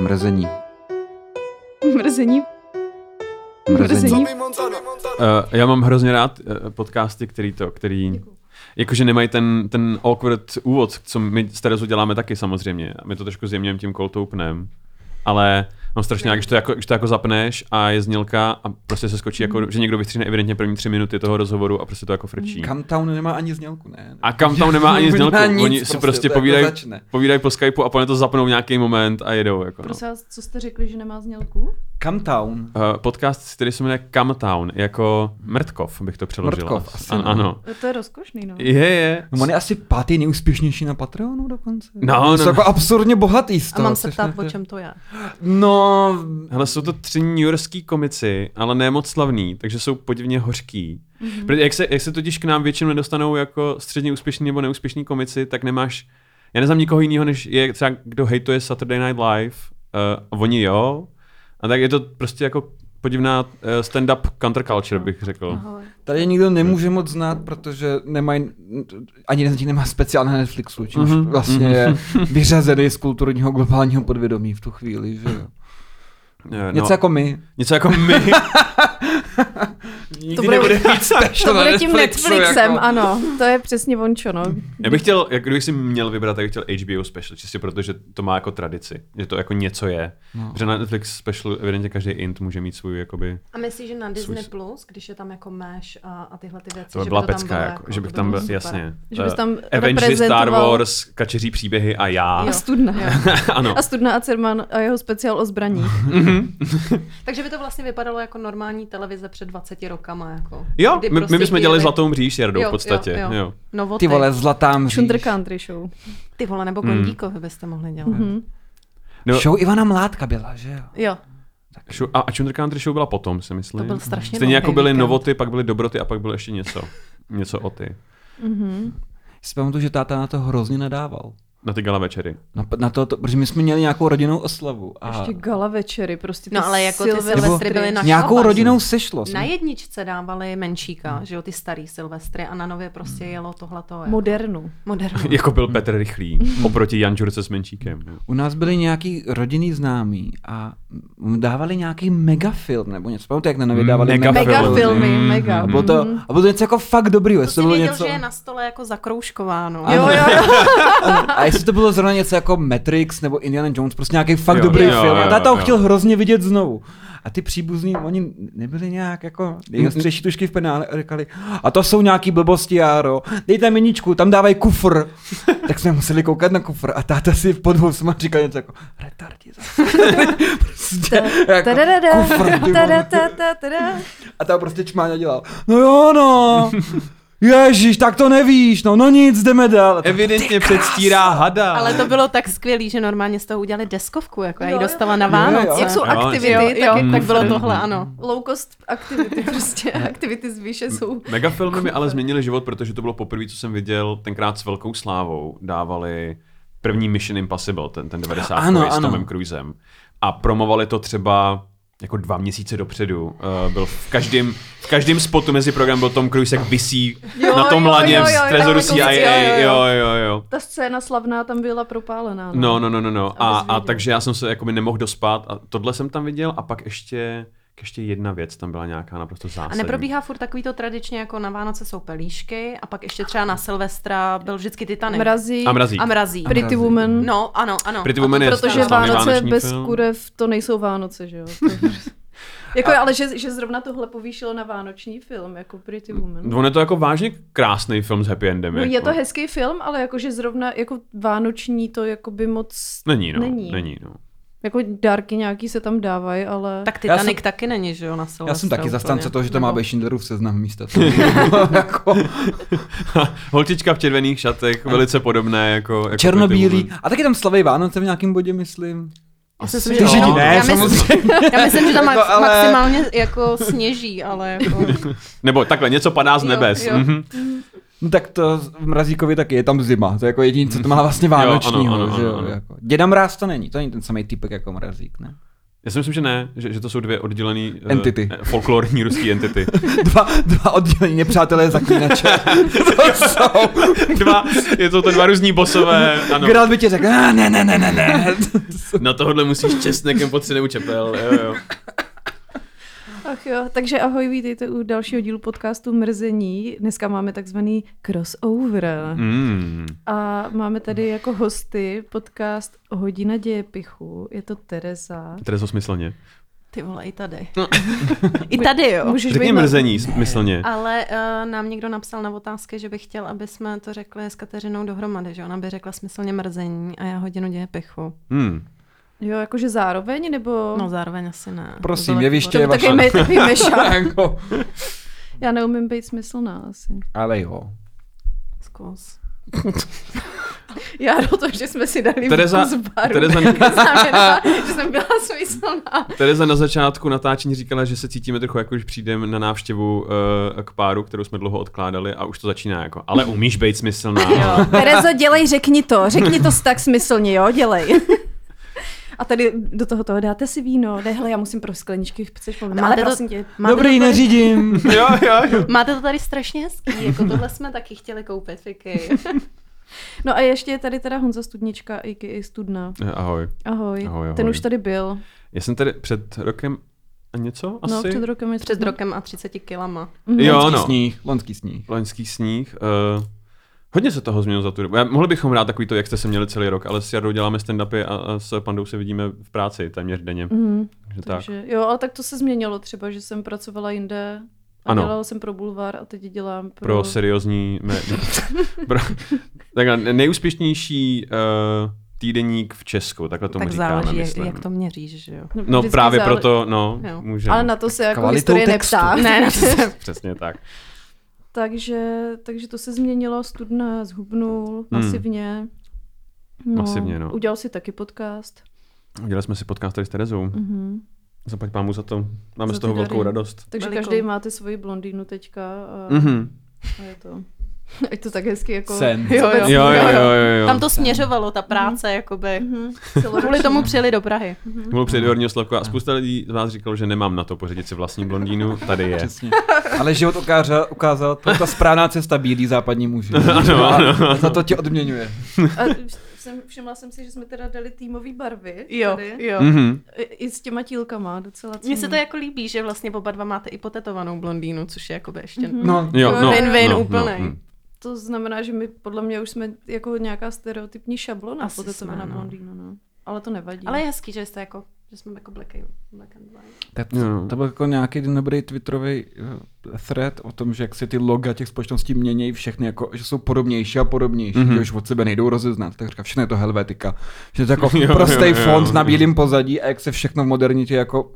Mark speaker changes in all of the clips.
Speaker 1: Mrzení.
Speaker 2: Mrzení.
Speaker 1: Mrzení.
Speaker 2: Mrzení.
Speaker 3: Uh, já mám hrozně rád uh, podcasty, který to, který... Jakože nemají ten, ten awkward úvod, co my s Terezou děláme taky samozřejmě. My to trošku zjemněm tím cold openem. Ale mám strašně rád, když to, jako, když to jako zapneš a je znělka a prostě se skočí, jako, že někdo vystříhne evidentně první tři minuty toho rozhovoru a prostě to jako frčí.
Speaker 1: Camtown nemá ani znělku, ne?
Speaker 3: A kam tam nemá ani
Speaker 1: Nemá
Speaker 3: znělku,
Speaker 1: nic
Speaker 3: oni si
Speaker 1: prostě,
Speaker 3: prostě
Speaker 1: to jako
Speaker 3: povídají,
Speaker 1: začne.
Speaker 3: povídají po Skypeu a potom to zapnou v nějaký moment a jedou. Jako, no.
Speaker 2: Prosím vás, co jste řekli, že nemá znělku?
Speaker 1: Camtown.
Speaker 3: Uh, podcast, který se jmenuje Camtown, jako Mrtkov bych to přeložil.
Speaker 1: Mrtkov, asi,
Speaker 3: An,
Speaker 1: no.
Speaker 3: ano.
Speaker 2: To je rozkošný, no.
Speaker 3: Je, je.
Speaker 1: No, on je asi pátý nejúspěšnější na Patreonu dokonce.
Speaker 3: No,
Speaker 1: Oni
Speaker 3: no,
Speaker 1: Jsou
Speaker 3: no.
Speaker 1: jako absurdně bohatý z
Speaker 4: A
Speaker 1: toho,
Speaker 4: mám se
Speaker 1: což
Speaker 4: ptát,
Speaker 1: ne-
Speaker 4: o čem to je.
Speaker 1: No,
Speaker 3: Hele, jsou to tři newyorský komici, ale ne moc slavní, takže jsou podivně hořký.
Speaker 1: Mhm.
Speaker 3: Mm-hmm. Protože jak se, jak se totiž k nám většinou nedostanou jako středně úspěšní nebo neúspěšní komici, tak nemáš, já neznám nikoho jiného, než je třeba, kdo hejtuje Saturday Night Live, uh, a oni jo, a tak je to prostě jako podivná uh, stand-up counterculture, bych řekl.
Speaker 1: No. tady je nikdo nemůže moc znát, protože nemají, ani jeden z nich nemá speciál na Netflixu, čímž
Speaker 3: Mhm,
Speaker 1: vlastně je vyřazený z kulturního globálního podvědomí v tu chvíli, že jo.
Speaker 3: Eh, no,
Speaker 1: Něco jako my.
Speaker 3: něco jako my.
Speaker 1: Nikdy nebude nic
Speaker 2: To
Speaker 1: special na
Speaker 2: bude tím
Speaker 1: Netflixu,
Speaker 2: Netflixem,
Speaker 1: jako.
Speaker 2: ano. To je přesně vončo, no.
Speaker 3: Já bych chtěl, jak kdybych si měl vybrat, tak bych chtěl HBO special, čistě protože to má jako tradici, že to jako něco je.
Speaker 1: No.
Speaker 3: No. Protože na Netflix special evidentně každý int může mít svůj jakoby...
Speaker 4: A myslíš, že na Disney
Speaker 3: Svůj-
Speaker 4: Plus, když je tam jako Mesh a, a tyhle ty věci,
Speaker 3: To by
Speaker 4: že
Speaker 3: byla
Speaker 4: by to tam
Speaker 3: pecka,
Speaker 4: bylo
Speaker 3: jako, že bych tam
Speaker 4: to
Speaker 3: byl,
Speaker 4: bylo super.
Speaker 3: jasně.
Speaker 2: Že bys
Speaker 3: Eh,
Speaker 2: tam
Speaker 3: Avengers, Star
Speaker 2: reprezentoval-
Speaker 3: Wars, kačeří příběhy a já.
Speaker 2: A studna.
Speaker 3: ano.
Speaker 2: A studna a Cerman a jeho speciál o zbraních.
Speaker 4: Takže by to vlastně vypadalo jako normální televize před 20 rokama. Jako,
Speaker 3: Jo,
Speaker 4: Kdy
Speaker 3: my, my bychom dělali
Speaker 4: chvíli-
Speaker 3: zlatou mříž s Jardou
Speaker 4: Jo,
Speaker 3: v podstatě.
Speaker 4: jo, jo.
Speaker 3: jo.
Speaker 2: No,
Speaker 4: Novoty.
Speaker 1: Ty vole, zlatá mříž.
Speaker 2: Šundr Country Show.
Speaker 4: Ty vole, nebo
Speaker 3: Hmm.
Speaker 4: Gondíkovi byste mohli dělat.
Speaker 2: Mhm.
Speaker 3: No,
Speaker 1: Show Ivana Mládka byla, že jo?
Speaker 4: Jo,
Speaker 3: šu- a, a Chunder Country Show byla potom, si myslím.
Speaker 4: To byl strašně
Speaker 3: Stejně jako
Speaker 4: dlouhý
Speaker 3: byly
Speaker 4: víkend.
Speaker 3: novoty, pak byly dobroty a pak bylo ještě něco. Něco o ty.
Speaker 2: Mhm.
Speaker 1: Si pamatuju, že táta na to hrozně nadával.
Speaker 3: Na ty gala večery.
Speaker 1: Na, na to, to, protože my jsme měli nějakou rodinnou oslavu. A
Speaker 2: Ještě gala večery, prostě ty
Speaker 4: No ale jako ty
Speaker 2: Silvestry.
Speaker 4: Silvestry byly na-
Speaker 1: nějakou
Speaker 4: šlapař.
Speaker 1: rodinnou sešlo.
Speaker 3: Vlastně.
Speaker 4: na jedničce dávali menšíka,
Speaker 3: Hmm.
Speaker 4: že jo, ty starý Silvestry a na nově prostě jelo tohleto. Jako.
Speaker 2: Modernu.
Speaker 4: Moderní.
Speaker 3: jako byl Petr Rychlý
Speaker 4: Mhm.
Speaker 3: oproti Jančurce s Menšíkem. jo.
Speaker 1: U nás byli nějaký rodinný známí a m- dávali nějaký megafilm nebo něco. Pamatuju, jak na nově dávali
Speaker 3: Megafilm.
Speaker 2: Mega
Speaker 3: Filmy.
Speaker 2: filmy,
Speaker 3: Mm,
Speaker 2: mega.
Speaker 1: A bylo, to, a bylo to něco jako fakt dobrý.
Speaker 4: To
Speaker 1: jestli
Speaker 4: jsi
Speaker 1: bylo
Speaker 4: věděl,
Speaker 1: něco...
Speaker 4: že je na stole jako zakroužkováno.
Speaker 2: Jo, jo, jo.
Speaker 1: A jestli to bylo zrovna něco jako Matrix nebo Indiana Jones, prostě nějaký fakt
Speaker 3: Jo,
Speaker 1: dobrý
Speaker 3: jo,
Speaker 1: film.
Speaker 3: jo,
Speaker 1: A táta
Speaker 3: jo,
Speaker 1: ho
Speaker 3: jo.
Speaker 1: chtěl hrozně vidět znovu. A ty příbuzní, oni nebyli nějak jako nejostřejší tušky v penále a říkali, a to jsou nějaký blbosti, Járo, dej tam miničku, tam dávají kufr. tak jsme museli koukat na kufr a táta si pod vousma říkal něco jako, retardi zase. prostě,
Speaker 2: Tadadada,
Speaker 1: jako, kufr, ty vole.
Speaker 2: tadadada, tada.
Speaker 1: A ta prostě čmáňa dělal, no jo no, Ježíš, tak to nevíš, no, no nic, jdeme dál. A to-
Speaker 3: Evidentně předstírá hada.
Speaker 4: Ale to bylo tak skvělý, že normálně z toho udělali deskovku, jako já ji
Speaker 2: Jo, jo.
Speaker 4: dostala na
Speaker 1: Jo, jo.
Speaker 4: Vánoce.
Speaker 2: Jak jsou
Speaker 3: Jo,
Speaker 2: aktivity,
Speaker 4: jo,
Speaker 2: tak,
Speaker 4: jo,
Speaker 2: jako
Speaker 4: tak
Speaker 1: Mm.
Speaker 4: bylo
Speaker 2: film.
Speaker 4: tohle, ano.
Speaker 2: Low cost aktivity, prostě aktivity z výše jsou.
Speaker 3: Megafilmy mi ale změnily život, protože to bylo poprvé, co jsem viděl, tenkrát s velkou slávou dávali první Mission Impossible, ten, ten 90.
Speaker 1: Ano,
Speaker 3: s
Speaker 1: ano.
Speaker 3: Tomem Cruisem. A promovali to třeba jako dva měsíce dopředu. Uh, byl v každém, v každém spotu mezi program byl Tom Cruise, jak vysí
Speaker 2: Jo,
Speaker 3: na tom
Speaker 2: jo,
Speaker 3: laně
Speaker 2: jo,
Speaker 3: v
Speaker 2: jo, jo,
Speaker 3: trezoru
Speaker 2: jo, jo,
Speaker 3: CIA.
Speaker 2: jo, jo.
Speaker 3: Jo, jo, jo.
Speaker 2: Ta scéna slavná tam byla propálená.
Speaker 3: No, no, no, no, no. A, a
Speaker 2: rozvěděl.
Speaker 3: takže já jsem se jakoby nemohl dospat a tohle jsem tam viděl a pak ještě, ještě jedna věc tam byla nějaká naprosto
Speaker 4: A
Speaker 3: zásadní.
Speaker 4: neprobíhá furt takový to tradičně, jako na Vánoce jsou pelíšky a pak ještě třeba na Silvestra byl vždycky Titanic.
Speaker 2: Mrazí.
Speaker 3: A mrazí.
Speaker 4: A mrazí.
Speaker 2: Pretty Woman.
Speaker 4: No, ano, ano.
Speaker 3: Pretty
Speaker 4: A
Speaker 3: Woman je
Speaker 2: Protože
Speaker 3: Ano, slavný
Speaker 2: Vánoce
Speaker 3: vánoční
Speaker 2: bez
Speaker 3: film.
Speaker 2: kurev, to nejsou Vánoce, že jo? To jako, ale že, že zrovna tohle povýšilo na vánoční film, jako Pretty Woman.
Speaker 3: On je to jako vážně krásný film s happy endem.
Speaker 2: No, je
Speaker 3: jako.
Speaker 2: to hezký film, ale jakože zrovna jako vánoční to jako by moc
Speaker 3: Není, no.
Speaker 2: není.
Speaker 3: Není. není no.
Speaker 2: Jako dárky nějaký se tam dávají, ale...
Speaker 4: Tak
Speaker 1: Já
Speaker 4: Titanic
Speaker 1: jsem-
Speaker 4: taky není, že jo, na Silvestra.
Speaker 1: Já jsem taky
Speaker 4: vlastně úplně.
Speaker 1: zastánce toho, že to má
Speaker 4: Nebo-
Speaker 1: být Schindlerův seznam místa. toho. jako
Speaker 3: Holčička v červených šatech, velice podobné jako... jako Pretty
Speaker 1: černobílý.
Speaker 3: Woman.
Speaker 1: A taky tam slaví Vánoce v nějakém bodě, myslím.
Speaker 4: Já si myslím,
Speaker 3: Ty
Speaker 4: že
Speaker 3: židi
Speaker 4: ano.
Speaker 3: ne,
Speaker 4: já, myslím, já myslím, že tam
Speaker 1: Jako,
Speaker 4: max,
Speaker 1: ale-
Speaker 4: maximálně jako sněží, ale jako...
Speaker 3: Nebo takhle, něco padá z
Speaker 4: Jo,
Speaker 3: nebes.
Speaker 4: jo.
Speaker 3: Mhm.
Speaker 1: No tak to v Mrazíkovi taky je tam zima. To je jako jediný, co to má vlastně
Speaker 3: Hmm. ano,
Speaker 1: vánočního.
Speaker 3: ano,
Speaker 1: že jo,
Speaker 3: ano, ano.
Speaker 1: Jako. Děda Mráz to není, to není ten samý typek jako Mrazík, ne?
Speaker 3: Já si myslím, že ne, že, že to jsou dvě oddělené
Speaker 1: Entity.
Speaker 3: folklorní ruské entity.
Speaker 1: Dva, dva oddělení nepřátelé zaklínače. to jsou.
Speaker 3: Dva, je to, to dva různí bosové, ano.
Speaker 1: Geralt by ti řekl, "Ah, ne, ne, ne, ne, ne.
Speaker 3: Na tohohle musíš česnekem pod synem čepel, jo, jo.
Speaker 2: Ach jo, takže ahoj, vítejte u dalšího dílu podcastu Mrzení. Dneska máme takzvaný crossover.
Speaker 3: Mm.
Speaker 2: A máme tady jako hosty podcast Hodina dějepichu. Je to Tereza.
Speaker 3: Terezo, smyslně.
Speaker 4: Ty vole, i tady.
Speaker 1: No.
Speaker 4: I tady, jo.
Speaker 2: Můžeš
Speaker 3: Řekni
Speaker 2: být na-
Speaker 3: mrzení, smyslně.
Speaker 4: Ale uh, nám někdo napsal na otázky, že by chtěl, aby jsme to řekli s Kateřinou dohromady, že ona by řekla smyslně mrzení a já hodinu děje pichu.
Speaker 3: Mm.
Speaker 2: Jo, jakože zároveň, nebo...
Speaker 4: No zároveň asi ne.
Speaker 1: Prosím,
Speaker 4: Bylo-
Speaker 1: jeviště je
Speaker 2: to
Speaker 1: vaše.
Speaker 2: taky, me, taky mešák.
Speaker 1: Jako,
Speaker 2: Já neumím být smyslná asi.
Speaker 1: Ale jo.
Speaker 4: Zkus.
Speaker 2: Já do toho, že jsme si dali
Speaker 3: Tereza-
Speaker 2: Tereza, z baru,
Speaker 3: Tereza-
Speaker 2: Tereza... znamená, že jsem byla smyslná.
Speaker 3: Tereza na začátku natáčení říkala, že se cítíme trochu jako, když přijdeme na návštěvu uh, k páru, kterou jsme dlouho odkládali a už to začíná jako, ale umíš být smyslná.
Speaker 2: Terezo, dělej, řekni to. Řekni to tak smyslně, jo, dělej. A tady do toho toho dáte si víno. Ne, hele, já musím pro skleničky, chceš povědět. No, Ale
Speaker 4: Máte
Speaker 2: prosím
Speaker 4: to,
Speaker 2: tě.
Speaker 4: máte
Speaker 1: Dobrý,
Speaker 4: to tady,
Speaker 1: neřídím.
Speaker 3: jo, jo, jo.
Speaker 4: Máte to tady strašně hezký, jako tohle jsme taky chtěli koupit, fiky.
Speaker 2: No a ještě je tady teda Honza Studnička, a.k.a. Studna.
Speaker 3: Eh, Ahoj.
Speaker 2: Ahoj.
Speaker 3: Ahoj, ahoj.
Speaker 2: Ten už tady byl.
Speaker 3: Já jsem tady před rokem a něco asi?
Speaker 2: No, před rokem. je
Speaker 4: Před
Speaker 2: Studna.
Speaker 4: rokem a 30 kilama.
Speaker 3: Jo,
Speaker 1: Lonský
Speaker 3: no.
Speaker 1: sníh, lonský sníh.
Speaker 3: Loňský sníh. Uh, hodně se toho změnilo za tu dobu. Já- Mohli bychom rád takový to, jak jste se měli celý rok, ale s Jardou děláme stand-upy a, a s Pandou se vidíme v práci téměř denně.
Speaker 2: Mhm.
Speaker 3: Takže tak.
Speaker 2: Takže, jo, ale tak to se změnilo třeba, že jsem pracovala jinde a ano.
Speaker 3: Ano.
Speaker 2: dělala jsem pro Bulvar a teď dělám pro...
Speaker 3: Pro seriózní... mé- pro, takhle, nejúspěšnější uh, týdeník v Česku, takhle tomu
Speaker 4: tak
Speaker 3: říkáme,
Speaker 4: záleží, jak,
Speaker 3: myslím.
Speaker 4: jak to měříš, že jo.
Speaker 3: No
Speaker 2: vždycky
Speaker 3: právě
Speaker 2: zále-
Speaker 3: proto, no,
Speaker 4: Jo.
Speaker 3: můžeme.
Speaker 2: Ale na to se jako
Speaker 1: Kvalitou
Speaker 2: historie
Speaker 1: textu.
Speaker 2: neptá.
Speaker 4: Ne, na to se-
Speaker 3: Přesně tak.
Speaker 2: takže, takže to se změnilo, studna zhubnul masivně. No,
Speaker 3: Hmm. Masivně, no.
Speaker 2: Udělal si taky podcast.
Speaker 3: Udělali jsme si podcast tady s Terezou.
Speaker 2: Mhm.
Speaker 3: Zaplať pámu za to. Máme
Speaker 2: Za
Speaker 3: z toho
Speaker 2: ty
Speaker 3: velkou
Speaker 2: dary.
Speaker 3: radost.
Speaker 2: Takže
Speaker 4: Velikou.
Speaker 2: každý máte svoji blondýnu teďka a,
Speaker 3: Mhm.
Speaker 2: a je to... Ať to tak hezky jako...
Speaker 1: Sen.
Speaker 2: Jo, jo.
Speaker 3: Jo, jo, jo, jo. jo.
Speaker 4: Tam to směřovalo, ta práce, jakoby.
Speaker 2: Mhm.
Speaker 4: Kvůli tomu přijeli do Prahy.
Speaker 3: Mluvil před Jorního Slavku a spousta lidí z vás říkalo, že nemám na to pořídit si vlastní blondýnu. Tady je.
Speaker 1: Přesně. Ale život ukázal, ukázal to je ta správná cesta bílý západní muži. Ano, ano. Za to tě odměňuje.
Speaker 2: A jsem, všimla jsem si, že jsme teda dali týmový barvy. tady.
Speaker 4: jo.
Speaker 3: Mhm.
Speaker 2: I- I s těma tílkama docela
Speaker 4: Mně se to
Speaker 2: cením.
Speaker 4: jako líbí, že vlastně oba dva máte i potetovanou blondýnu, což je jakoby ještě... Mm-hmm.
Speaker 1: No,
Speaker 3: Jo, no,
Speaker 4: Win-win
Speaker 3: no,
Speaker 4: úplnej.
Speaker 3: No, mm.
Speaker 2: To znamená, že my podle mě už jsme jako nějaká stereotypní šablona
Speaker 4: Asi
Speaker 2: potetovaná
Speaker 4: jsme, no.
Speaker 2: blondýna, no. Ale to nevadí.
Speaker 4: Ale je hezký, že jste jako, že jsme jako black, and- black and white.
Speaker 1: tak
Speaker 3: Jo.
Speaker 1: to, to byl jako nějaký dobrý twitterový eh, thread o tom, že jak se ty loga těch společností mění všechny, jako, že jsou podobnější a podobnější,
Speaker 3: Mhm.
Speaker 1: mm-hmm. že už od sebe nejdou rozeznat. Tak říká, všechno je to helvetika. Že to je jako
Speaker 3: Jo, jo,
Speaker 1: prostý
Speaker 3: jo,
Speaker 1: fond
Speaker 3: jo.
Speaker 1: na bílém pozadí a jak se všechno v modernitě jako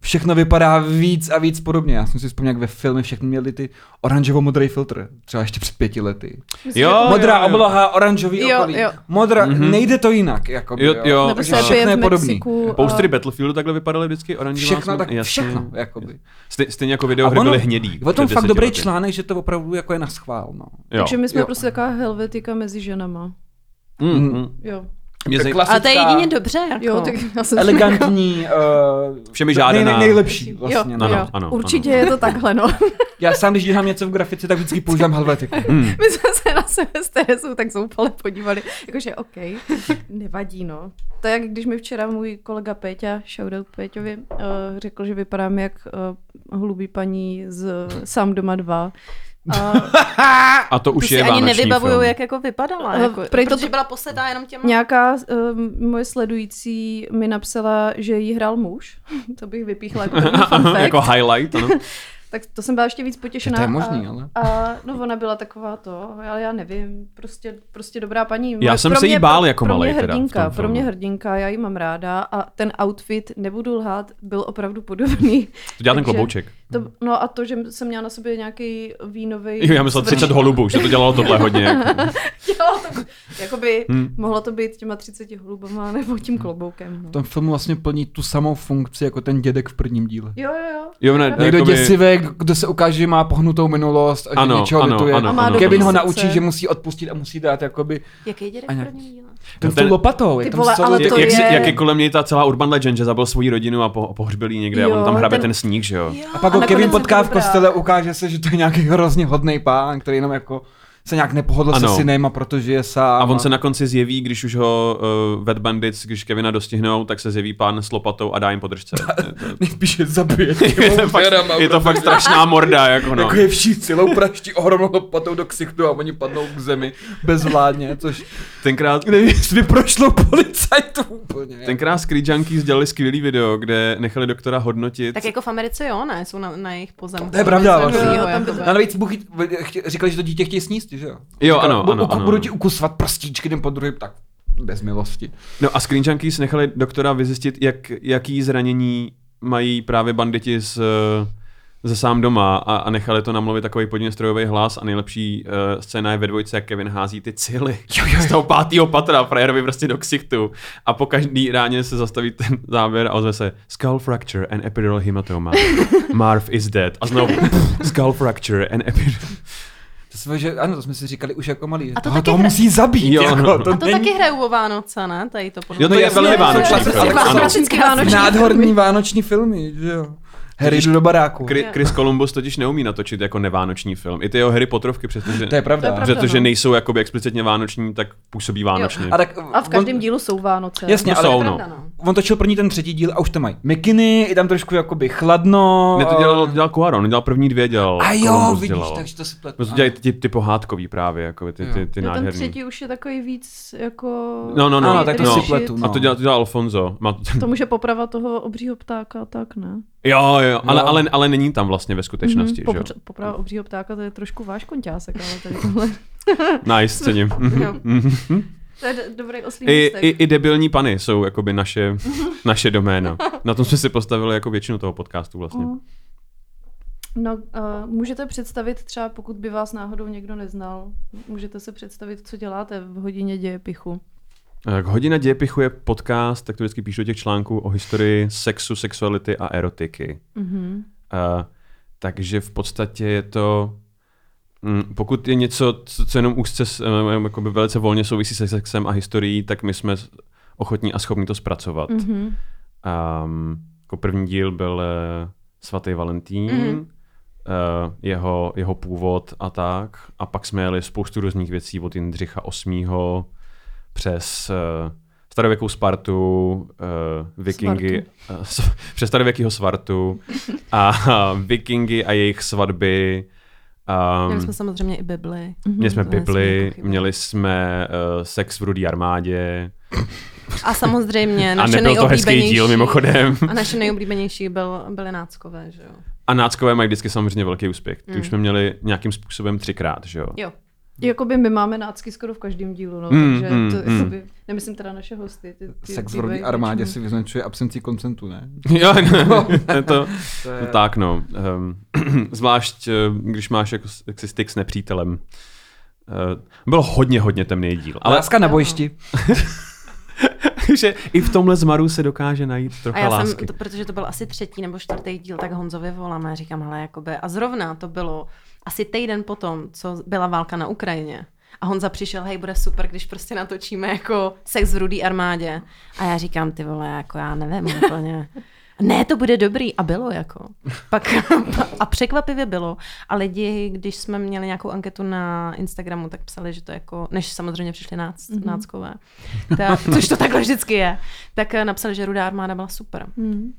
Speaker 1: všechno vypadá víc a víc podobně. Já jsem si vzpomněl, jak ve filmy všechny měli ty oranžovo-modrý filtr, třeba ještě před pěti lety.
Speaker 3: Jo,
Speaker 1: Modrá
Speaker 3: jo, jo.
Speaker 1: obloha, oranžový
Speaker 4: Jo,
Speaker 1: okolí.
Speaker 4: jo.
Speaker 1: Modrá,
Speaker 3: Mhm.
Speaker 1: nejde to jinak. Jakoby,
Speaker 3: Jo,
Speaker 1: jo,
Speaker 3: jo.
Speaker 2: Nebo
Speaker 3: takže
Speaker 2: se jako
Speaker 1: všechno je
Speaker 2: je v
Speaker 1: podobný.
Speaker 2: Mexiku.
Speaker 3: Poustry
Speaker 2: a-
Speaker 3: Battlefieldu takhle vypadaly vždycky oranžová.
Speaker 1: Všechno,
Speaker 3: smut-
Speaker 1: tak
Speaker 3: jasně.
Speaker 1: všechno, jakoby.
Speaker 3: Stej, stejně jako video,
Speaker 1: A
Speaker 3: které
Speaker 1: ono-
Speaker 3: byly hnědý.
Speaker 1: O tom
Speaker 3: před
Speaker 1: fakt
Speaker 3: deseti
Speaker 1: dobrý
Speaker 3: lety.
Speaker 1: článek, že to opravdu jako je na schvál, no.
Speaker 3: Jo.
Speaker 2: Takže my jsme
Speaker 1: jo.
Speaker 2: prostě taková helvetika mezi ženama.
Speaker 3: Mm, mm.
Speaker 2: Jo,
Speaker 3: Mě zaj...
Speaker 1: Klasická,
Speaker 4: A to je jedině dobře, jako.
Speaker 2: jo tak já jsem
Speaker 1: Elegantní, uh,
Speaker 3: Všemi žádaná.
Speaker 1: nejlepší vlastně.
Speaker 2: jo,
Speaker 1: no.
Speaker 3: Ano,
Speaker 2: jo.
Speaker 3: ano,
Speaker 2: Určitě je to takhle, no.
Speaker 1: Já sám, když dělám něco v grafice, tak vždycky používám helvetiku.
Speaker 3: Mm.
Speaker 2: My jsme se na sebe s Teresou tak zoufale podívali. Jakože OK, nevadí, no. To je jak když mi včera můj kolega Péťa, shoutout Péťovi, uh, řekl, že vypadám jak uh, hlubý paní z Sám doma 2. A
Speaker 3: A to už
Speaker 4: to
Speaker 3: je
Speaker 4: si ani
Speaker 3: vánoční
Speaker 4: nevybavuju,
Speaker 3: film.
Speaker 4: jak jako vypadala.
Speaker 2: Eh,
Speaker 4: Jako,
Speaker 2: prej-
Speaker 4: protože byla posetá jenom těma...
Speaker 2: nějaká um, moje sledující mi napsala, že jí hrál muž. To bych vypíchla jako první fun fact.
Speaker 3: jako highlight, ano.
Speaker 2: Tak to jsem byla ještě víc potěšená.
Speaker 1: To je možný,
Speaker 2: a,
Speaker 1: ale.
Speaker 2: A, no ona byla taková to, ale já nevím, prostě, prostě dobrá paní.
Speaker 3: Já
Speaker 2: Moje-
Speaker 3: jsem
Speaker 2: pro
Speaker 3: se jí
Speaker 2: mě-
Speaker 3: bál
Speaker 2: pro-
Speaker 3: jako
Speaker 2: pro mě
Speaker 3: malej teda v tom
Speaker 2: hrdinka, Pro
Speaker 3: filmu.
Speaker 2: mě hrdinka, já ji mám ráda a ten outfit, nebudu lhát, byl opravdu podobný.
Speaker 3: To dělá ten
Speaker 2: Takže-
Speaker 3: klobouček.
Speaker 2: To, no a to, že jsem měla na sobě nějaký vínový...
Speaker 3: Jo, já myslel 30 holubů, že to dělalo tohle hodně. Jako.
Speaker 2: Jo, to, jakoby
Speaker 3: Hmm.
Speaker 2: hmm. mohlo to být těma 30 holubama nebo tím kloboukem. No.
Speaker 1: V tom filmu vlastně plní tu samou funkci jako ten dědek v prvním díle.
Speaker 2: Jo, jo, jo.
Speaker 3: Jo, ne,
Speaker 1: Někdo
Speaker 3: jakoby-
Speaker 1: děsivý, kdo se ukáže, že má pohnutou minulost a že
Speaker 3: Ano,
Speaker 1: něčeho
Speaker 3: ano,
Speaker 1: lituje.
Speaker 3: ano,
Speaker 2: A má ano.
Speaker 1: Kevin
Speaker 2: dobrý
Speaker 1: ho
Speaker 2: srdce.
Speaker 1: naučí, že musí odpustit a musí dát jakoby
Speaker 4: Jaký dědek
Speaker 1: A nějak-
Speaker 3: No.
Speaker 4: první díle?
Speaker 1: Ten s tou
Speaker 3: Ten-
Speaker 1: lopatou, jak
Speaker 2: Ty
Speaker 1: tam
Speaker 2: vole,
Speaker 1: solo
Speaker 2: ale
Speaker 1: ty-
Speaker 2: to
Speaker 3: jak, jak, si-
Speaker 2: je-
Speaker 3: jak je kolem něj ta celá urban legend, že zabil svoji rodinu a po, pohřbil ji někde jo, a
Speaker 2: Jo,
Speaker 3: on tam hrabe ten,
Speaker 2: ten-
Speaker 3: ten sníh, že jo?
Speaker 1: A pak ho
Speaker 2: nakonec
Speaker 1: Kevin
Speaker 2: je jako to
Speaker 1: potká v
Speaker 2: dobrá.
Speaker 1: kostele, ukáže se, že to je nějaký hrozně hodný pán, který jenom jako se nějak nepohodl se
Speaker 3: Ano.
Speaker 1: synem a protože je sám.
Speaker 3: A on se na konci zjeví, když už ho uh, Wet Bandits, když Kevina dostihnou, tak se zjeví pán s lopatou a dá jim podržce.
Speaker 1: nejspíš je zabije.
Speaker 3: je, to fakt, je to fakt strašná morda, jako no.
Speaker 1: Jako je vší celou praští ohromnou lopatou do ksichtu a oni padnou k zemi bezvládně, což
Speaker 3: Tenkrát,
Speaker 1: nevím, jestli by prošlo policajtu úplně.
Speaker 3: tenkrát Scree Junkies dělali skvělý video, kde nechali doktora hodnotit.
Speaker 4: Tak jako v Americe jo, ne? Jsou na, na jejich pozemku.
Speaker 1: To je pravda,
Speaker 4: Něco
Speaker 1: vlastně.
Speaker 4: takovýho,
Speaker 2: Jo, tam by to-
Speaker 1: A
Speaker 4: jakoby.
Speaker 1: navíc Bůh chtě- chtě- říkali, že to dítě chtějí sníst, že jo?
Speaker 3: Jo,
Speaker 1: Říkali,
Speaker 3: ano,
Speaker 1: "Bu-
Speaker 3: ano,
Speaker 1: uku-
Speaker 3: ano.
Speaker 1: Budu ti ukusovat prstíčky jeden po druhém, tak bez milosti.
Speaker 3: No a Screen Junkies nechali doktora vyzjistit, jak, jaký zranění mají právě banditi z, eh, ze sám doma a, a nechali to namluvit takový podně strojový hlas a nejlepší uh, scéna je ve dvojce, jak Kevin hází ty cily z toho pátého patra frajerovi prostě do ksichtu a po každý ráně se zastaví ten závěr a ozve se skull fracture and epidural hematoma. Marv is dead. A znovu skull fracture and epidural.
Speaker 1: To jsme, že, ano, to jsme si říkali už jako malí. že
Speaker 4: A to
Speaker 1: toho-
Speaker 4: taky
Speaker 1: toho
Speaker 4: hra-
Speaker 1: musí zabít.
Speaker 3: Jo. no.
Speaker 1: Jako, to
Speaker 4: A to
Speaker 1: není...
Speaker 4: taky hrajou o Vánoce, ne? Tady to podle
Speaker 3: Jo, to
Speaker 4: mě.
Speaker 3: je
Speaker 1: jasně,
Speaker 3: velmi
Speaker 1: to
Speaker 3: vánoční
Speaker 1: klasický
Speaker 3: film,
Speaker 4: vlastně
Speaker 1: vánoční-
Speaker 3: ano.
Speaker 2: klasický
Speaker 1: Vánoční
Speaker 2: vánoční
Speaker 1: Nádherný
Speaker 2: filmy.
Speaker 1: vánoční filmy, že jo. Harry
Speaker 3: Totiž-
Speaker 1: jdu do baráku.
Speaker 3: Kri- Chris Columbus totiž neumí natočit jako nevánoční film. I ty jeho Harry Potterovky, přestože...
Speaker 1: To je pravda. no.
Speaker 2: To je pravda.
Speaker 3: Protože nejsou jakoby explicitně vánoční, tak působí vánočně.
Speaker 1: A, tak,
Speaker 2: A v každém
Speaker 1: on,
Speaker 2: dílu jsou Vánoce.
Speaker 1: Jasně,
Speaker 3: No
Speaker 1: ale
Speaker 3: jsou,
Speaker 4: Pravda,
Speaker 3: no.
Speaker 4: no.
Speaker 1: on točil první ten třetí díl a už tam mají mikiny, i tam trošku jakoby chladno.
Speaker 3: Ne, to dělal, dělal Cuaron, on dělal první dvě, dělal
Speaker 1: A jo,
Speaker 3: Columbus
Speaker 1: vidíš,
Speaker 3: dělal.
Speaker 1: takže to si pletu.
Speaker 3: No, to dělají ty, ty pohádkový právě, jako ty,
Speaker 1: Jo.
Speaker 2: No,
Speaker 3: ty, ty
Speaker 2: ten
Speaker 3: nádherný.
Speaker 2: třetí už je takový víc jako...
Speaker 3: No, no, no.
Speaker 1: Ano, tak to
Speaker 3: no.
Speaker 1: si pletu, no.
Speaker 3: A to dělal, to dělal Alfonso. Má...
Speaker 2: To může poprava toho obřího ptáka, tak ne?
Speaker 3: Jo, jo, ale,
Speaker 1: Jo.
Speaker 3: ale, ale není tam vlastně ve skutečnosti,
Speaker 2: Mhm,
Speaker 3: že jo? Mm.
Speaker 2: popř- Poprava obřího ptáka, to je trošku váš konťásek, ale tady tohle.
Speaker 3: Nice, cením.
Speaker 4: Jo. To je do- dobrý oslý
Speaker 3: Mhm. I,
Speaker 4: můstek.
Speaker 3: i, I debilní pany jsou jakoby naše, naše doména. Na tom jsme si postavili jako většinu toho podcastu vlastně.
Speaker 2: No, uh, můžete představit třeba, pokud by vás náhodou někdo neznal, můžete se představit, co děláte v hodině dějepichu.
Speaker 3: Tak hodina dějepichu je podcast, tak to vždycky píšu do těch článků o historii sexu, sexuality a erotiky.
Speaker 2: Mm-hmm.
Speaker 3: Uh, takže v podstatě je to, mm, pokud je něco, co, co jenom úzce, s- eh, jakoby velice volně souvisí se sexem a historií, tak my jsme s- ochotní a schopní to zpracovat. Mm.
Speaker 4: Hmm.
Speaker 2: Mm-hmm.
Speaker 3: Um, jako první díl byl eh, svatý Valentín, mm.
Speaker 4: Mhm.
Speaker 3: uh, jeho, jeho původ a tak. A pak jsme jeli spoustu různých věcí od Jindřicha VIII. přes uh, starověkou Spartu, uh, vikingy, eh, s- přes starověkýho Svartu a vikingy a jejich svatby.
Speaker 4: Měli
Speaker 3: Um, Mhm.
Speaker 4: jsme samozřejmě i Bibli.
Speaker 3: měli jsme
Speaker 4: to jako nesmí
Speaker 3: Bibli,
Speaker 4: pochybovat.
Speaker 3: měli jsme uh, sex v rudý armádě
Speaker 4: A samozřejmě
Speaker 3: a
Speaker 4: naše
Speaker 3: nebyl to hezký
Speaker 4: nejoblíbenější...
Speaker 3: díl mimochodem.
Speaker 4: A naše nejoblíbenější byl, byly náckové, že jo?
Speaker 3: A náckové mají vždycky samozřejmě velký úspěch. Ty už jsme měli nějakým způsobem třikrát, že jo?
Speaker 4: Jo.
Speaker 2: Jakoby my máme nácky skoro v každém dílu, no,
Speaker 3: Mm,
Speaker 2: mm, takže
Speaker 3: mm,
Speaker 2: to,
Speaker 3: mm.
Speaker 2: mm. jakoby, nemyslím teda naše hosty. Ty, ty,
Speaker 1: Sex v
Speaker 2: ty
Speaker 1: rodní
Speaker 2: bývají
Speaker 1: armádě
Speaker 2: většinou-
Speaker 1: si vyznačuje absenci koncentu, ne?
Speaker 3: Jo, no, je
Speaker 1: To
Speaker 3: to, no tak no. Ehm, zvlášť, eh, když máš jako, s- jaksi styk s nepřítelem. Eh, Byl hodně, hodně temný díl.
Speaker 1: Ale
Speaker 3: Ale
Speaker 1: láska na bojišti.
Speaker 3: že i v tomhle zmaru se dokáže najít
Speaker 4: A
Speaker 3: trocha
Speaker 4: já
Speaker 3: lásky.
Speaker 4: jsem, to, protože to byl asi třetí nebo čtvrtý díl, tak Honzovi volám a říkám, hele, jakoby, a zrovna to bylo asi týden potom, co byla válka na Ukrajině. A Honza přišel, hej, bude super, když prostě natočíme jako sex v rudý armádě. A já říkám, ty vole, jako já nevím úplně. Ne, to bude dobrý. A bylo jako. Pak, a překvapivě bylo. A lidi, když jsme měli nějakou anketu na Instagramu, tak psali, že to jako, než samozřejmě přišli nác, mm-hmm. náckové, ta, což to takhle vždycky je, tak eh, napsali, že Rudá armáda byla super.
Speaker 2: Mm.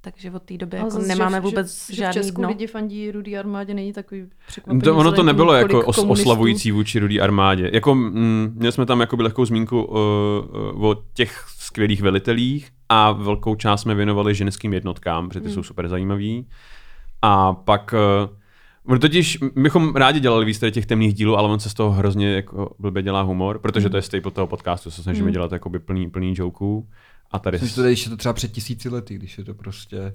Speaker 4: Takže od té doby
Speaker 2: Ale
Speaker 4: Hmm. jako
Speaker 2: zase,
Speaker 4: nemáme
Speaker 2: že, v-
Speaker 4: vůbec
Speaker 2: že,
Speaker 4: žádný
Speaker 2: že v Česku
Speaker 4: dno.
Speaker 2: lidi fandí rudý armádě, není takový překvapení.
Speaker 3: To, ono to
Speaker 2: vzhledem k
Speaker 3: nebylo
Speaker 2: tomu,
Speaker 3: jako
Speaker 2: kolik
Speaker 3: os,
Speaker 2: komunistů-
Speaker 3: oslavující vůči rudý armádě. Jako, mm, měli jsme tam jakoby lehkou zmínku uh, o těch skvělých velitelích a velkou část jsme věnovali ženským jednotkám, protože ty jsou super zajímavý. A pak... Uh, totiž bychom rádi dělali víc tady těch temných dílů, ale on se z toho hrozně jako blbě dělá humor, protože to je staple toho podcastu, se snažíme dělat jakoby plný, plný joků. A tady...
Speaker 1: Myslím, že to tady ještě to třeba před tisíci lety, když je to prostě,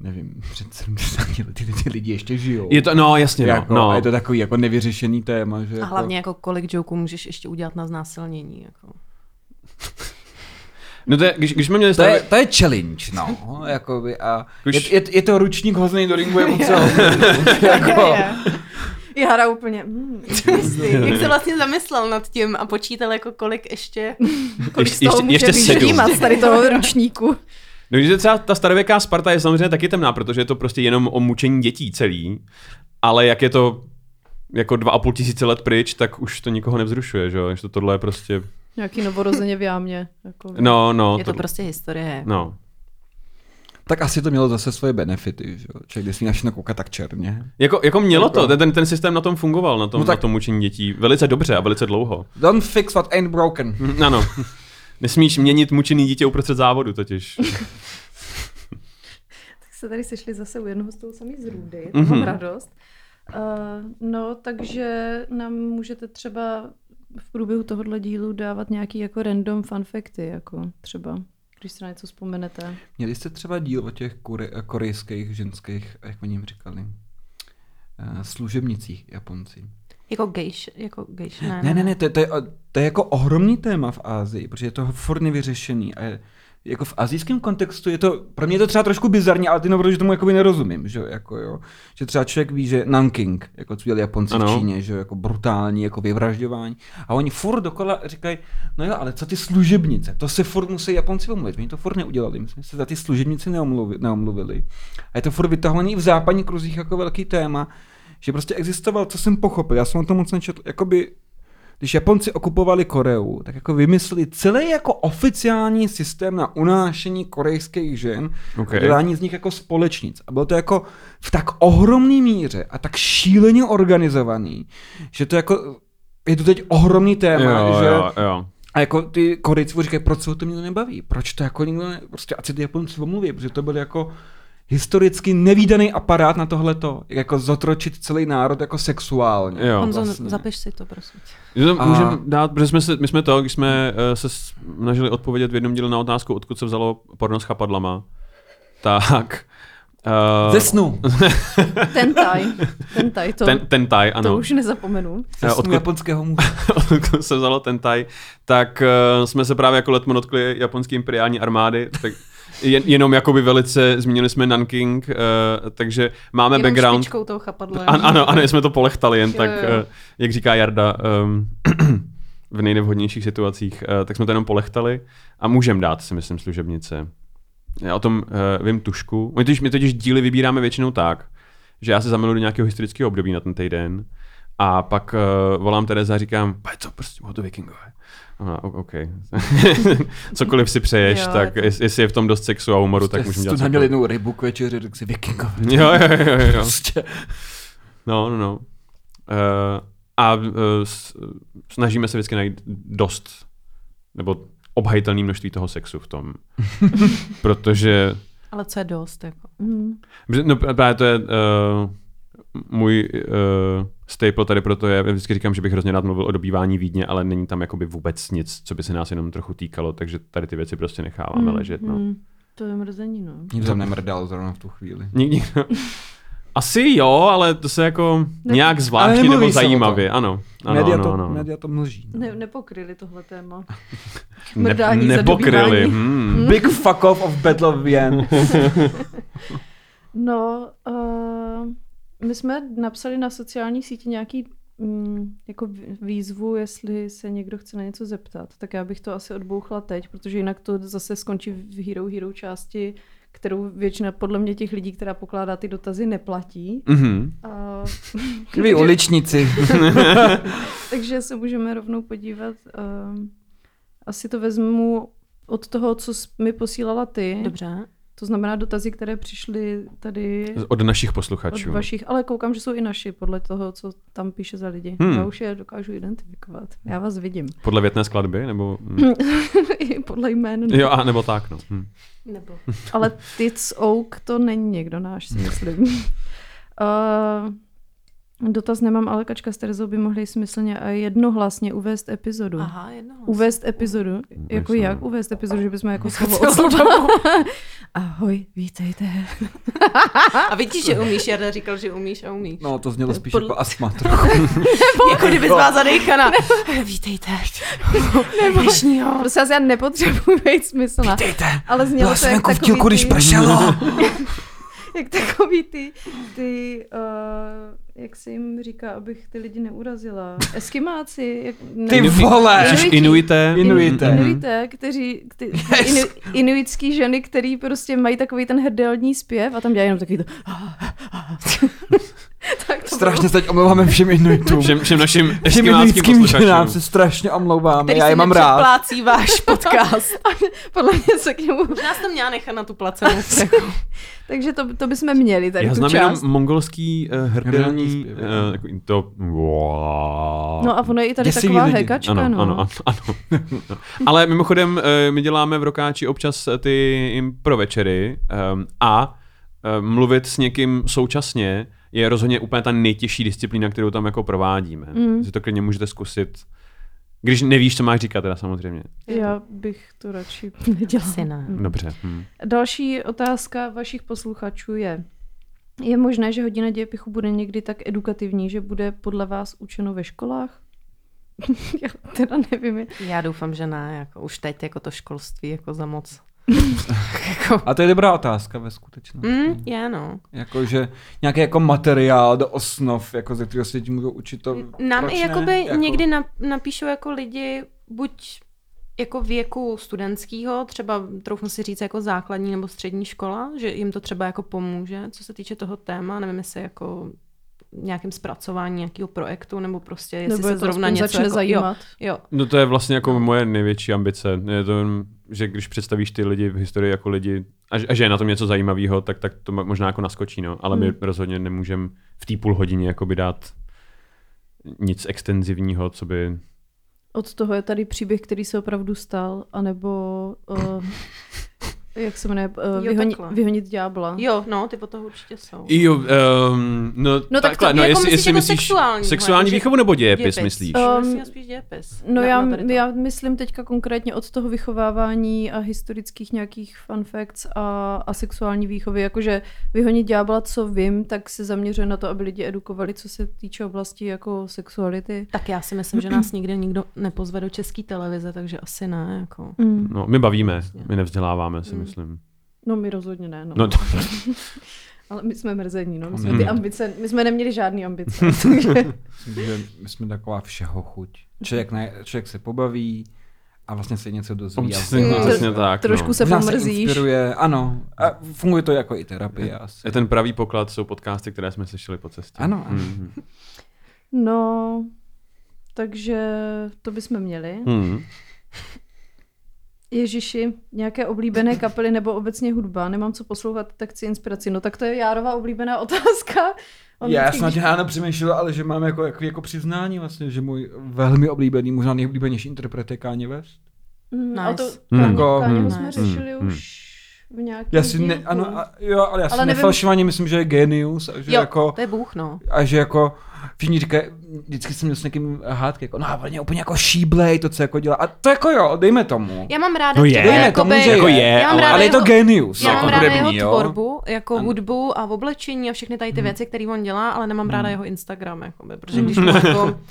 Speaker 1: nevím, před 70 lety ty lidi ještě žijou.
Speaker 3: Je to, no jasně, no,
Speaker 1: jako,
Speaker 3: no.
Speaker 1: A je to takový jako nevyřešený téma, že
Speaker 4: A
Speaker 1: jako...
Speaker 4: hlavně jako kolik joků můžeš ještě udělat na znásilnění. Jako.
Speaker 3: no to je, když, když jsme měli
Speaker 1: To
Speaker 3: stavě-
Speaker 1: je, to je challenge, no, jakoby a
Speaker 3: Už-
Speaker 1: je, je, je to ručník hozený do ringu, je potřeba hodit,
Speaker 2: Je,
Speaker 1: jako,
Speaker 2: je. I Hara úplně, hmm,
Speaker 4: Jak se vlastně zamyslel nad tím a počítal jako kolik ještě, kolik
Speaker 3: Ještě- ještě- ještě
Speaker 2: být
Speaker 3: sedm.
Speaker 2: příjma z tady toho ročníku.
Speaker 3: No, když je třeba ta starověká Sparta je samozřejmě taky temná, protože je to prostě jenom o mučení dětí celý, ale jak je to jako dva a půl tisíce let pryč, tak už to nikoho nevzrušuje, že jo? Že to tohle je prostě...
Speaker 2: Nějaký novorozeně v jámě. Jako,
Speaker 3: No, no.
Speaker 4: Je to prostě historie.
Speaker 3: No.
Speaker 1: Tak asi to mělo zase svoje benefity, že jo? Člověk, když si naši nakoukat tak černě.
Speaker 3: Jako, jako mělo
Speaker 1: Jako-
Speaker 3: to, ten- ten, ten systém na tom fungoval, na tom,
Speaker 1: No
Speaker 3: no
Speaker 1: tak-
Speaker 3: tak... na tom mučení dětí, velice dobře a velice dlouho.
Speaker 1: Don't fix what ain't broken.
Speaker 3: Mhm, Ano. Nesmíš měnit mučený dítě uprostřed závodu totiž.
Speaker 2: Tak se tady sešli zase u jednoho stolu sami z Rudy,
Speaker 3: Mhm.
Speaker 2: mm-hmm. mám radost. Uh, no, takže nám můžete třeba v průběhu tohohle dílu dávat nějaký jako random fanfekty, jako třeba, když se na něco vzpomenete.
Speaker 1: Měli jste třeba díl o těch kore, korejských ženských, jak oni jim říkali, eh, služebnicích Japonci.
Speaker 4: Jako gejš, jako gejš, ne,
Speaker 1: Ne, ne, ne, to, je- to, je, to je jako ohromný téma v Ázii, protože je to furt nevyřešený. A je, jako v azijském kontextu je to, pro mě je to třeba trošku bizarní, ale ty no, protože tomu jakoby nerozumím, že jo, jako jo. Že třeba člověk ví, že Nanking, jako co dělali Japonci ano. v
Speaker 3: Ano.
Speaker 1: Číně, že jo, jako brutální, jako vyvražďování. A oni furt dokola říkají, no jo, ale co ty služebnice, to se furt musí Japonci omluvit, oni to furt neudělali, my jsme se za ty služebnice neomluvi, neomluvili. A je to furt vytahovaný v západních kruzích jako velký téma, že prostě existoval, co jsem pochopil, já jsem o tom moc nečetl, jakoby když Japonci okupovali Koreu, tak jako vymysleli celý jako oficiální systém na unášení korejských žen okay.
Speaker 3: Okay.
Speaker 1: a dělání z nich jako společnic. A bylo to jako v tak ohromný míře a tak šíleně organizovaný, že to jako je to teď ohromný téma,
Speaker 3: jo,
Speaker 1: že
Speaker 3: jo, jo.
Speaker 1: a jako ty Korejci říkají, proč se o tom nikdo nebaví? Proč to jako nikdo ne... Prostě ať si ty Japonci omluví, protože to byl jako historicky nevýdaný aparát na tohleto. Jako zotročit celý národ jako sexuálně.
Speaker 3: Jo.
Speaker 4: Honzo,
Speaker 1: vlastně.
Speaker 4: zapiš si to, prosím. tě.
Speaker 3: Že to
Speaker 1: A-
Speaker 3: můžeme dát, protože jsme, se, my jsme to, když jsme uh, se snažili odpovědět v jednom díle na otázku, odkud se vzalo porno s chapadlama, tak... Uh,
Speaker 1: Ze snu.
Speaker 2: Tentaj, tentaj, to,
Speaker 3: ten, ten taj, ano.
Speaker 2: to už nezapomenu.
Speaker 1: Ze
Speaker 3: Eh,
Speaker 1: snu
Speaker 3: odkud-
Speaker 1: japonského muže.
Speaker 3: odkud se vzalo ten taj, tak uh, jsme se právě jako letmo dotkli japonské imperiální armády, tak jen, jenom jakoby velice zmínili jsme Nanking, uh, takže máme
Speaker 4: Jenom
Speaker 3: background.
Speaker 4: špičkou toho chapadla.
Speaker 3: An, ano, ano, jsme to polechtali jen
Speaker 4: Jo,
Speaker 3: tak,
Speaker 4: jo.
Speaker 3: eh, jak říká Jarda, um, v nejnevhodnějších situacích, eh, tak jsme to jenom polechtali a můžem dát, si myslím, služebnice. Já o tom uh, vím tušku. My totiž, my totiž díly vybíráme většinou tak, že já se zamiluji do nějakého historického období na ten týden a pak uh, volám Tereza a říkám, "Pa, co, prostě budou to vikingové. A Ona, "O- OK. Cokoliv si přeješ,
Speaker 4: Jo,
Speaker 3: jo, tak
Speaker 4: jako-
Speaker 3: jest- jestli je v tom dost sexu a humoru, tak
Speaker 1: Prostě
Speaker 3: můžeme
Speaker 1: tu
Speaker 3: dělat
Speaker 1: neměl
Speaker 3: cokoliv.
Speaker 1: jednou rybu k večeři, řekl si vikingové.
Speaker 3: Jo, jo, jo, jo, jo.
Speaker 1: Prostě.
Speaker 3: No, no, no. Uh, a uh, s, snažíme se vždycky najít dost, nebo obhajitelné množství toho sexu v tom. Protože,
Speaker 4: Ale co je dost, jako.
Speaker 2: Mm.
Speaker 3: no právě to je uh, můj uh, staple tady, proto je, já vždycky říkám, že bych hrozně rád mluvil o dobývání Vídně, ale není tam jakoby vůbec nic, co by se nás jenom trochu týkalo, takže tady ty věci prostě
Speaker 1: Mhm.
Speaker 3: necháváme ležet, no.
Speaker 2: Mm. To je mrzení, no.
Speaker 1: Nikdo tam nemrdal zrovna v tu chvíli.
Speaker 3: Nikdy. Asi jo, ale to se jako nějak zvláštně
Speaker 1: nemluví se
Speaker 3: nebo
Speaker 1: o tom.
Speaker 3: zajímavě, ano. ano,
Speaker 1: média,
Speaker 3: ano,
Speaker 1: to,
Speaker 3: ano.
Speaker 1: média to mlží.
Speaker 2: Ne, nepokryli tohle téma.
Speaker 3: Ne,
Speaker 2: Mrdání za
Speaker 3: nepokryli.
Speaker 2: dobývání.
Speaker 3: Hmm.
Speaker 1: Big fuck off of Battle of Vienna.
Speaker 2: No, uh, my jsme napsali na sociální síti nějaký mm, jako vý- výzvu, jestli se někdo chce na něco zeptat. Tak já bych to asi odbouchla teď, protože jinak to zase skončí v Hero Hero části, kterou většina podle mě těch lidí, která pokládá ty dotazy, neplatí.
Speaker 3: Mhm.
Speaker 2: A,
Speaker 1: Vy uličníci.
Speaker 2: takže se můžeme rovnou podívat. Uh, asi to vezmu od toho, co jsi mi posílala ty.
Speaker 4: Dobře.
Speaker 2: To znamená dotazy, které přišly tady
Speaker 3: Od našich
Speaker 2: Od
Speaker 3: posluchačů.
Speaker 2: vašich, ale koukám, že jsou i naši, podle toho, co tam píše za lidi.
Speaker 3: Hmm.
Speaker 2: Hmm. Já už je dokážu identifikovat. Já vás vidím.
Speaker 3: Podle větné skladby? Nebo... Mm.
Speaker 2: Hmm. I podle jmén.
Speaker 3: Jo, a nebo tak, no. Hm.
Speaker 4: Nebo.
Speaker 2: Ale Tic Oak to není někdo náš, si myslím. uh, dotaz nemám, ale Kačka s Terezou by mohli smyslně a jednohlasně uvést epizodu. Aha.
Speaker 4: Aha, jedno.
Speaker 2: Uvést epizodu? Jako
Speaker 3: Jasně.
Speaker 2: jak uvést epizodu, že bychom jako slovo
Speaker 4: Celou
Speaker 2: od slova. Ahoj, vítejte.
Speaker 4: A vidíš, že umíš, Jarda říkal, že umíš a umíš.
Speaker 1: No, to znělo spíš
Speaker 4: Podle-
Speaker 1: jako astma trochu.
Speaker 4: Jako kdyby byla zadejchaná. Ale vítejte. Nebo.
Speaker 2: Prosím
Speaker 4: Višního.
Speaker 2: vás, prostě já nepotřebuji být smyslná.
Speaker 1: Dejte,
Speaker 2: Ale znělo
Speaker 1: byla
Speaker 2: to
Speaker 1: jsem
Speaker 2: jak
Speaker 1: jako v
Speaker 2: takový
Speaker 3: No.
Speaker 1: dílku, když
Speaker 2: ty-
Speaker 1: pršelo.
Speaker 2: jak takový ty, ty uh, jak se jim říká, abych ty lidi neurazila. Eskimáci. Jak,
Speaker 1: Ty vole!
Speaker 2: Inuiti.
Speaker 3: Inuité.
Speaker 1: Inuité.
Speaker 3: Mhm.
Speaker 2: Inuité, kteří, kte, inu, inuitský ženy, který prostě mají takový ten hrdelní zpěv a tam dělají jenom takový to... tak to
Speaker 1: Strašně se teď omlouváme všem Inuitům.
Speaker 3: Všem, všem našim
Speaker 1: Všem
Speaker 3: eskimáckým
Speaker 1: inuitským ženám
Speaker 3: posluchačům.
Speaker 1: se strašně omlouváme,
Speaker 4: který
Speaker 1: já
Speaker 4: si
Speaker 1: je mám rád.
Speaker 4: nepřeplácí váš podcast.
Speaker 2: Podle mě se k němu...
Speaker 4: Možná jsi to měla nechat na tu placenou střechu.
Speaker 2: Takže to, to bychom měli tady
Speaker 3: Já
Speaker 2: tu
Speaker 3: znám
Speaker 2: část.
Speaker 3: jenom mongolský uh,
Speaker 1: Hrdelní
Speaker 3: hrdelní,
Speaker 1: zpěv,
Speaker 3: uh, jako to...
Speaker 2: No a ono je i tady
Speaker 1: Děsivý
Speaker 2: taková
Speaker 1: lidi.
Speaker 2: hekačka,
Speaker 3: ano,
Speaker 2: no.
Speaker 3: ano, ano, ano. Ale mimochodem, eh, my děláme v Rokáči občas eh, ty impro večery ehm, a eh, mluvit s někým současně je rozhodně úplně ta nejtěžší disciplína, kterou tam jako provádíme. Mm. Si to klidně můžete zkusit, když nevíš, co máš říkat teda samozřejmě.
Speaker 2: Já bych to radši nedělala.
Speaker 4: Asi ne.
Speaker 3: Dobře. Hm.
Speaker 2: Další otázka vašich posluchačů je, je možné, že hodina dějepichu bude někdy tak edukativní, že bude podle vás učeno ve školách? Já teda nevím.
Speaker 4: Já doufám, že ne, jako už teď jako to školství jako za moc. jako,
Speaker 1: A to je dobrá otázka ve skutečnosti.
Speaker 4: mm, je no.
Speaker 1: Jakože nějaký jako materiál do osnov, jako ze kterého se děti můžou učit to.
Speaker 4: Nám
Speaker 1: proč
Speaker 4: i
Speaker 1: ne?
Speaker 4: jakoby
Speaker 1: Jako-
Speaker 4: někdy na- napíšou jako lidi buď jako věku studentského, třeba troufnu si říct jako základní nebo střední škola, že jim to třeba jako pomůže, co se týče toho téma, nevím jestli jako nějakým zpracování nějakého projektu, nebo prostě jestli
Speaker 2: Nebo
Speaker 4: se
Speaker 2: je to
Speaker 4: zrovna
Speaker 2: aspoň
Speaker 4: něco
Speaker 2: začne
Speaker 4: jako,
Speaker 2: zajímat.
Speaker 4: Jo, jo,
Speaker 3: No to je vlastně jako moje největší ambice. Je to, jen, že když představíš ty lidi v historii jako lidi a, že- a že je na tom něco zajímavého, tak, tak to mo- možná jako naskočí, no. Ale my rozhodně nemůžeme v té půl hodině jakoby dát nic extenzivního, co by...
Speaker 2: Od toho je tady příběh, který se opravdu stal, anebo uh, jak se jmenuje, uh,
Speaker 4: Jo,
Speaker 2: vyhoni,
Speaker 4: takhle.
Speaker 2: vyhonit ďábla.
Speaker 4: jo, no, ty po toho určitě jsou.
Speaker 3: Jo, um, no,
Speaker 4: tak to jako myslíš jako sexuální,
Speaker 3: sexuální
Speaker 4: jako že-
Speaker 3: výchovu nebo dějepis,
Speaker 4: Dějepis.
Speaker 3: myslíš?
Speaker 2: Jo.
Speaker 4: Um,
Speaker 2: Um,
Speaker 4: myslím, spíš dějepis.
Speaker 2: No
Speaker 4: Na-
Speaker 2: já,
Speaker 4: na tady to.
Speaker 2: já myslím teďka konkrétně od toho vychovávání a historických nějakých fun facts a, a sexuální výchovy, jakože vyhonit ďábla, co vím, tak se zaměřuje na to, aby lidi edukovali, co se týče oblasti jako sexuality.
Speaker 4: Tak já si myslím, že nás nikdy nikdo nepozve do české televize, takže asi ne, jako.
Speaker 2: Mm.
Speaker 3: No, my bavíme, my nevzděláváme,
Speaker 4: Hmm.
Speaker 3: si myslím.
Speaker 2: No my rozhodně ne, no.
Speaker 3: No, to,
Speaker 2: Ale my jsme mrzení, no. My jsme
Speaker 1: Mm.
Speaker 2: ty ambice, my jsme neměli žádný ambice.
Speaker 1: Myslím, že my jsme taková všeho chuť. Člověk, ne, člověk se pobaví a vlastně se něco dozví. a
Speaker 3: přesně,
Speaker 1: vzdělá
Speaker 3: přesně
Speaker 1: se.
Speaker 3: tak.
Speaker 2: Trošku
Speaker 3: no.
Speaker 2: se
Speaker 1: Možná Se
Speaker 2: pomrzíš.
Speaker 1: inspiruje, ano. A funguje to jako i terapie asi.
Speaker 3: Ten pravý poklad jsou podcasty, které jsme slyšeli po cestě.
Speaker 1: Ano, ano.
Speaker 3: Mhm.
Speaker 2: No, takže to bychom měli.
Speaker 3: Mhm.
Speaker 2: Ježiši, nějaké oblíbené kapely nebo obecně hudba, nemám co poslouchat, tak chci inspiraci. No tak to je Járova oblíbená otázka. On
Speaker 1: Já
Speaker 2: vždycky,
Speaker 1: snad
Speaker 2: když-
Speaker 1: ráno přemýšlel, ale že mám jako, jako, jako přiznání vlastně, že můj velmi oblíbený, možná nejoblíbenější interpret je Kanye West.
Speaker 2: Mm,
Speaker 4: Nice.
Speaker 2: ale to
Speaker 3: Hmm.
Speaker 1: Jako-
Speaker 2: Káňu- Káňu
Speaker 4: Hmm.
Speaker 2: jsme
Speaker 4: Nice.
Speaker 2: řešili
Speaker 3: Hmm.
Speaker 2: už v nějakém
Speaker 1: Já si ne,
Speaker 2: dílku.
Speaker 1: ano, a, jo, ale já si
Speaker 2: Ale nevím-
Speaker 1: nefalšovaně myslím, že je genius a že
Speaker 4: Jo,
Speaker 1: jako...
Speaker 4: to je Bůh, no.
Speaker 1: A že jako všichni říkají, vždycky jsem měl s někým hádky, jako, no a on je úplně jako šíblej, to, co jako dělá. A to jako jo, dejme tomu.
Speaker 4: Já mám ráda
Speaker 3: No
Speaker 4: třeba
Speaker 3: je,
Speaker 1: to
Speaker 4: jakoby,
Speaker 1: může
Speaker 3: Jako
Speaker 1: je,
Speaker 3: je,
Speaker 4: já mám
Speaker 3: ale-
Speaker 4: ráda
Speaker 1: ale je to
Speaker 4: jeho-
Speaker 1: genius.
Speaker 4: Já
Speaker 1: no,
Speaker 3: Jako
Speaker 4: mám ráda jeho
Speaker 1: hudební, jo.
Speaker 4: tvorbu, jako hudbu a oblečení a všechny
Speaker 3: Mhm.
Speaker 4: tady ty věci, které on dělá, ale nemám ráda jeho Instagram, jakoby, protože
Speaker 3: Mhm.
Speaker 4: když mu jako...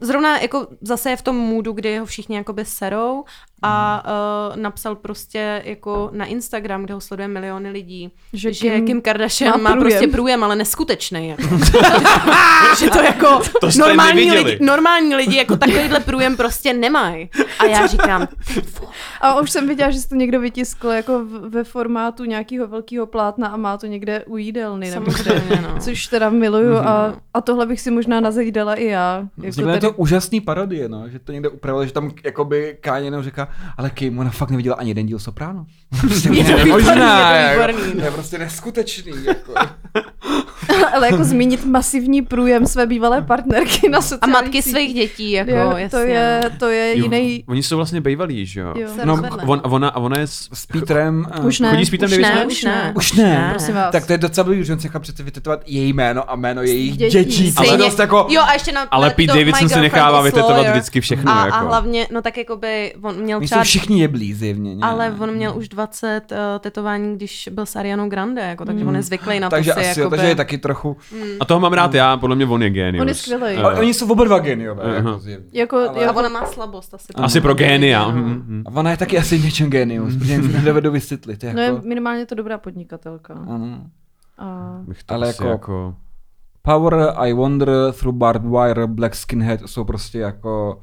Speaker 4: Zrovna jako zase je v tom můdu, kdy ho všichni jakoby serou a
Speaker 3: Mhm.
Speaker 4: uh, napsal prostě jako na Instagram, kde ho sleduje miliony lidí,
Speaker 2: Že
Speaker 4: že, že
Speaker 2: Kim
Speaker 4: Kim Kardashian
Speaker 2: má
Speaker 4: má, má prostě
Speaker 2: průjem.
Speaker 4: průjem, ale neskutečný. Jako. že to jako
Speaker 3: To jste
Speaker 4: normální
Speaker 3: neviděli.
Speaker 4: lidi, normální lidi jako takovýhle průjem prostě nemají. A já říkám,
Speaker 2: A už jsem viděla, že jsi to někdo vytiskl jako v- ve formátu nějakého velkého plátna a má to někde u jídelny. Nebo kde.
Speaker 4: samozřejmě, no.
Speaker 2: Což teda miluju
Speaker 1: Mhm.
Speaker 2: a, a tohle bych si možná nazajídala i já. Jako
Speaker 1: Vznikla
Speaker 2: tady,
Speaker 1: to úžasný parodie, no, že to někde upravilo, že tam jakoby Káně jenom říká, ale Kim, ona fakt neviděla ani jeden díl Soprano.
Speaker 4: je to výborný, je to
Speaker 1: jako.
Speaker 4: výborný.
Speaker 1: To je prostě neskutečný. Jako.
Speaker 2: ale jako zmínit masivní průjem své bývalé partnerky na
Speaker 4: A
Speaker 2: sociálních
Speaker 4: matky
Speaker 2: sítích.
Speaker 4: svých dětí, jako,
Speaker 2: Jo,
Speaker 4: jasně.
Speaker 2: to je, to je
Speaker 3: Jo,
Speaker 2: jiný...
Speaker 3: Oni jsou vlastně bývalí, že jo?
Speaker 2: Jo.
Speaker 4: Se
Speaker 1: No,
Speaker 4: rozvedla.
Speaker 3: On, a ona, a ona je s-
Speaker 1: S Petrem. eh,
Speaker 2: Už ne.
Speaker 3: Chodí s Petrem
Speaker 2: už
Speaker 3: Davisem?
Speaker 2: ne, už ne.
Speaker 1: Už ne.
Speaker 2: Prosím vás.
Speaker 1: Tak to je docela blbý, že on si nechal přece vytetovat její jméno a jméno jejich dětí.
Speaker 2: dětí.
Speaker 1: dětí.
Speaker 4: Stejně.
Speaker 1: Ale dost jako...
Speaker 4: Jo, a ještě na,
Speaker 3: Ale
Speaker 4: na
Speaker 3: Pete
Speaker 4: to
Speaker 3: Davidson
Speaker 4: My
Speaker 3: si nechává
Speaker 4: Girlfriend is
Speaker 3: vytetovat
Speaker 4: Lawyer.
Speaker 3: vždycky všechno.
Speaker 4: A,
Speaker 3: jako.
Speaker 4: a hlavně, no tak jako by, on měl
Speaker 1: Oni
Speaker 4: třeba,
Speaker 1: jsou všichni jeblí zjevně. Ne?
Speaker 4: ale on eh, měl už 20 uh, tetování, když byl s Arianou Grande, jako, takže on je zvyklý na to
Speaker 1: takže
Speaker 4: si, jako Mm.
Speaker 1: asi, jo,
Speaker 4: jakoby,
Speaker 1: takže je taky i trochu.
Speaker 3: A toho mám rád já, podle mě on je Eh, génius.
Speaker 2: On je skvělej.
Speaker 1: A, Hmm. oni jsou oba dva geniové,
Speaker 3: Aha.
Speaker 1: jako zjevně.
Speaker 2: Jako,
Speaker 1: Ale-
Speaker 2: jo,
Speaker 4: A ona má slabost asi.
Speaker 3: Asi pro génia.
Speaker 4: No.
Speaker 3: Mhm, mhm.
Speaker 1: A ona je taky asi v něčem genius, protože jim to nedovedu vysvětlit. Jako,
Speaker 2: no je minimálně to dobrá podnikatelka.
Speaker 1: ano.
Speaker 2: A
Speaker 3: Bych to
Speaker 1: Ale
Speaker 3: asi
Speaker 1: jako-
Speaker 3: jako...
Speaker 1: Power, I Wander, Through Barbed Wire, Black Skinhead jsou prostě jako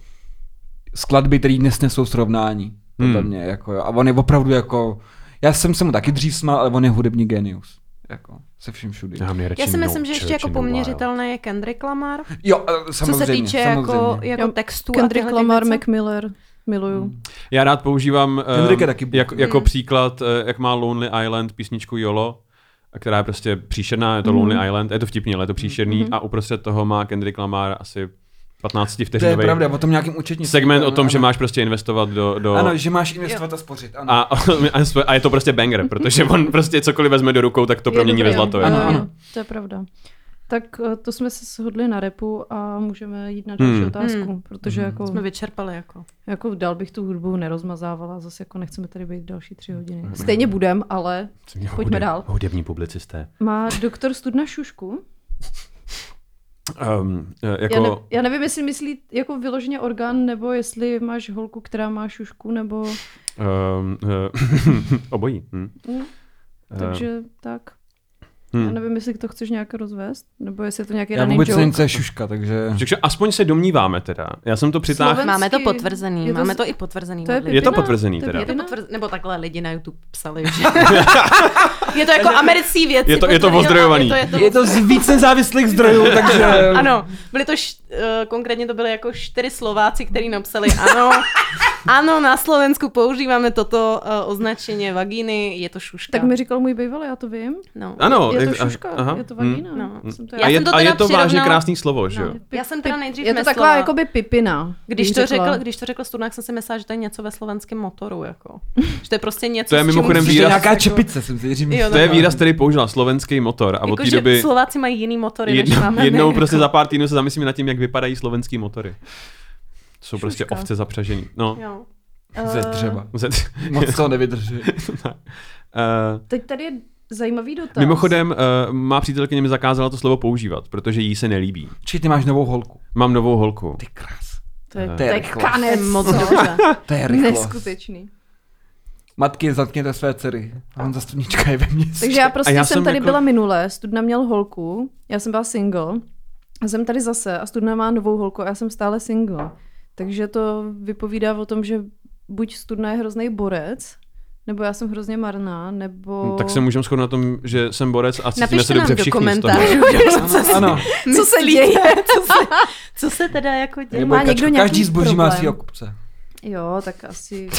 Speaker 1: skladby, které dnes nesou srovnání. Podle
Speaker 3: Hmm.
Speaker 1: mě, jako, jo. a on je opravdu jako, já jsem se mu taky dřív smál, ale on je hudební genius. Jako, se vším všudy.
Speaker 3: Já, mě radši
Speaker 4: Já si
Speaker 3: no
Speaker 4: myslím, že ještě
Speaker 3: church
Speaker 4: jako
Speaker 3: in the wild.
Speaker 4: poměřitelné je Kendrick Lamar.
Speaker 1: Jo, eh,
Speaker 4: Co
Speaker 1: samozřejmě,
Speaker 4: se týče
Speaker 1: samozřejmě.
Speaker 4: jako, jako
Speaker 2: Jo,
Speaker 4: textu
Speaker 2: Kendrick
Speaker 4: a
Speaker 2: Lamar,
Speaker 4: Mac...
Speaker 2: Mac Miller, miluju.
Speaker 3: Já rád používám
Speaker 1: Kendrick je
Speaker 3: um,
Speaker 1: taky bůh.
Speaker 3: jak, jako
Speaker 4: Hmm.
Speaker 3: příklad, eh, jak má Lonely Island písničku YOLO, a která je prostě příšerná, je
Speaker 4: Hmm.
Speaker 3: to Lonely Island, je to vtipný, ale je to příšerný a uprostřed toho má Kendrick Lamar asi 15
Speaker 1: To je
Speaker 3: vteřinový
Speaker 1: pravda, o tom nějakým účetnictví.
Speaker 3: segment o tom,
Speaker 1: ano,
Speaker 3: že máš prostě investovat do... do
Speaker 1: Ano, že máš investovat a spořit, ano.
Speaker 3: a, a, sp- a je to prostě banger, protože on prostě cokoliv vezme do rukou, tak to
Speaker 2: Je
Speaker 3: promění ve
Speaker 2: dobrý,
Speaker 3: zlato.
Speaker 2: jo.
Speaker 3: Ano,
Speaker 2: Jo,
Speaker 3: ano.
Speaker 2: jo, To je pravda. Tak eh, to jsme se shodli na repu a můžeme jít na další
Speaker 3: Hmm.
Speaker 2: otázku, protože jako,
Speaker 4: Jsme vyčerpali jako.
Speaker 2: jako dál bych tu hudbu nerozmazávala, zase jako nechceme tady být další tři hodiny. Stejně budem, ale pojďme dál.
Speaker 3: Hudební publicisté.
Speaker 2: Má doktor Studna šušku?
Speaker 3: Um,
Speaker 2: Já, ne,
Speaker 3: jako,
Speaker 2: já nevím, jestli myslí jako vyloženě orgán, nebo jestli máš holku, která má šušku, nebo...
Speaker 3: um, obojí. Hm.
Speaker 2: Hm,
Speaker 3: Eh,
Speaker 2: takže tak.
Speaker 3: hm.
Speaker 2: Já nevím, jestli to chceš nějak rozvést, nebo jestli je to nějaký
Speaker 1: Já
Speaker 2: running
Speaker 1: vůbec
Speaker 2: joke.
Speaker 1: nevím, co je šuška, takže...
Speaker 3: Takže aspoň se domníváme teda. Já jsem to přitáhl.
Speaker 2: Sloven-
Speaker 4: Máme to
Speaker 2: Slovenský-
Speaker 4: potvrzený,
Speaker 2: je to
Speaker 4: máme
Speaker 2: z-
Speaker 4: to i potvrzený.
Speaker 2: To je
Speaker 4: modlitbou.
Speaker 3: Je to
Speaker 2: pětina,
Speaker 3: potvrzený
Speaker 2: to je
Speaker 3: teda.
Speaker 4: Je to
Speaker 2: Pětina?
Speaker 4: potvrz... Nebo takhle lidi na YouTube psali, že... je to jako americký věc.
Speaker 3: Je to- je to ozdrojovaný.
Speaker 4: Je to,
Speaker 1: Je to z víc nezávislých zdrojů, takže...
Speaker 4: Ano, byly to, š... eh, konkrétně to byly jako čtyři Slováci, kteří napsali ano. Ano, na Slovensku používáme toto eh, označení vagíny, je to šuška.
Speaker 2: Tak mi říkal můj bývalý, já to vím.
Speaker 4: no.
Speaker 3: Ano,
Speaker 2: je to
Speaker 3: jak- a-
Speaker 2: šuška,
Speaker 3: aha,
Speaker 2: je to
Speaker 3: hm.
Speaker 2: vagina.
Speaker 4: No.
Speaker 2: Jsem to jako No,
Speaker 4: Já
Speaker 3: A je,
Speaker 4: jsem to
Speaker 3: a
Speaker 4: teda
Speaker 3: je to vážně
Speaker 4: přirovnala-
Speaker 3: krásný slovo, že jo?
Speaker 4: Já jsem teda nejdřív
Speaker 2: Je to
Speaker 4: myslela-
Speaker 2: taková jakoby pipina.
Speaker 4: Když
Speaker 2: bych
Speaker 4: to,
Speaker 2: řekla.
Speaker 4: řekl, když to řekl Studnák, jsem si myslela, že to je něco ve slovenském motoru. Jako. Že to je prostě něco,
Speaker 3: To je
Speaker 4: s čím
Speaker 3: mimochodem
Speaker 4: musíš-
Speaker 1: Což je
Speaker 3: výraz-
Speaker 1: nějaká čepice, jsem si říct.
Speaker 4: Jo, no.
Speaker 3: To je výraz, který použila slovenský motor a od té
Speaker 4: že
Speaker 3: doby
Speaker 4: Slováci mají jiný motory, než
Speaker 3: jednou,
Speaker 4: máme.
Speaker 3: jednou
Speaker 4: my,
Speaker 3: prostě
Speaker 4: jako.
Speaker 3: za pár týdnů se zamyslíme nad tím, jak vypadají slovenský motory. Jsou prostě
Speaker 2: Šuška.
Speaker 3: ovce zapřažený. No,
Speaker 4: Jo.
Speaker 2: Eh.
Speaker 1: Ze dřeva.
Speaker 3: Ze-
Speaker 1: Moc to nevydrží.
Speaker 3: Eh,
Speaker 2: Teď tady je zajímavý dotaz.
Speaker 3: Mimochodem, eh, má přítelkyně mi zakázala to slovo používat, protože jí se nelíbí.
Speaker 1: Či ty máš novou holku.
Speaker 3: Mám novou holku.
Speaker 1: Ty krás.
Speaker 2: To je,
Speaker 3: To
Speaker 2: to
Speaker 1: je
Speaker 2: je
Speaker 1: rychlost.
Speaker 2: kanec,
Speaker 4: Moc
Speaker 2: co?
Speaker 4: dobře.
Speaker 1: To je rychlost.
Speaker 2: Neskutečný.
Speaker 1: Matky, zatkněte své dcery. A on za studnička je ve městě.
Speaker 2: Takže já prostě
Speaker 3: A já jsem
Speaker 2: jsem tady
Speaker 3: jako-
Speaker 2: byla minule, Studna měl holku, já jsem byla single, a jsem tady zase a Studna má novou holku a já jsem stále single. Takže to vypovídá o tom, že buď Studna je hrozný borec, nebo já jsem hrozně marná, nebo...
Speaker 3: No, Hm, Tak se můžeme shodnout na tom, že jsem borec a cítíme
Speaker 4: Napište
Speaker 3: se
Speaker 4: nám
Speaker 3: dobře
Speaker 4: do
Speaker 3: všichni z toho.
Speaker 4: komentářů, co, se-
Speaker 1: Ano.
Speaker 4: co se
Speaker 2: Myslíte?
Speaker 4: děje, co se, co se teda jako děje.
Speaker 2: Má
Speaker 1: Nebo
Speaker 2: někdo
Speaker 1: kačka.
Speaker 2: nějaký
Speaker 1: Každý zboží má
Speaker 2: problém?
Speaker 1: svý okupce.
Speaker 2: Jo, tak asi...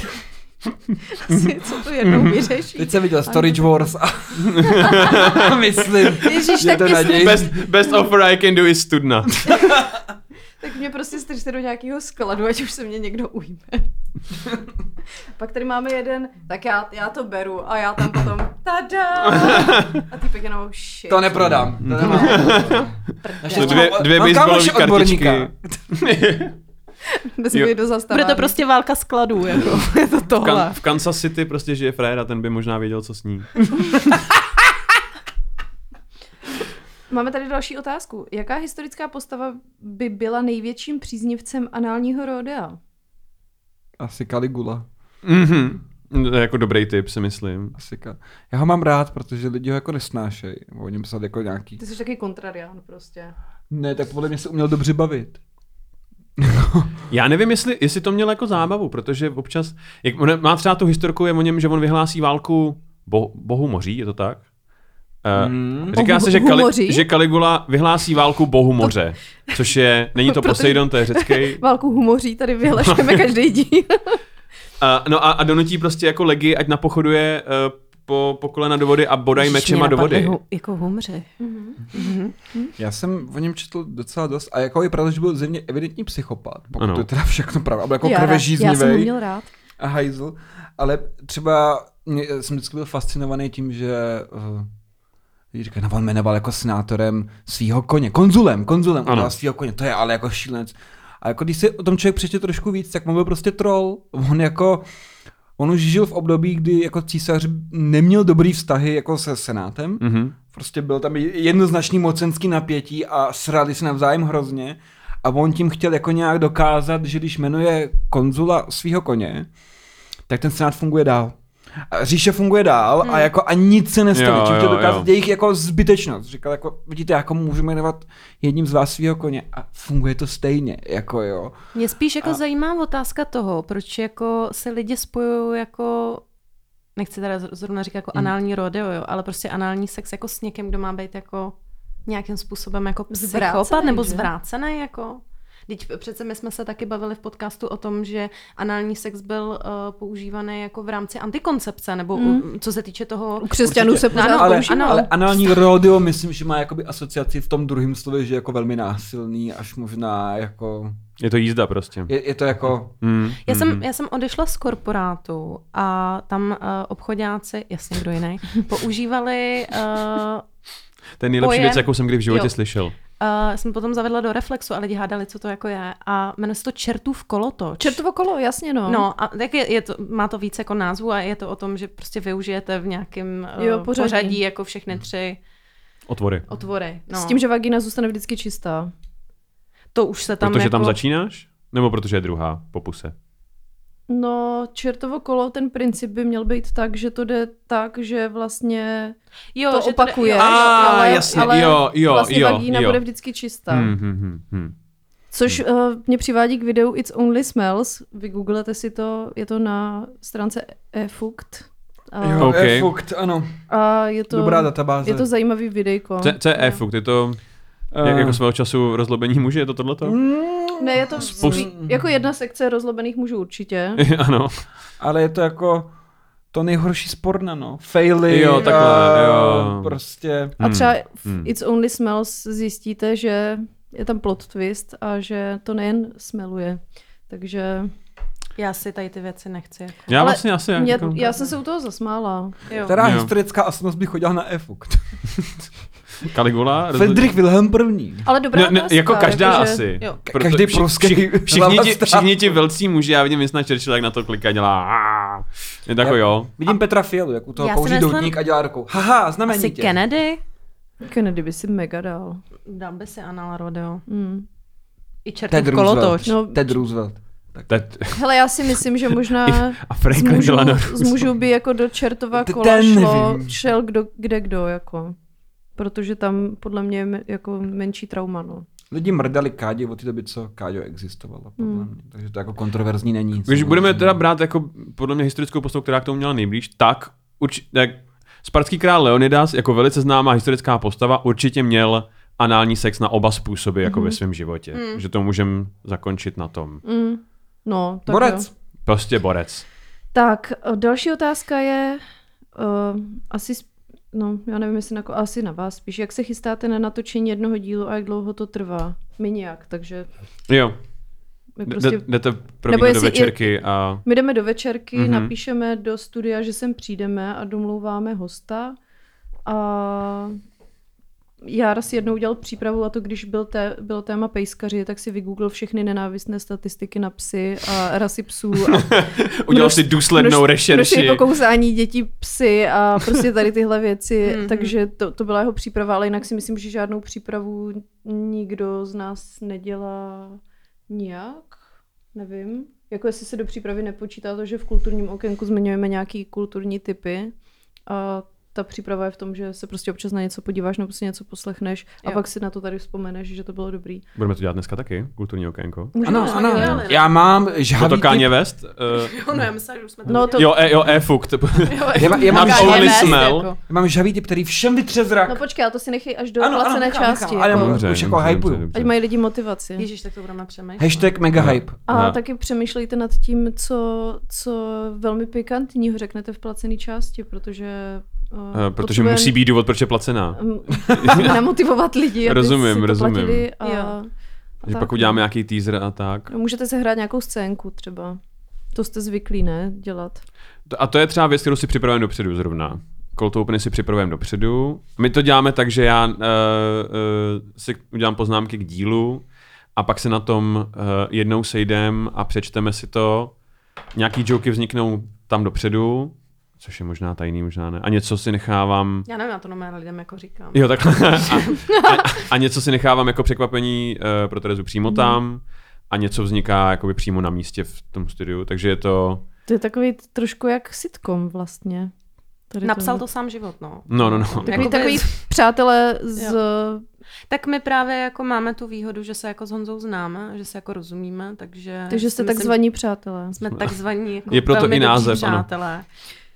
Speaker 2: asi co to jednou
Speaker 3: Mhm.
Speaker 2: vyřeší.
Speaker 1: Teď jsem viděl Storage Wars a myslím,
Speaker 2: Ježíš,
Speaker 1: že
Speaker 2: tak
Speaker 1: to
Speaker 2: mě
Speaker 1: naději.
Speaker 3: Best, best offer I can do is studna.
Speaker 2: Tak mě prostě strčte do nějakého skladu, ať už se mě někdo ujme. Pak tady máme jeden, tak já, já to beru a já tam potom tada. A ty jenom oh, shit.
Speaker 1: To neprodám. To nemám. Naštěstí
Speaker 3: To dvě,
Speaker 1: mám- No,
Speaker 3: dvě
Speaker 1: mám
Speaker 3: baseballové
Speaker 1: kámoše
Speaker 3: kartičky.
Speaker 2: Bez
Speaker 3: jo.
Speaker 2: mě do zastavy.
Speaker 4: Bude to prostě válka skladů, jako. je to
Speaker 3: V,
Speaker 4: tohle.
Speaker 3: kan, v Kansas City prostě žije frajer a ten by možná věděl, co s ní.
Speaker 2: Máme tady další otázku. Jaká historická postava by byla největším příznivcem análního rodea?
Speaker 1: Asi Caligula.
Speaker 3: Mhm. To je jako dobrý tip, si myslím.
Speaker 1: Asi ka... Já ho mám rád, protože lidi ho jako nesnášejí. O něm psal jako nějaký.
Speaker 2: Ty jsi taky kontrarián prostě.
Speaker 1: Ne, tak podle mě se uměl dobře bavit.
Speaker 3: Já nevím, jestli, jestli to měl jako zábavu, protože občas, jak on má třeba tu historku, je o něm, že on vyhlásí válku bo, Bohu moří, je to tak? Uh,
Speaker 1: Mm.
Speaker 3: Říká
Speaker 2: Bohu-
Speaker 3: se, že,
Speaker 2: Bohu
Speaker 3: Kali,
Speaker 2: moří?
Speaker 3: že Kaligula vyhlásí válku Bohu moře, což je, není to
Speaker 2: Protože-
Speaker 3: Poseidon, to je řecký. Eh,
Speaker 2: Válku humoří tady vyhlašujeme každý díl.
Speaker 3: A, no a, a donutí prostě jako legy, ať napochoduje uh, po, po kolena do vody a bodaj
Speaker 4: Ježiš,
Speaker 3: mečema
Speaker 4: mě
Speaker 3: do
Speaker 4: napadly
Speaker 3: vody.
Speaker 4: hu- jako humři.
Speaker 1: Já jsem o něm četl docela dost a jako je pravda, že byl země evidentní psychopat, pokud ano.
Speaker 3: Ano.
Speaker 1: to je teda všechno pravda, ale jako
Speaker 2: Já- Já jsem ho
Speaker 1: krvežíznivý
Speaker 2: měl rád.
Speaker 1: a hajzl, ale třeba mě, eh, jsem vždycky byl fascinovaný tím, že uh, říká, no on jmenoval jako senátorem svýho koně, konzulem, konzulem
Speaker 3: Ano.
Speaker 1: udělal svýho koně, to je ale jako šílenec. A jako když si o tom člověk přečte trošku víc, tak on byl prostě troll. On jako On už žil v období, kdy jako císař neměl dobrý vztahy jako se senátem.
Speaker 3: Mhm.
Speaker 1: Prostě byl tam jednoznačný mocenský napětí a srali se navzájem hrozně. A on tím chtěl jako nějak dokázat, že když jmenuje konzula svého koně, tak ten senát funguje dál. A říše funguje dál
Speaker 2: Hmm.
Speaker 1: a jako a nic se nestane,
Speaker 3: Jo,
Speaker 1: čím chtěl
Speaker 3: jo,
Speaker 1: dokázat
Speaker 3: jo.
Speaker 1: jejich jako zbytečnost. Říkal jako, vidíte, jako můžu jmenovat jedním z vás svého koně a funguje to stejně, jako jo.
Speaker 4: Mě spíš jako a... zajímá otázka toho, proč jako se lidi spojují jako nechci teda zr- zrovna říkat jako
Speaker 1: Hmm.
Speaker 4: anální rodeo, jo, ale prostě anální sex jako s někým, kdo má být jako nějakým způsobem jako
Speaker 2: Zvrácený,
Speaker 4: psychopat nebo
Speaker 2: že?
Speaker 4: zvrácený jako. Teď přece my jsme se taky bavili v podcastu o tom, že anální sex byl uh, používaný jako v rámci antikoncepce, nebo
Speaker 2: Mm.
Speaker 4: mm. co se týče toho...
Speaker 2: U křesťanů se
Speaker 1: Určitě.
Speaker 2: pořád
Speaker 4: Ano,
Speaker 1: ale,
Speaker 4: používá.
Speaker 1: ale anální rodeo, myslím, že má jakoby asociaci v tom druhém slově, že je jako velmi násilný, až možná jako...
Speaker 3: Je to jízda prostě.
Speaker 1: Je, je to jako...
Speaker 3: Mm,
Speaker 4: Já jsem,
Speaker 3: mhm.
Speaker 4: já jsem odešla z korporátu a tam uh, obchodáci, jasně kdo jiný, používali uh,
Speaker 3: To je nejlepší
Speaker 4: pojem-
Speaker 3: věc, jakou jsem kdy v životě
Speaker 4: jo.
Speaker 3: slyšel.
Speaker 4: Uh, jsem potom zavedla do reflexu a lidi hádali, co to jako je. A jmenuje se to Čertův kolotoč.
Speaker 2: Čertovo kolo, jasně no.
Speaker 4: No, a tak je, je to, má to více jako názvu a je to o tom, že prostě využijete v nějakém
Speaker 2: Jo, pořadí.
Speaker 4: uh, pořadí. pořadí jako všechny tři
Speaker 3: Otvory.
Speaker 4: otvory. No.
Speaker 2: S tím, že vagina zůstane vždycky čistá.
Speaker 4: to už se tam
Speaker 3: Protože
Speaker 4: jako...
Speaker 3: tam začínáš? Nebo protože je druhá po puse?
Speaker 2: No, čertovo kolo, ten princip by měl být tak, že to jde tak, že vlastně
Speaker 4: jo,
Speaker 2: to
Speaker 4: že
Speaker 2: opakuje.
Speaker 4: jo,
Speaker 2: A,
Speaker 4: jo, jo,
Speaker 2: ale,
Speaker 3: jasně,
Speaker 2: ale
Speaker 3: jo, jo,
Speaker 2: vlastně
Speaker 3: jo,
Speaker 2: vagína
Speaker 3: jo.
Speaker 2: bude vždycky čistá.
Speaker 3: Hmm, hmm, hmm, hmm.
Speaker 2: Což uh, mě přivádí k videu It's Only Smells. Vygooglete si to, je to na stránce eFukt. A,
Speaker 1: Jo,
Speaker 3: OK.
Speaker 1: okay. fukt, ano.
Speaker 2: a je to,
Speaker 1: Dobrá databáze.
Speaker 2: je to zajímavý videjko.
Speaker 3: Co, co je e-fukt? Je to
Speaker 1: Eh,
Speaker 3: jak, jako svého času rozlobení muži? Je to tohleto?
Speaker 2: Mm. Ne, je to
Speaker 3: Spoustu-
Speaker 2: jako jedna sekce rozlobených mužů určitě.
Speaker 3: Eh, ano.
Speaker 1: Ale je to jako to nejhorší sporna, no. Faily.
Speaker 3: Jo,
Speaker 1: a
Speaker 3: takhle, jo.
Speaker 1: Prostě.
Speaker 2: A třeba v
Speaker 3: hmm.
Speaker 2: It's Only Smells zjistíte, že je tam plot twist a že to nejen smeluje. Takže
Speaker 4: Já si tady ty věci nechci. Jako.
Speaker 3: Já
Speaker 2: Ale
Speaker 3: vlastně asi...
Speaker 2: mě,
Speaker 3: jako-
Speaker 2: já jsem se u toho zasmála.
Speaker 4: Jo.
Speaker 1: Která
Speaker 3: Jo.
Speaker 1: historická osobnost by chodila na efukt?
Speaker 3: Caligula? rozlo-
Speaker 1: Fredrik Wilhelm I.
Speaker 2: Ale dobrá
Speaker 3: Ne, ne,
Speaker 2: otázka,
Speaker 3: jako každá
Speaker 2: jakože-
Speaker 3: asi.
Speaker 4: jo.
Speaker 1: Ka- každý
Speaker 3: vši-
Speaker 1: pruský
Speaker 3: vši- všichni, ti,
Speaker 1: hlavastát.
Speaker 3: všichni ti velcí muži, já vidím Winston Churchill, jak na to kliká dělá. "Aaa." Je to jako
Speaker 1: Já-
Speaker 3: jo.
Speaker 1: Vidím Petra Fialu, jak u toho
Speaker 4: Já si
Speaker 1: kouří
Speaker 4: myslím-
Speaker 1: doutník a dělá rukou. Haha,
Speaker 4: Asi
Speaker 1: znamenitě.
Speaker 4: Kennedy?
Speaker 2: Kennedy by si mega dal.
Speaker 4: Dal by si anal rodeo.
Speaker 2: Mm.
Speaker 4: I
Speaker 1: Ted
Speaker 4: Čertův
Speaker 1: Roosevelt.
Speaker 4: kolotoč.
Speaker 2: No.
Speaker 1: Ted Roosevelt.
Speaker 3: Ted-
Speaker 2: Hele, já si myslím, že možná
Speaker 3: A
Speaker 2: z
Speaker 3: Franklin
Speaker 2: mužů,
Speaker 3: Delano
Speaker 2: z mužů by jako do čertova
Speaker 1: Ten
Speaker 2: kola šlo,
Speaker 1: nevím.
Speaker 2: šel kdo, kde kdo, jako. Protože tam podle mě je me- jako menší trauma, no.
Speaker 1: Lidi mrdali Kádě od té doby, co Káďo existovalo, podle mě. Takže to jako kontroverzní není.
Speaker 3: Když
Speaker 1: samozřejmě.
Speaker 3: budeme teda brát jako podle mě historickou postavu, která k tomu měla nejblíž, tak, urč, tak spartský král Leonidas jako velice známá historická postava určitě měl anální sex na oba způsoby jako
Speaker 2: Mhm.
Speaker 3: ve svém životě. Že to můžeme zakončit na tom.
Speaker 2: Mm. No, tak jo.
Speaker 1: Borec.
Speaker 3: Prostě borec.
Speaker 2: Tak, eh, další otázka je uh, asi, sp- no já nevím, jestli na, ko- asi na vás spíš, jak se chystáte na natočení jednoho dílu a jak dlouho to trvá? My nějak, takže
Speaker 3: Jo,
Speaker 2: my
Speaker 3: prostě...
Speaker 2: prostě...
Speaker 3: jdete
Speaker 2: Nebo
Speaker 3: pro do
Speaker 2: jestli-
Speaker 3: večerky a...
Speaker 2: My jdeme do večerky,
Speaker 3: Mhm.
Speaker 2: mm-hmm. napíšeme do studia, že sem přijdeme a domlouváme hosta. A Jára si jednou udělal přípravu a to, když byl té, bylo téma pejskaři, tak si vygooglil všechny nenávistné statistiky na psy a rasy psů a
Speaker 3: Udělal si důslednou
Speaker 2: Množství
Speaker 3: rešerši.
Speaker 2: pokousání dětí, psy a prostě tady tyhle věci.
Speaker 4: Mhm.
Speaker 2: Takže to, to byla jeho příprava, ale jinak si myslím, že žádnou přípravu nikdo z nás nedělá nijak. Nevím. Jako jestli se do přípravy nepočítá to, že v kulturním okénku zmiňujeme nějaký kulturní typy. A ta příprava je v tom, že se prostě občas na něco podíváš nebo si něco poslechneš a
Speaker 4: Jo.
Speaker 2: pak si na to tady vzpomeneš, že to bylo dobrý.
Speaker 3: Budeme to dělat dneska taky, kulturní okénko.
Speaker 2: Můžeme,
Speaker 1: Ano,
Speaker 2: jsme
Speaker 1: ano.
Speaker 2: dělali.
Speaker 4: ne?
Speaker 1: Já mám
Speaker 3: Je to
Speaker 1: žhavý
Speaker 3: Kanye West? Uh,
Speaker 4: Jo, no, já myslela, že už jsme to...
Speaker 2: No to,
Speaker 3: jo, e, jo, e, fukt.
Speaker 1: Já, má- já, mám
Speaker 4: Kanye
Speaker 3: Not
Speaker 1: žhavý,
Speaker 3: only
Speaker 4: West,
Speaker 3: smell.
Speaker 4: jako.
Speaker 1: já mám žhavý typ, který všem vytře zrak.
Speaker 2: no počkej, ale to si nechej až do ano, placené
Speaker 1: nechám,
Speaker 2: části.
Speaker 1: nechám, ale
Speaker 2: jako.
Speaker 1: dobře, už jako hypuju.
Speaker 2: Ať mají lidi motivaci.
Speaker 4: Ježíš, tak to budeme přemýšlet.
Speaker 1: Hashtag mega
Speaker 3: No.
Speaker 1: hype.
Speaker 2: A
Speaker 3: Ne.
Speaker 2: taky přemýšlejte nad tím, co, co velmi pikantního řeknete v placené části, protože... Uh,
Speaker 3: Eh, Protože musí být důvod, proč je placená.
Speaker 2: namotivovat lidi, aby
Speaker 3: Rozumím,
Speaker 2: si to
Speaker 3: rozumím.
Speaker 2: platili. A,
Speaker 4: Jo.
Speaker 2: a
Speaker 3: Že
Speaker 2: tak.
Speaker 3: pak uděláme nějaký teaser a tak.
Speaker 2: No, Můžete se hrát nějakou scénku třeba. To jste zvyklí, ne? Dělat.
Speaker 3: To- A to je třeba věc, kterou si připravujeme dopředu zrovna. Cold Openy si připravujeme dopředu. My to děláme tak, že já uh, uh, si udělám poznámky k dílu a pak eh, se na tom uh, jednou sejdem a přečteme si to. Nějaký joky vzniknou tam dopředu, což je možná tajný, možná ne. A něco si nechávám
Speaker 4: Já nevím, já to normálně lidem jako říkám.
Speaker 3: Jo, tak. A, a, a něco si nechávám jako překvapení uh, pro Terezu přímo
Speaker 2: Mhm.
Speaker 3: tam a něco vzniká jakoby přímo na místě v tom studiu, takže je to...
Speaker 2: To je takový t- trošku jak sitcom vlastně. Tady
Speaker 4: Napsal
Speaker 2: tohle.
Speaker 4: to sám život, no.
Speaker 3: No, no, no.
Speaker 2: Takový,
Speaker 4: Jakoby-
Speaker 2: takový přátelé z...
Speaker 4: Tak my právě jako máme tu výhodu, že se jako s Honzou známe, že se jako rozumíme, takže...
Speaker 2: Takže
Speaker 4: si
Speaker 2: jste
Speaker 4: myslím,
Speaker 2: takzvaní přátelé.
Speaker 4: Jsme takzvaní jako
Speaker 3: Je proto
Speaker 4: velmi
Speaker 3: i
Speaker 4: dobří
Speaker 3: název, ano.
Speaker 4: přátelé.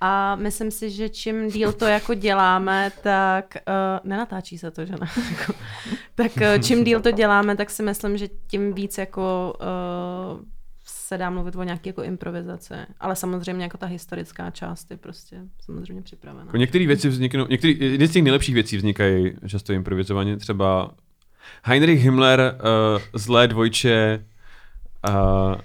Speaker 4: A myslím si, že čím díl to jako děláme, tak uh, nenatáčí se to, že ne? Jako, tak eh, čím díl to děláme, tak si myslím, že tím víc jako uh, se dá mluvit o nějaké jako improvizaci. Ale samozřejmě jako ta historická část je prostě samozřejmě připravená.
Speaker 3: Jako Některé věci vzniknou, některý, jedny z těch nejlepších věcí vznikají často improvizovaně, třeba Heinrich Himmler, uh, zlé dvojče, uh,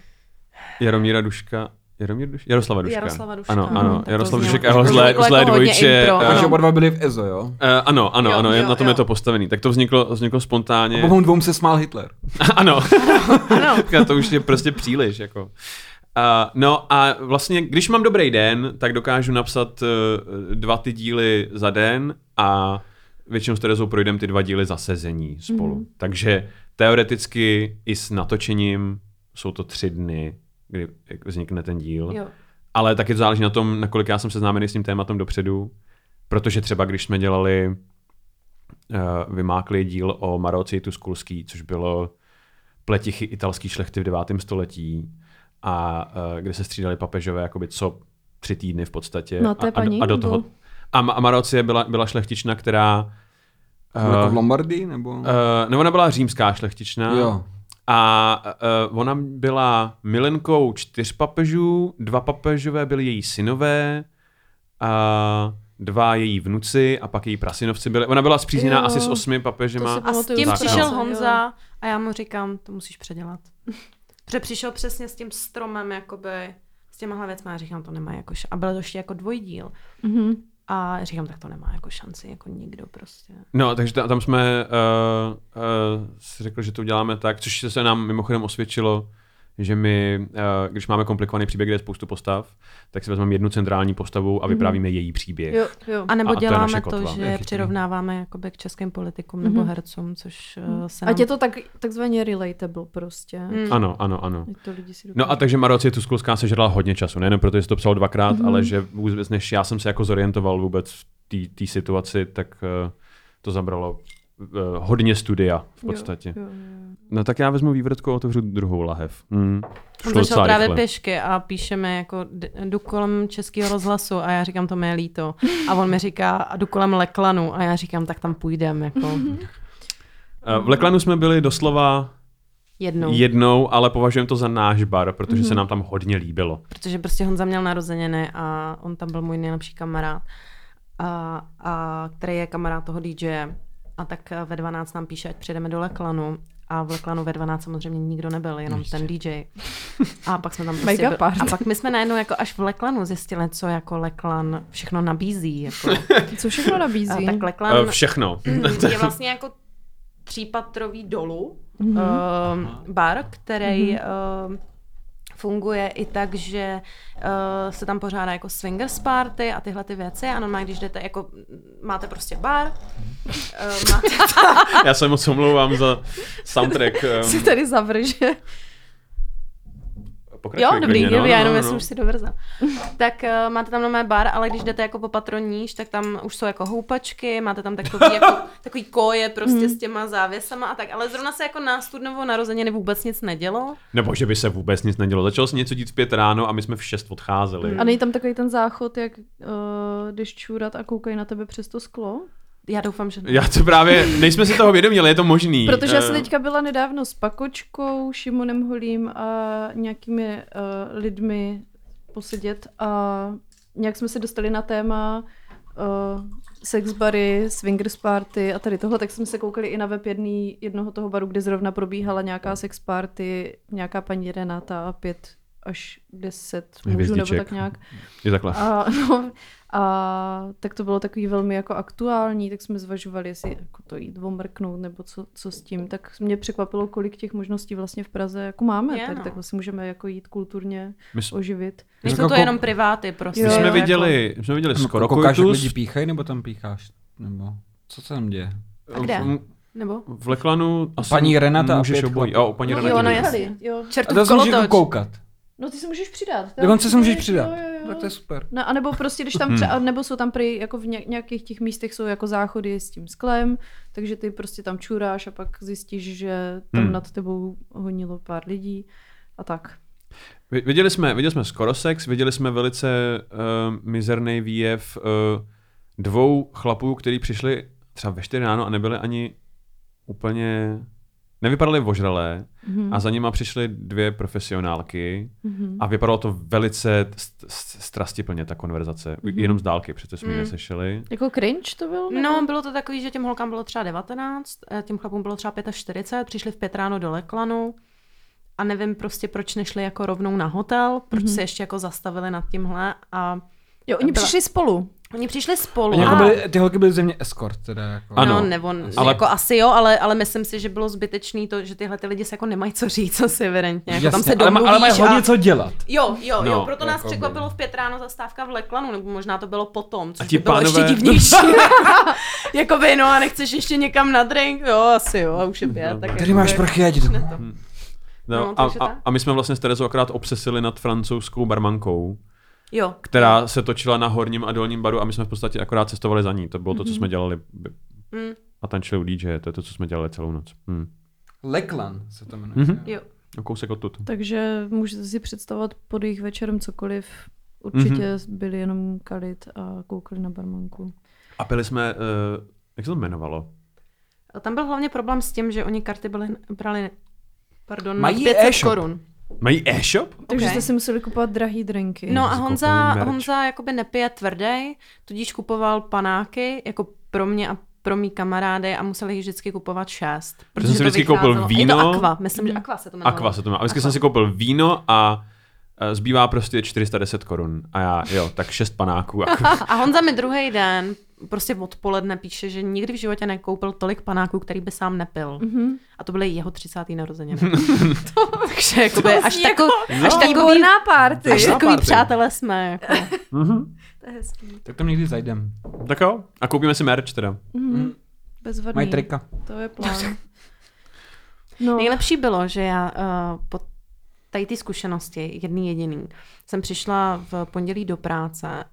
Speaker 3: Jaromíra Duška, Jaromír Duška? Jaroslava Duška.
Speaker 4: Jaroslava Duška.
Speaker 3: Ano,
Speaker 4: Mhm,
Speaker 3: ano,
Speaker 4: tak to
Speaker 3: Jaroslav
Speaker 4: znělo-
Speaker 3: Dušek a jeho
Speaker 4: to
Speaker 3: zlé,
Speaker 4: znělo
Speaker 3: zlé
Speaker 4: jako hodně
Speaker 3: dvojče.
Speaker 4: impro,
Speaker 3: eh,
Speaker 4: ano.
Speaker 1: Takže oba dva byli v EZO, jo?
Speaker 3: eh, ano, ano,
Speaker 4: Jo,
Speaker 3: ano, je-
Speaker 4: jo,
Speaker 3: na tom je
Speaker 4: jo.
Speaker 3: to postavený. Tak to vzniklo, vzniklo spontánně.
Speaker 1: Obou dvou se smál Hitler.
Speaker 3: Ano,
Speaker 4: Ano.
Speaker 3: ano. to už je prostě příliš. Jako. Uh, no a vlastně, když mám dobrý den, tak dokážu napsat uh, dva ty díly za den a většinou s Terezou projdeme ty dva díly za sezení spolu.
Speaker 4: Mhm.
Speaker 3: Mm-hmm. Takže teoreticky i s natočením jsou to tři dny, kdy vznikne ten díl.
Speaker 4: Jo.
Speaker 3: Ale taky to záleží na tom, nakolik já jsem seznámený s tím tématem dopředu. Protože třeba když jsme dělali uh, vymáklý díl o Maroci Tuskulský, což bylo pletichy italský šlechty v 9. století, a uh, kde se střídali papežové jakoby co tři týdny v podstatě.
Speaker 2: No, to je
Speaker 3: a, a, do-
Speaker 2: paní,
Speaker 3: a do toho.
Speaker 2: nebo-
Speaker 3: A, Ma- a Marocie byla, byla šlechtična, která.
Speaker 1: Bylo to
Speaker 3: eh,
Speaker 1: Jako v Lombardii, nebo?
Speaker 3: Uh, no ona byla římská šlechtična.
Speaker 1: Jo.
Speaker 3: A uh, ona byla milenkou čtyř papežů, dva papežové byli její synové, a dva její vnuci a pak její prasinovci byli. Ona byla zpřízněná
Speaker 2: Jo,
Speaker 3: asi s osmi papežema.
Speaker 2: to si
Speaker 4: A s
Speaker 2: Pamatuju
Speaker 4: tím
Speaker 3: si,
Speaker 4: přišel
Speaker 2: no.
Speaker 4: Honza a já mu říkám, to musíš předělat. Protože přišel přesně s tím stromem, jakoby, s těmahle věcmi, já říkám, to nemá jako š- A byl to ještě jako dvojdíl.
Speaker 2: Mhm.
Speaker 4: A říkám, tak to nemá jako šanci, jako nikdo prostě.
Speaker 3: No, takže ta, tam jsme uh, uh, si řekli, že to uděláme tak, což se nám mimochodem osvědčilo, že my, uh, když máme komplikovaný příběh, kde je spoustu postav, tak si vezmeme jednu centrální postavu a vyprávíme její příběh.
Speaker 2: Mhm. Jo, jo.
Speaker 4: A nebo
Speaker 3: A to
Speaker 4: a
Speaker 3: je
Speaker 4: děláme
Speaker 3: naše
Speaker 4: to,
Speaker 3: kotva.
Speaker 4: že
Speaker 3: Jak
Speaker 4: je
Speaker 3: chytrý.
Speaker 4: přirovnáváme jakoby k českým politikům nebo
Speaker 2: Mhm.
Speaker 4: hercům, což eh, se nám...
Speaker 2: Ať je to tak, takzvaně relatable prostě.
Speaker 4: Mm.
Speaker 3: Ano, ano, ano.
Speaker 2: Ať to lidi si
Speaker 3: No a takže Marocie Tuskulská sežrala hodně času, nejen proto, že jsi to psal dvakrát,
Speaker 4: Mhm.
Speaker 3: mm-hmm. ale že vůbec než já jsem se jako zorientoval vůbec v té- té situaci, tak eh, to zabralo eh, hodně studia v podstatě.
Speaker 2: Jo, jo, jo.
Speaker 3: No tak já vezmu vývrtku a otevřu druhou lahev. Mm.
Speaker 4: On začal právě pěšky a píšeme jako d- jdu kolem českého rozhlasu a já říkám, to mi je líto. A on mi říká, a jdu kolem Leklanu a já říkám, tak tam půjdem jako
Speaker 3: Eh, V Leklanu jsme byli doslova
Speaker 4: jednou.
Speaker 3: no. jednou, ale považujeme to za náš bar, protože
Speaker 4: Mhm.
Speaker 3: mm-hmm. se nám tam hodně líbilo.
Speaker 4: protože prostě Honza měl narozeniny a on tam byl můj nejlepší kamarád, a, a, který je kamarád toho DJ. A tak eh, ve 12 nám píše, ať přijdeme do Leklanu. A v Leklanu ve 12 samozřejmě nikdo nebyl, jenom ten DJ. A pak jsme tam prostě
Speaker 2: Mega
Speaker 4: byl,
Speaker 2: party.
Speaker 4: A pak my jsme najednou jako až v Leklanu zjistili, co jako Leklan všechno nabízí. Jako.
Speaker 2: Co všechno nabízí?
Speaker 4: A tak
Speaker 3: Eh,
Speaker 4: Leklan
Speaker 3: Všechno.
Speaker 4: je vlastně jako třípatrový dolů mm-hmm. uh, bar, který mm-hmm. uh, funguje i tak, že uh, se tam pořádá jako swingers party a tyhle ty věci. A normálně, když jdete, jako máte prostě bar,
Speaker 3: Mm-hmm.
Speaker 4: uh, máte,
Speaker 3: Já se moc omlouvám za soundtrack. eh,
Speaker 2: si tady zavrže.
Speaker 4: jo,
Speaker 3: pokračuj
Speaker 4: dobrý,
Speaker 3: klidně,
Speaker 4: dobrý,
Speaker 3: no,
Speaker 4: já
Speaker 3: no,
Speaker 4: jenom
Speaker 3: no,
Speaker 4: jsem
Speaker 3: no.
Speaker 4: už si dovrzla. tak uh, máte tam normálně bar, ale když jdete jako po patroníž, tak tam už jsou jako houpačky, máte tam takový, jako, takový koje prostě s těma závěsama a tak. Ale zrovna se jako na studnovo narozeniny vůbec nic nedělo.
Speaker 3: Nebo že by se vůbec nic nedělo. Začalo se něco dít v pět ráno a my jsme v šest odcházeli.
Speaker 2: A není tam takový ten záchod, jak uh, jdeš čůrat a koukají na tebe přes to sklo?
Speaker 4: Já doufám, že ne.
Speaker 3: Já to právě, nejsme si toho vědomi, ale je to možný.
Speaker 2: Protože já jsem
Speaker 3: Eh,
Speaker 2: teďka byla nedávno s Pakočkou, Šimonem Holím a nějakými uh, lidmi posedět a nějak jsme se dostali na téma uh, sexbary, swingers party a tady tohle, tak jsme se koukali i na web jedný, jednoho toho baru, kde zrovna probíhala nějaká sex party, nějaká paní Renata a pět až deset mužů nebo
Speaker 3: Hvězdiček.
Speaker 2: tak nějak.
Speaker 3: Je takhle.
Speaker 2: A, no, A tak to bylo takový velmi jako aktuální, tak jsme zvažovali, jestli jako to jít omrknout nebo co, co s tím. Tak mě překvapilo, kolik těch možností vlastně v Praze jako máme,
Speaker 4: Je,
Speaker 2: tak,
Speaker 4: no.
Speaker 2: tak vlastně můžeme jako jít kulturně
Speaker 3: My, s-
Speaker 2: oživit.
Speaker 3: my
Speaker 4: Nejsou to
Speaker 3: jako-
Speaker 4: jenom priváty prostě.
Speaker 3: my
Speaker 2: Jo,
Speaker 3: jsme
Speaker 2: jo,
Speaker 3: viděli, my jsme viděli
Speaker 1: Ano,
Speaker 3: skoro
Speaker 1: Jako Koukáš, jak lidi
Speaker 3: koitus.
Speaker 1: píchají, nebo tam pícháš? Nebo co se tam děje?
Speaker 4: A kde?
Speaker 3: v-
Speaker 4: Nebo?
Speaker 3: V Leklanu asi
Speaker 1: Paní Renata a
Speaker 3: můžeš
Speaker 1: pět
Speaker 3: obojí.
Speaker 1: chlapů.
Speaker 3: Jo, paní
Speaker 4: No,
Speaker 2: No,
Speaker 3: Renata.
Speaker 4: jo, no
Speaker 3: můžeš.
Speaker 4: jasný.
Speaker 2: jo.
Speaker 1: A
Speaker 4: Čertův
Speaker 1: to se můžeš jako
Speaker 4: kolotoč.
Speaker 1: koukat.
Speaker 2: no ty se můžeš přidat. Tam
Speaker 1: Dokonce se můžeš
Speaker 2: jo,
Speaker 1: přidat.
Speaker 2: jo, jo, jo.
Speaker 1: Tak to je Hmm. super.
Speaker 2: No, a nebo prostě, když tam třeba, nebo jsou tam prý, jako v ně- nějakých těch místech jsou jako záchody s tím sklem, takže ty prostě tam čuráš a pak zjistíš, že tam
Speaker 3: Hmm.
Speaker 2: nad tebou honilo pár lidí a tak.
Speaker 3: Vi- Viděli jsme, viděli jsme skoro sex, viděli jsme velice uh, mizerný výjev uh, dvou chlapů, kteří přišli třeba ve 4 ráno a nebyli ani úplně, nevypadali vožralé
Speaker 2: Mhm.
Speaker 3: a za nima přišly dvě profesionálky
Speaker 2: Mhm.
Speaker 3: a vypadalo to velice st- st- strastiplně ta konverzace,
Speaker 2: Mhm.
Speaker 3: jenom z dálky, přece jsme ji
Speaker 4: Mm.
Speaker 3: neslyšeli.
Speaker 2: Jako cringe to bylo? nebo?
Speaker 4: No, bylo to takový, že těm holkám bylo třeba 19, eh, těm chlapům bylo třeba 45, přišli v 5 ráno do Leklanu a nevím prostě, proč nešli jako rovnou na hotel, proč
Speaker 2: Mhm.
Speaker 4: se ještě jako zastavili nad tímhle a
Speaker 2: Jo, oni
Speaker 4: Byla-
Speaker 2: přišli spolu.
Speaker 4: oni přišli spolu.
Speaker 1: Oni jako
Speaker 4: a-
Speaker 1: byli, ty holky byly země escort, teda jako.
Speaker 3: Ano.
Speaker 4: No, nebo
Speaker 3: Ale-
Speaker 4: ale... jako asi jo, ale, ale myslím si, že bylo zbytečný to, že tyhle ty lidi se jako nemají co říct asi evidentně. Jako tam se
Speaker 1: ale, ma-
Speaker 4: domluvíš
Speaker 1: ale mají hodně
Speaker 4: a...
Speaker 1: co dělat.
Speaker 4: Jo, jo,
Speaker 3: No,
Speaker 4: jo, proto nás
Speaker 1: jakoby.
Speaker 4: překvapilo v pět ráno zastávka v Leklanu, nebo možná to bylo potom, což
Speaker 3: A ti
Speaker 4: by bylo ještě
Speaker 3: pánové-
Speaker 4: divnější. Jakoby, no a nechceš ještě někam na drink? Jo, asi jo, a už je pět.
Speaker 3: No.
Speaker 4: Tak
Speaker 1: Tady
Speaker 4: jakoby-
Speaker 1: máš prchy, já jdi domů.
Speaker 4: to.
Speaker 3: No,
Speaker 4: No,
Speaker 3: a,
Speaker 4: takže
Speaker 3: a,
Speaker 4: tak.
Speaker 3: a my jsme vlastně s Terezou akorát obsesili nad francouzskou barmankou,
Speaker 4: Jo.
Speaker 3: která se točila na horním a dolním baru a my jsme v podstatě akorát cestovali za ní. To bylo to, co jsme dělali
Speaker 4: Mhm. Mm,
Speaker 3: a tančili u DJ, to je to, co jsme dělali celou noc. Hmm.
Speaker 1: Leklan se to jmenuje.
Speaker 3: Mhm.
Speaker 4: jo.
Speaker 3: No, Kousek odtud.
Speaker 2: Takže můžete si představovat pod jejich večerem cokoliv. Určitě
Speaker 1: Mhm.
Speaker 2: byli jenom kalit a koukali na barmanku.
Speaker 3: A byli jsme, uh, jak se to jmenovalo?
Speaker 4: A Tam byl hlavně problém s tím, že oni karty byly, brali pardon,
Speaker 1: Mají
Speaker 4: na 500
Speaker 1: e-shop.
Speaker 4: korun.
Speaker 3: Mají e-shop?
Speaker 2: Takže
Speaker 4: Ok.
Speaker 2: jste si museli kupovat drahý drinky.
Speaker 4: No a
Speaker 3: si
Speaker 4: Honza,
Speaker 3: koupili jako merch.
Speaker 4: Honza jakoby nepije tvrdý, tudíž kupoval panáky jako pro mě a pro mý kamarády a museli jich vždycky kupovat šest. protože
Speaker 3: jsem si
Speaker 4: to
Speaker 3: vždycky koupil
Speaker 4: vycházelo- Je
Speaker 3: víno. Mhm.
Speaker 4: to Aqua, myslím, že Aqua se to jmenovalo.
Speaker 3: Aqua se to má. A vždycky
Speaker 4: No. Aqua.
Speaker 3: jsem si koupil víno a eh, zbývá prostě 410 korun. A já, jo, tak šest panáků. Aqua.
Speaker 4: A Honza mi druhý den prostě odpoledne píše, že nikdy v životě nekoupil tolik panáků, který by sám nepil.
Speaker 2: Mhm.
Speaker 4: A to byly jeho 30. narozeniny. Takže jakoby,
Speaker 2: To
Speaker 4: až,
Speaker 2: zní jako
Speaker 4: takový, až takový,
Speaker 2: No. Výborná party.
Speaker 4: až
Speaker 1: Na
Speaker 4: takový
Speaker 1: party.
Speaker 4: přátelé jsme. Jako.
Speaker 3: Mhm.
Speaker 2: To je hezký.
Speaker 1: Tak tam někdy zajdem. Mm,
Speaker 3: tak jo, a koupíme si merch teda.
Speaker 2: Mhm. Bezvadný.
Speaker 1: Mají trika.
Speaker 2: To je plán. No,
Speaker 4: Nejlepší bylo, že já uh, po tady ty zkušenosti, jedný jediný, jsem přišla v pondělí do práce,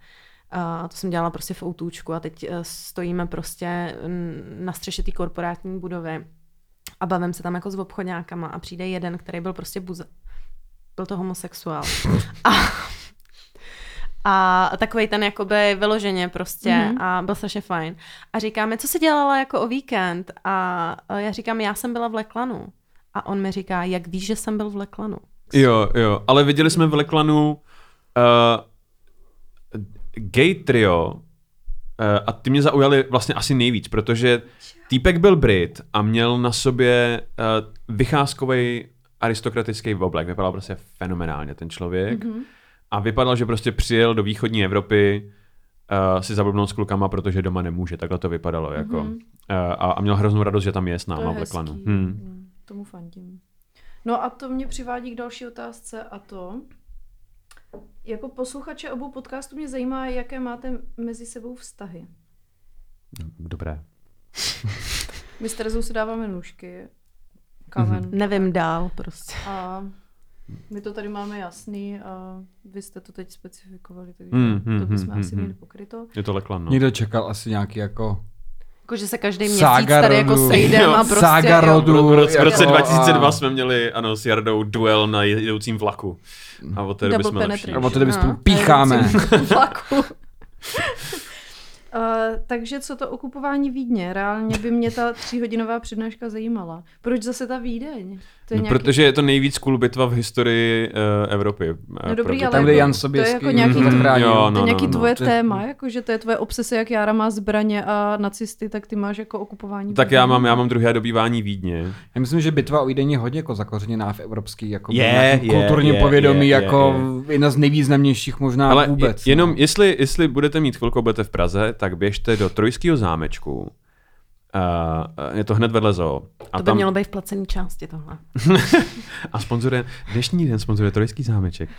Speaker 4: uh, to jsem dělala prostě v outůčku a teď eh, stojíme prostě mm, na střeše té korporátní budovy a bavím se tam jako s obchodňákama a přijde jeden, který byl prostě buze. Byl to homosexuál. A, a takovej ten jakoby vyloženě prostě
Speaker 2: Mhm.
Speaker 4: mm-hmm. a byl strašně fajn. A říkáme, co jsi dělala jako o víkend? A eh, já říkám, já jsem byla v Leklanu. A on mi říká, jak víš, že jsem byl v Leklanu?
Speaker 3: Jo, jo, ale viděli jsme v Leklanu uh, gay trio uh, a ty mě zaujali vlastně asi nejvíc, protože týpek byl Brit a měl na sobě uh, vycházkový aristokratický oblek. Vypadal prostě fenomenálně ten člověk
Speaker 2: Mhm.
Speaker 3: mm-hmm. a vypadal, že prostě přijel do východní Evropy uh, si zablbnout s klukama, protože doma nemůže. Takhle to vypadalo jako. Mm-hmm. Uh, a, a měl hroznou radost, že tam je s
Speaker 2: Mhm. to je
Speaker 3: náma v
Speaker 2: hezký.
Speaker 3: Leklanu. Hmm.
Speaker 2: Mm, Tomu fandím. No a to mě přivádí k další otázce a to, jako posluchače obou podcastů mě zajímá, jaké máte mezi sebou vztahy.
Speaker 3: Dobré.
Speaker 2: My s Terezou si dáváme nůžky, kámen
Speaker 3: Mhm.
Speaker 4: Nevím dál prostě.
Speaker 2: a my to tady máme jasný a vy jste to teď specifikovali, takže
Speaker 3: Mm, mm,
Speaker 2: to bychom
Speaker 3: mm,
Speaker 2: asi
Speaker 3: mm,
Speaker 2: měli
Speaker 3: mm.
Speaker 2: pokryto.
Speaker 3: Je to Leklan, no.
Speaker 1: Někdo čekal asi nějaký jako...
Speaker 4: Jako, že se každý měsíc
Speaker 1: Sága
Speaker 4: tady jako
Speaker 1: rodu.
Speaker 4: sejdem a
Speaker 1: Jo,
Speaker 4: prostě...
Speaker 1: sága
Speaker 4: jo.
Speaker 1: rodu.
Speaker 3: V roce, v
Speaker 1: jako
Speaker 3: roce
Speaker 1: a-
Speaker 3: 2002 jsme měli, ano, s Jardou duel na jedoucím vlaku. A od té doby
Speaker 2: Double
Speaker 3: jsme lepší.
Speaker 2: penetration.
Speaker 1: Nebo tedy
Speaker 4: No.
Speaker 1: spolu pícháme.
Speaker 2: vlaku. Uh, takže co to okupování Vídně? Reálně by mě ta tříhodinová přednáška zajímala. Proč zase ta Vídeň? To je
Speaker 3: No,
Speaker 2: nějaký...
Speaker 3: Protože je to nejvíc cool bitva v historii uh, Evropy. eh,
Speaker 2: No dobrý,
Speaker 3: proto-
Speaker 2: ale
Speaker 1: Tam, kde
Speaker 2: jako-
Speaker 1: Jan mm-hmm.
Speaker 2: to je
Speaker 1: Soběský
Speaker 2: jako nějaký
Speaker 1: to
Speaker 3: to-
Speaker 1: chránil.
Speaker 3: Jo,
Speaker 2: to
Speaker 3: no,
Speaker 2: je nějaký
Speaker 3: no, no.
Speaker 2: tvoje
Speaker 1: To je-
Speaker 2: téma, jako, že to je tvoje obsese, jak Jára má zbraně a nacisty, tak ty máš jako okupování.
Speaker 3: Tak já
Speaker 2: Vídně.
Speaker 3: mám, já mám druhé dobývání Vídně.
Speaker 1: Já myslím, že bitva o Vídeň je hodně jako zakořeněná v evropský jako
Speaker 3: Je,
Speaker 1: nějakém
Speaker 3: je,
Speaker 1: kulturním
Speaker 3: je,
Speaker 1: povědomí,
Speaker 3: je, je,
Speaker 1: jako jedna z nejvýznamnějších možná
Speaker 3: Ale
Speaker 1: vůbec.
Speaker 3: je, jenom,
Speaker 1: no.
Speaker 3: jestli, jestli budete mít chvilku, budete v Praze, tak běžte do Trojského zámečku. Uh, je to hned vedle zoo. A
Speaker 4: to by
Speaker 3: tam
Speaker 4: mělo být v placený části tohle.
Speaker 3: a sponzoruje, dnešní den sponzoruje Trojský zámeček.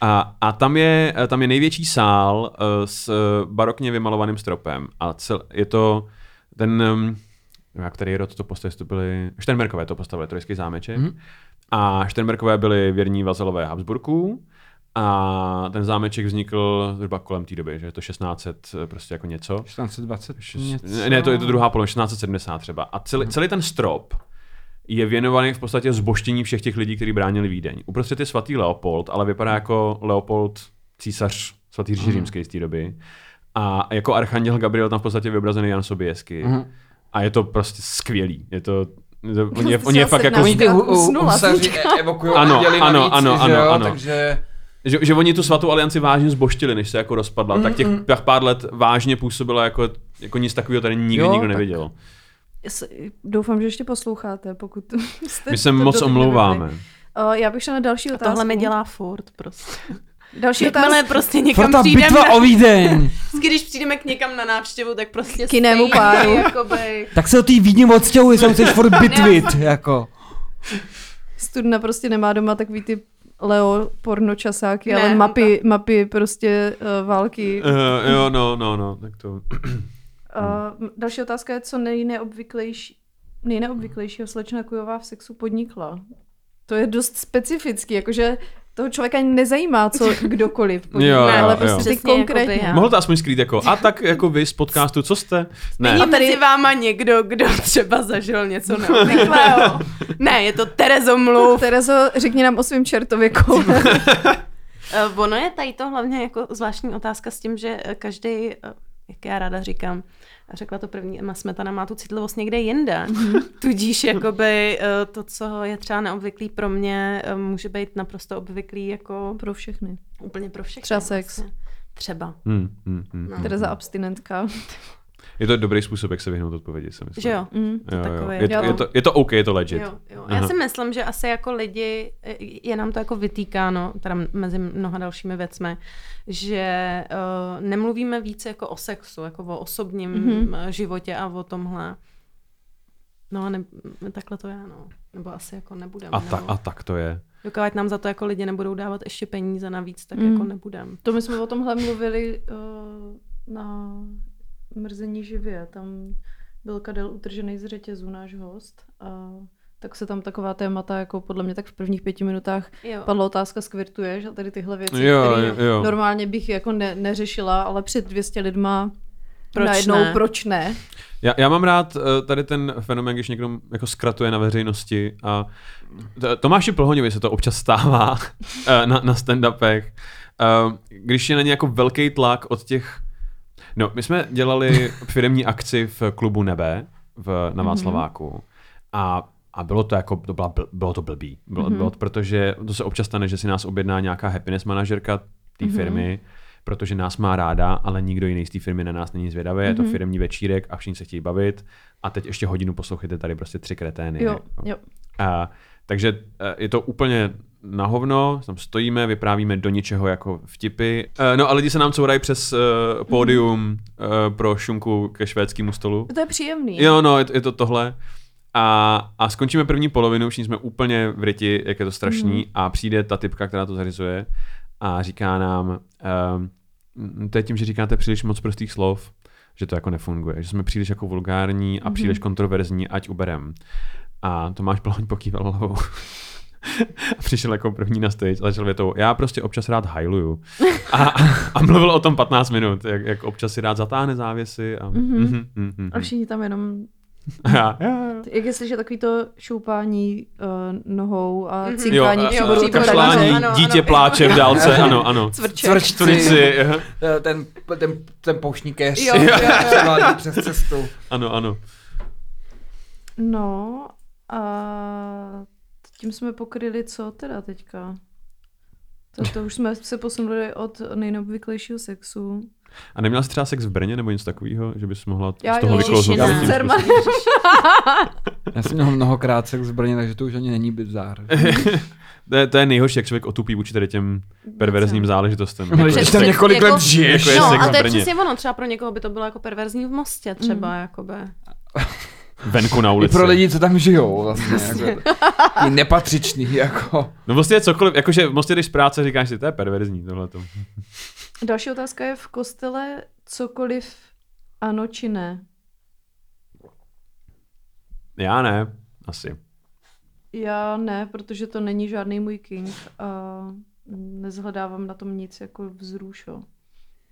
Speaker 3: A, a tam, je, e, tam je největší sál eh, s eh, barokně vymalovaným stropem. A cel, je to ten, ehm, nevím, jak který rod to postavili, to byli, Štenberkové to postavili, Trojský zámeček. Mm. A Štenberkové byli věrní vazalové Habsburků. A ten zámeček vznikl zhruba kolem té doby, že je to 1600 eh, prostě jako něco.
Speaker 1: 1420
Speaker 3: Šest...
Speaker 1: něco. Hmm.
Speaker 3: Ne, to je to druhá polovina, 1670 třeba. A celý, celý ten strop je věnovaný v podstatě zboštění všech těch lidí, kteří bránili Vídeň. Uprostřed je svatý Leopold, ale vypadá jako Leopold císař svatý
Speaker 1: Hmm.
Speaker 3: říši římský z té doby. A jako archanděl Gabriel tam v podstatě je vyobrazený Jan Sobieski.
Speaker 1: Mhm.
Speaker 3: A je to prostě skvělý. Je to, je to oni je,
Speaker 4: Jsi
Speaker 3: oni je
Speaker 4: asi
Speaker 3: fakt jako...
Speaker 4: na-
Speaker 1: Oni ty hu- hu-
Speaker 4: Usnula
Speaker 1: husaři
Speaker 4: teďka.
Speaker 1: e- evakuují
Speaker 3: Ano,
Speaker 1: děli
Speaker 3: ano,
Speaker 1: navíc,
Speaker 3: ano,
Speaker 1: že jo,
Speaker 3: ano, ano.
Speaker 1: takže...
Speaker 3: Že, že oni tu svatou alianci vážně zboštili, než se jako rozpadla.
Speaker 1: Hmm,
Speaker 3: Mm, tak těch mm. pár let vážně působila jako, jako nic takového tady nikdy
Speaker 1: Jo,
Speaker 3: nikdo
Speaker 1: tak-
Speaker 3: neviděl.
Speaker 2: S- Doufám, že ještě posloucháte, pokud jste...
Speaker 3: My se
Speaker 2: to
Speaker 3: moc
Speaker 2: doteď
Speaker 3: omlouváme.
Speaker 2: neviděli. Uh, já bych šla na další
Speaker 4: A
Speaker 2: otázku.
Speaker 4: tohle mi dělá furt prostě.
Speaker 2: Další
Speaker 4: Jakmile
Speaker 2: otázku.
Speaker 4: prostě někam
Speaker 1: Proto
Speaker 4: přijdeme,
Speaker 1: bitva o Vídeň!
Speaker 4: vždycky, když přijdeme k někam na návštěvu, tak prostě
Speaker 2: K jinému
Speaker 4: stejně,
Speaker 2: páru.
Speaker 4: Jakoby,
Speaker 1: Tak se do té Vídně odstěhuj, jsem chceš furt bitvit, jako.
Speaker 2: Studna prostě nemá doma takový ty Leo pornočasáky,
Speaker 4: Ne, no
Speaker 2: ale
Speaker 4: on
Speaker 2: mapy, mapy prostě uh, války.
Speaker 3: Uh, jo, no, no, no, tak to...
Speaker 2: Uh, další otázka je, co nejneobvyklejší, nejneobvyklejšího slečna Kujová v sexu podnikla. To je dost specifický, jakože toho člověka ani nezajímá, co kdokoliv podnikne,
Speaker 3: Jo,
Speaker 2: ale
Speaker 3: jo,
Speaker 2: prostě
Speaker 3: jo.
Speaker 2: ty
Speaker 4: Přesně,
Speaker 2: konkrétně.
Speaker 4: jakoby já.
Speaker 3: Mohl to aspoň skrýt jako, a tak jako vy z podcastu, co jste? Ne,
Speaker 4: Není
Speaker 2: A tady-
Speaker 4: mezi váma někdo, kdo třeba zažil něco neobvyklého. ne, je to Terezo mluv.
Speaker 2: Terezo, řekni nám o svém čertově kole.
Speaker 4: Eh, Ono je tady to hlavně jako zvláštní otázka s tím, že eh, každý, eh, jak já ráda říkám, a řekla to první Emma Smetana, má tu citlivost někde jinde. Tudíž jakoby eh, to, co je třeba neobvyklý pro mě, eh, může být naprosto obvyklý jako
Speaker 2: Pro všechny.
Speaker 4: úplně pro všechny.
Speaker 2: Třeba sex.
Speaker 4: vlastně. Třeba.
Speaker 3: Hmm, hmm, hmm.
Speaker 4: No.
Speaker 2: Tereza abstinentka.
Speaker 3: Je to dobrý způsob, jak se vyhnout odpovědi, si myslím.
Speaker 4: Že jo?
Speaker 2: Mm.
Speaker 4: to jako-
Speaker 3: jo, jo.
Speaker 4: takové-
Speaker 3: Je, to,
Speaker 2: Jo.
Speaker 3: je, to, je to OK, je to legit.
Speaker 4: Jo, jo.
Speaker 3: Aha.
Speaker 4: Já si myslím, že asi jako lidi, eh, je nám to jako vytýkáno, teda mezi mnoha dalšími věcmi, že uh, nemluvíme víc jako o sexu, jako o osobním
Speaker 2: Mhm.
Speaker 4: mm-hmm. životě a o tomhle. No a ne, takhle to je, no. Nebo asi jako nebudeme.
Speaker 3: A, ta,
Speaker 4: nebo-
Speaker 3: a tak to je.
Speaker 4: Dokud nám za to jako lidi nebudou dávat ještě peníze navíc, tak
Speaker 3: Mhm.
Speaker 2: Mm.
Speaker 4: jako nebudem.
Speaker 2: To my jsme o tomhle mluvili uh, na mrzení živě. Tam byl kadel utržený z řetězu náš host a tak se tam taková témata, jako podle mě tak v prvních pěti minutách
Speaker 4: Jo.
Speaker 2: padla otázka, skvirtuješ a tady tyhle věci,
Speaker 3: Jo,
Speaker 2: které
Speaker 3: jo.
Speaker 2: normálně bych jako ne, neřešila, ale před 200 lidma
Speaker 4: Proč
Speaker 2: najednou
Speaker 4: ne?
Speaker 2: proč ne?
Speaker 3: Já, já mám rád eh, tady ten fenomén, když někdo jako zkratuje na veřejnosti a T- Tomáši Plhoňovi se to občas stává eh, na, na stand-upech, eh, když je na ně jako velký tlak od těch... No, my jsme dělali firemní akci v klubu Nebe v, na Václaváku a a bylo to jako, to byla, bl- bylo to blbý, bylo, mm-hmm. bylo, protože to se občas stane, že si nás objedná nějaká happiness manažerka té firmy, mm-hmm. protože nás má ráda, ale nikdo jiný z té firmy na nás není zvědavý, mm-hmm. je to firmní večírek a všichni se chtějí bavit a teď ještě hodinu poslouchejte tady prostě tři kretény.
Speaker 2: Jo,
Speaker 3: jako.
Speaker 2: jo.
Speaker 3: A, takže eh, je to úplně na hovno, tam stojíme, vyprávíme do ničeho jako vtipy. Eh, No a lidi se nám courají přes eh, pódium eh, pro šunku ke švédskému stolu.
Speaker 2: To je příjemný.
Speaker 3: Jo, no, je to, je to tohle. A, a skončíme první polovinu, všichni jsme úplně v ryti, jak je to strašný. Mm. A přijde ta typka, která to zařizuje a říká nám, um, to je tím, že říkáte příliš moc prostých slov, že to jako nefunguje, že jsme příliš jako vulgární a příliš kontroverzní, ať uberem. A Tomáš Plahň pokýval hlavou. A přišel jako první na stage a začal větou, já prostě občas rád hajluju. A, a, a mluvil o tom 15 minut, jak, jak občas si rád zatáhne závěsy. A,
Speaker 2: Mhm.
Speaker 3: Mhm, mhm.
Speaker 2: A všichni tam jenom
Speaker 3: A já, já, já.
Speaker 2: Jak je slyšet takový to šoupání uh, nohou a
Speaker 4: Mhm.
Speaker 3: Jo,
Speaker 2: cinkání
Speaker 3: a-
Speaker 4: jo,
Speaker 2: příboru.
Speaker 3: a-
Speaker 4: příboru,
Speaker 3: kašlání,
Speaker 4: ano, ano,
Speaker 3: dítě
Speaker 4: ano.
Speaker 3: pláče v dálce, ano, ano.
Speaker 2: Cvrček.
Speaker 1: Cvrčci.
Speaker 3: Cvrčci,
Speaker 1: Eh, Ten, ten, ten poušníkeř,
Speaker 4: Jo, jo, jo.
Speaker 1: převládl přes cestu.
Speaker 3: ano, ano.
Speaker 2: No a Tím jsme pokryli co teda teďka? To, to už jsme se posunuli od nejneobvyklejšího sexu.
Speaker 3: A neměla jsi třeba sex v Brně nebo něco takového, že bys mohla
Speaker 2: Já
Speaker 3: z toho
Speaker 2: jo.
Speaker 3: vyklouznout?
Speaker 4: Ježiši,
Speaker 3: s
Speaker 4: ne.
Speaker 3: tím
Speaker 2: Zerma-
Speaker 3: smyslem?
Speaker 1: Já jsem měl mnohokrát sex v Brně, takže to už ani není bizár.
Speaker 3: to, je, to je nejhorší, jak člověk otupí vůči tady těm perverzním záležitostem.
Speaker 1: No,
Speaker 3: Jako
Speaker 1: že
Speaker 3: je-
Speaker 1: tam několik let žiješ.
Speaker 3: Jako je
Speaker 4: no,
Speaker 3: sex
Speaker 4: a
Speaker 3: na
Speaker 4: to je
Speaker 3: Brně.
Speaker 4: přesně ono, třeba pro někoho by to bylo jako perverzní v Mostě třeba,
Speaker 3: Mhm.
Speaker 4: mm. jakoby.
Speaker 3: venku na
Speaker 1: I
Speaker 3: ulici.
Speaker 1: pro lidi, co tam žijou vlastně. Jako, I nepatřičný, jako.
Speaker 3: No vlastně je cokoliv, jakože v Mostě jdeš z práce, říkáš si, to je perverzní tohle.
Speaker 2: Další otázka je v kostele cokoliv ano či ne.
Speaker 3: Já ne, asi.
Speaker 2: Já ne, protože to není žádný můj king a nezhledávám na tom nic jako vzrušo.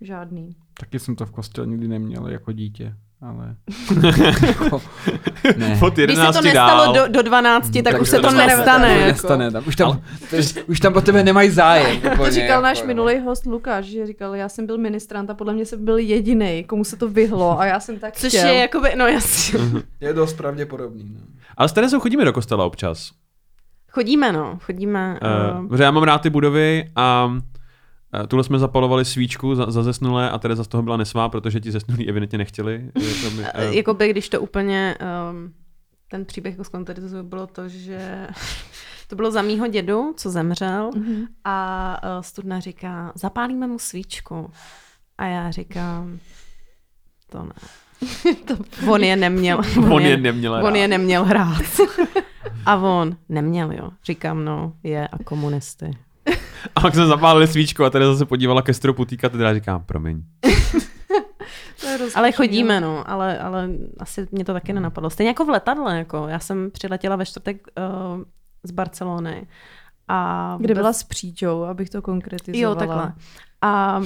Speaker 2: Žádný.
Speaker 1: Taky jsem to v kostele nikdy neměl jako dítě, ale... jako, ne.
Speaker 3: Pod
Speaker 4: Když se
Speaker 3: 11
Speaker 4: to nestalo
Speaker 3: dál.
Speaker 4: do, do 12, tak,
Speaker 1: Tak
Speaker 4: už se to
Speaker 3: nestane.
Speaker 4: nestane.
Speaker 1: To
Speaker 4: jako.
Speaker 1: nestane tam. Už tam, už tam po tebe nemají zájem.
Speaker 2: To
Speaker 1: úplně,
Speaker 2: říkal náš
Speaker 1: jako, no.
Speaker 2: minulý host Lukáš, že říkal, já jsem byl ministrant a podle mě jsem byl jediný, komu se to vyhlo a já jsem tak
Speaker 4: Což
Speaker 2: chtěl.
Speaker 4: je jakoby, no jasně.
Speaker 1: Je dost pravděpodobný. No.
Speaker 3: Ale s Terezou chodíme do kostela občas.
Speaker 4: Chodíme, no, chodíme.
Speaker 3: Uh,
Speaker 4: Uh,
Speaker 3: protože já mám rád ty budovy a eh, tuhle jsme zapalovali svíčku za, za zesnulé a Tereza z toho byla nesvá, protože ti zesnulí evidentně nechtěli. Eh, to mi- eh,
Speaker 4: jakoby, když to úplně, um, ten příběh jako skonterizuju, bylo to, že to bylo za mýho dědu, co zemřel
Speaker 2: Mhm.
Speaker 4: a eh, studna říká, zapálíme mu svíčku. A já říkám, to ne. to on je neměl.
Speaker 3: On je neměl
Speaker 4: On
Speaker 3: rád.
Speaker 4: je neměl rád. A on neměl, jo. Říkám, no, je a komunisty.
Speaker 3: A pak jsme zapálili svíčku a Tereza se podívala ke stropu té katedry a říká, promiň.
Speaker 2: To je rozkošný,
Speaker 4: Ale
Speaker 2: jo.
Speaker 4: chodíme, no, ale, ale asi mě to taky nenapadlo. Stejně jako v letadle, jako. Já jsem přiletěla ve čtvrtek uh, z Barcelony. A
Speaker 2: Kde byla s příčou, abych to konkretizovala.
Speaker 4: Jo, takhle. A,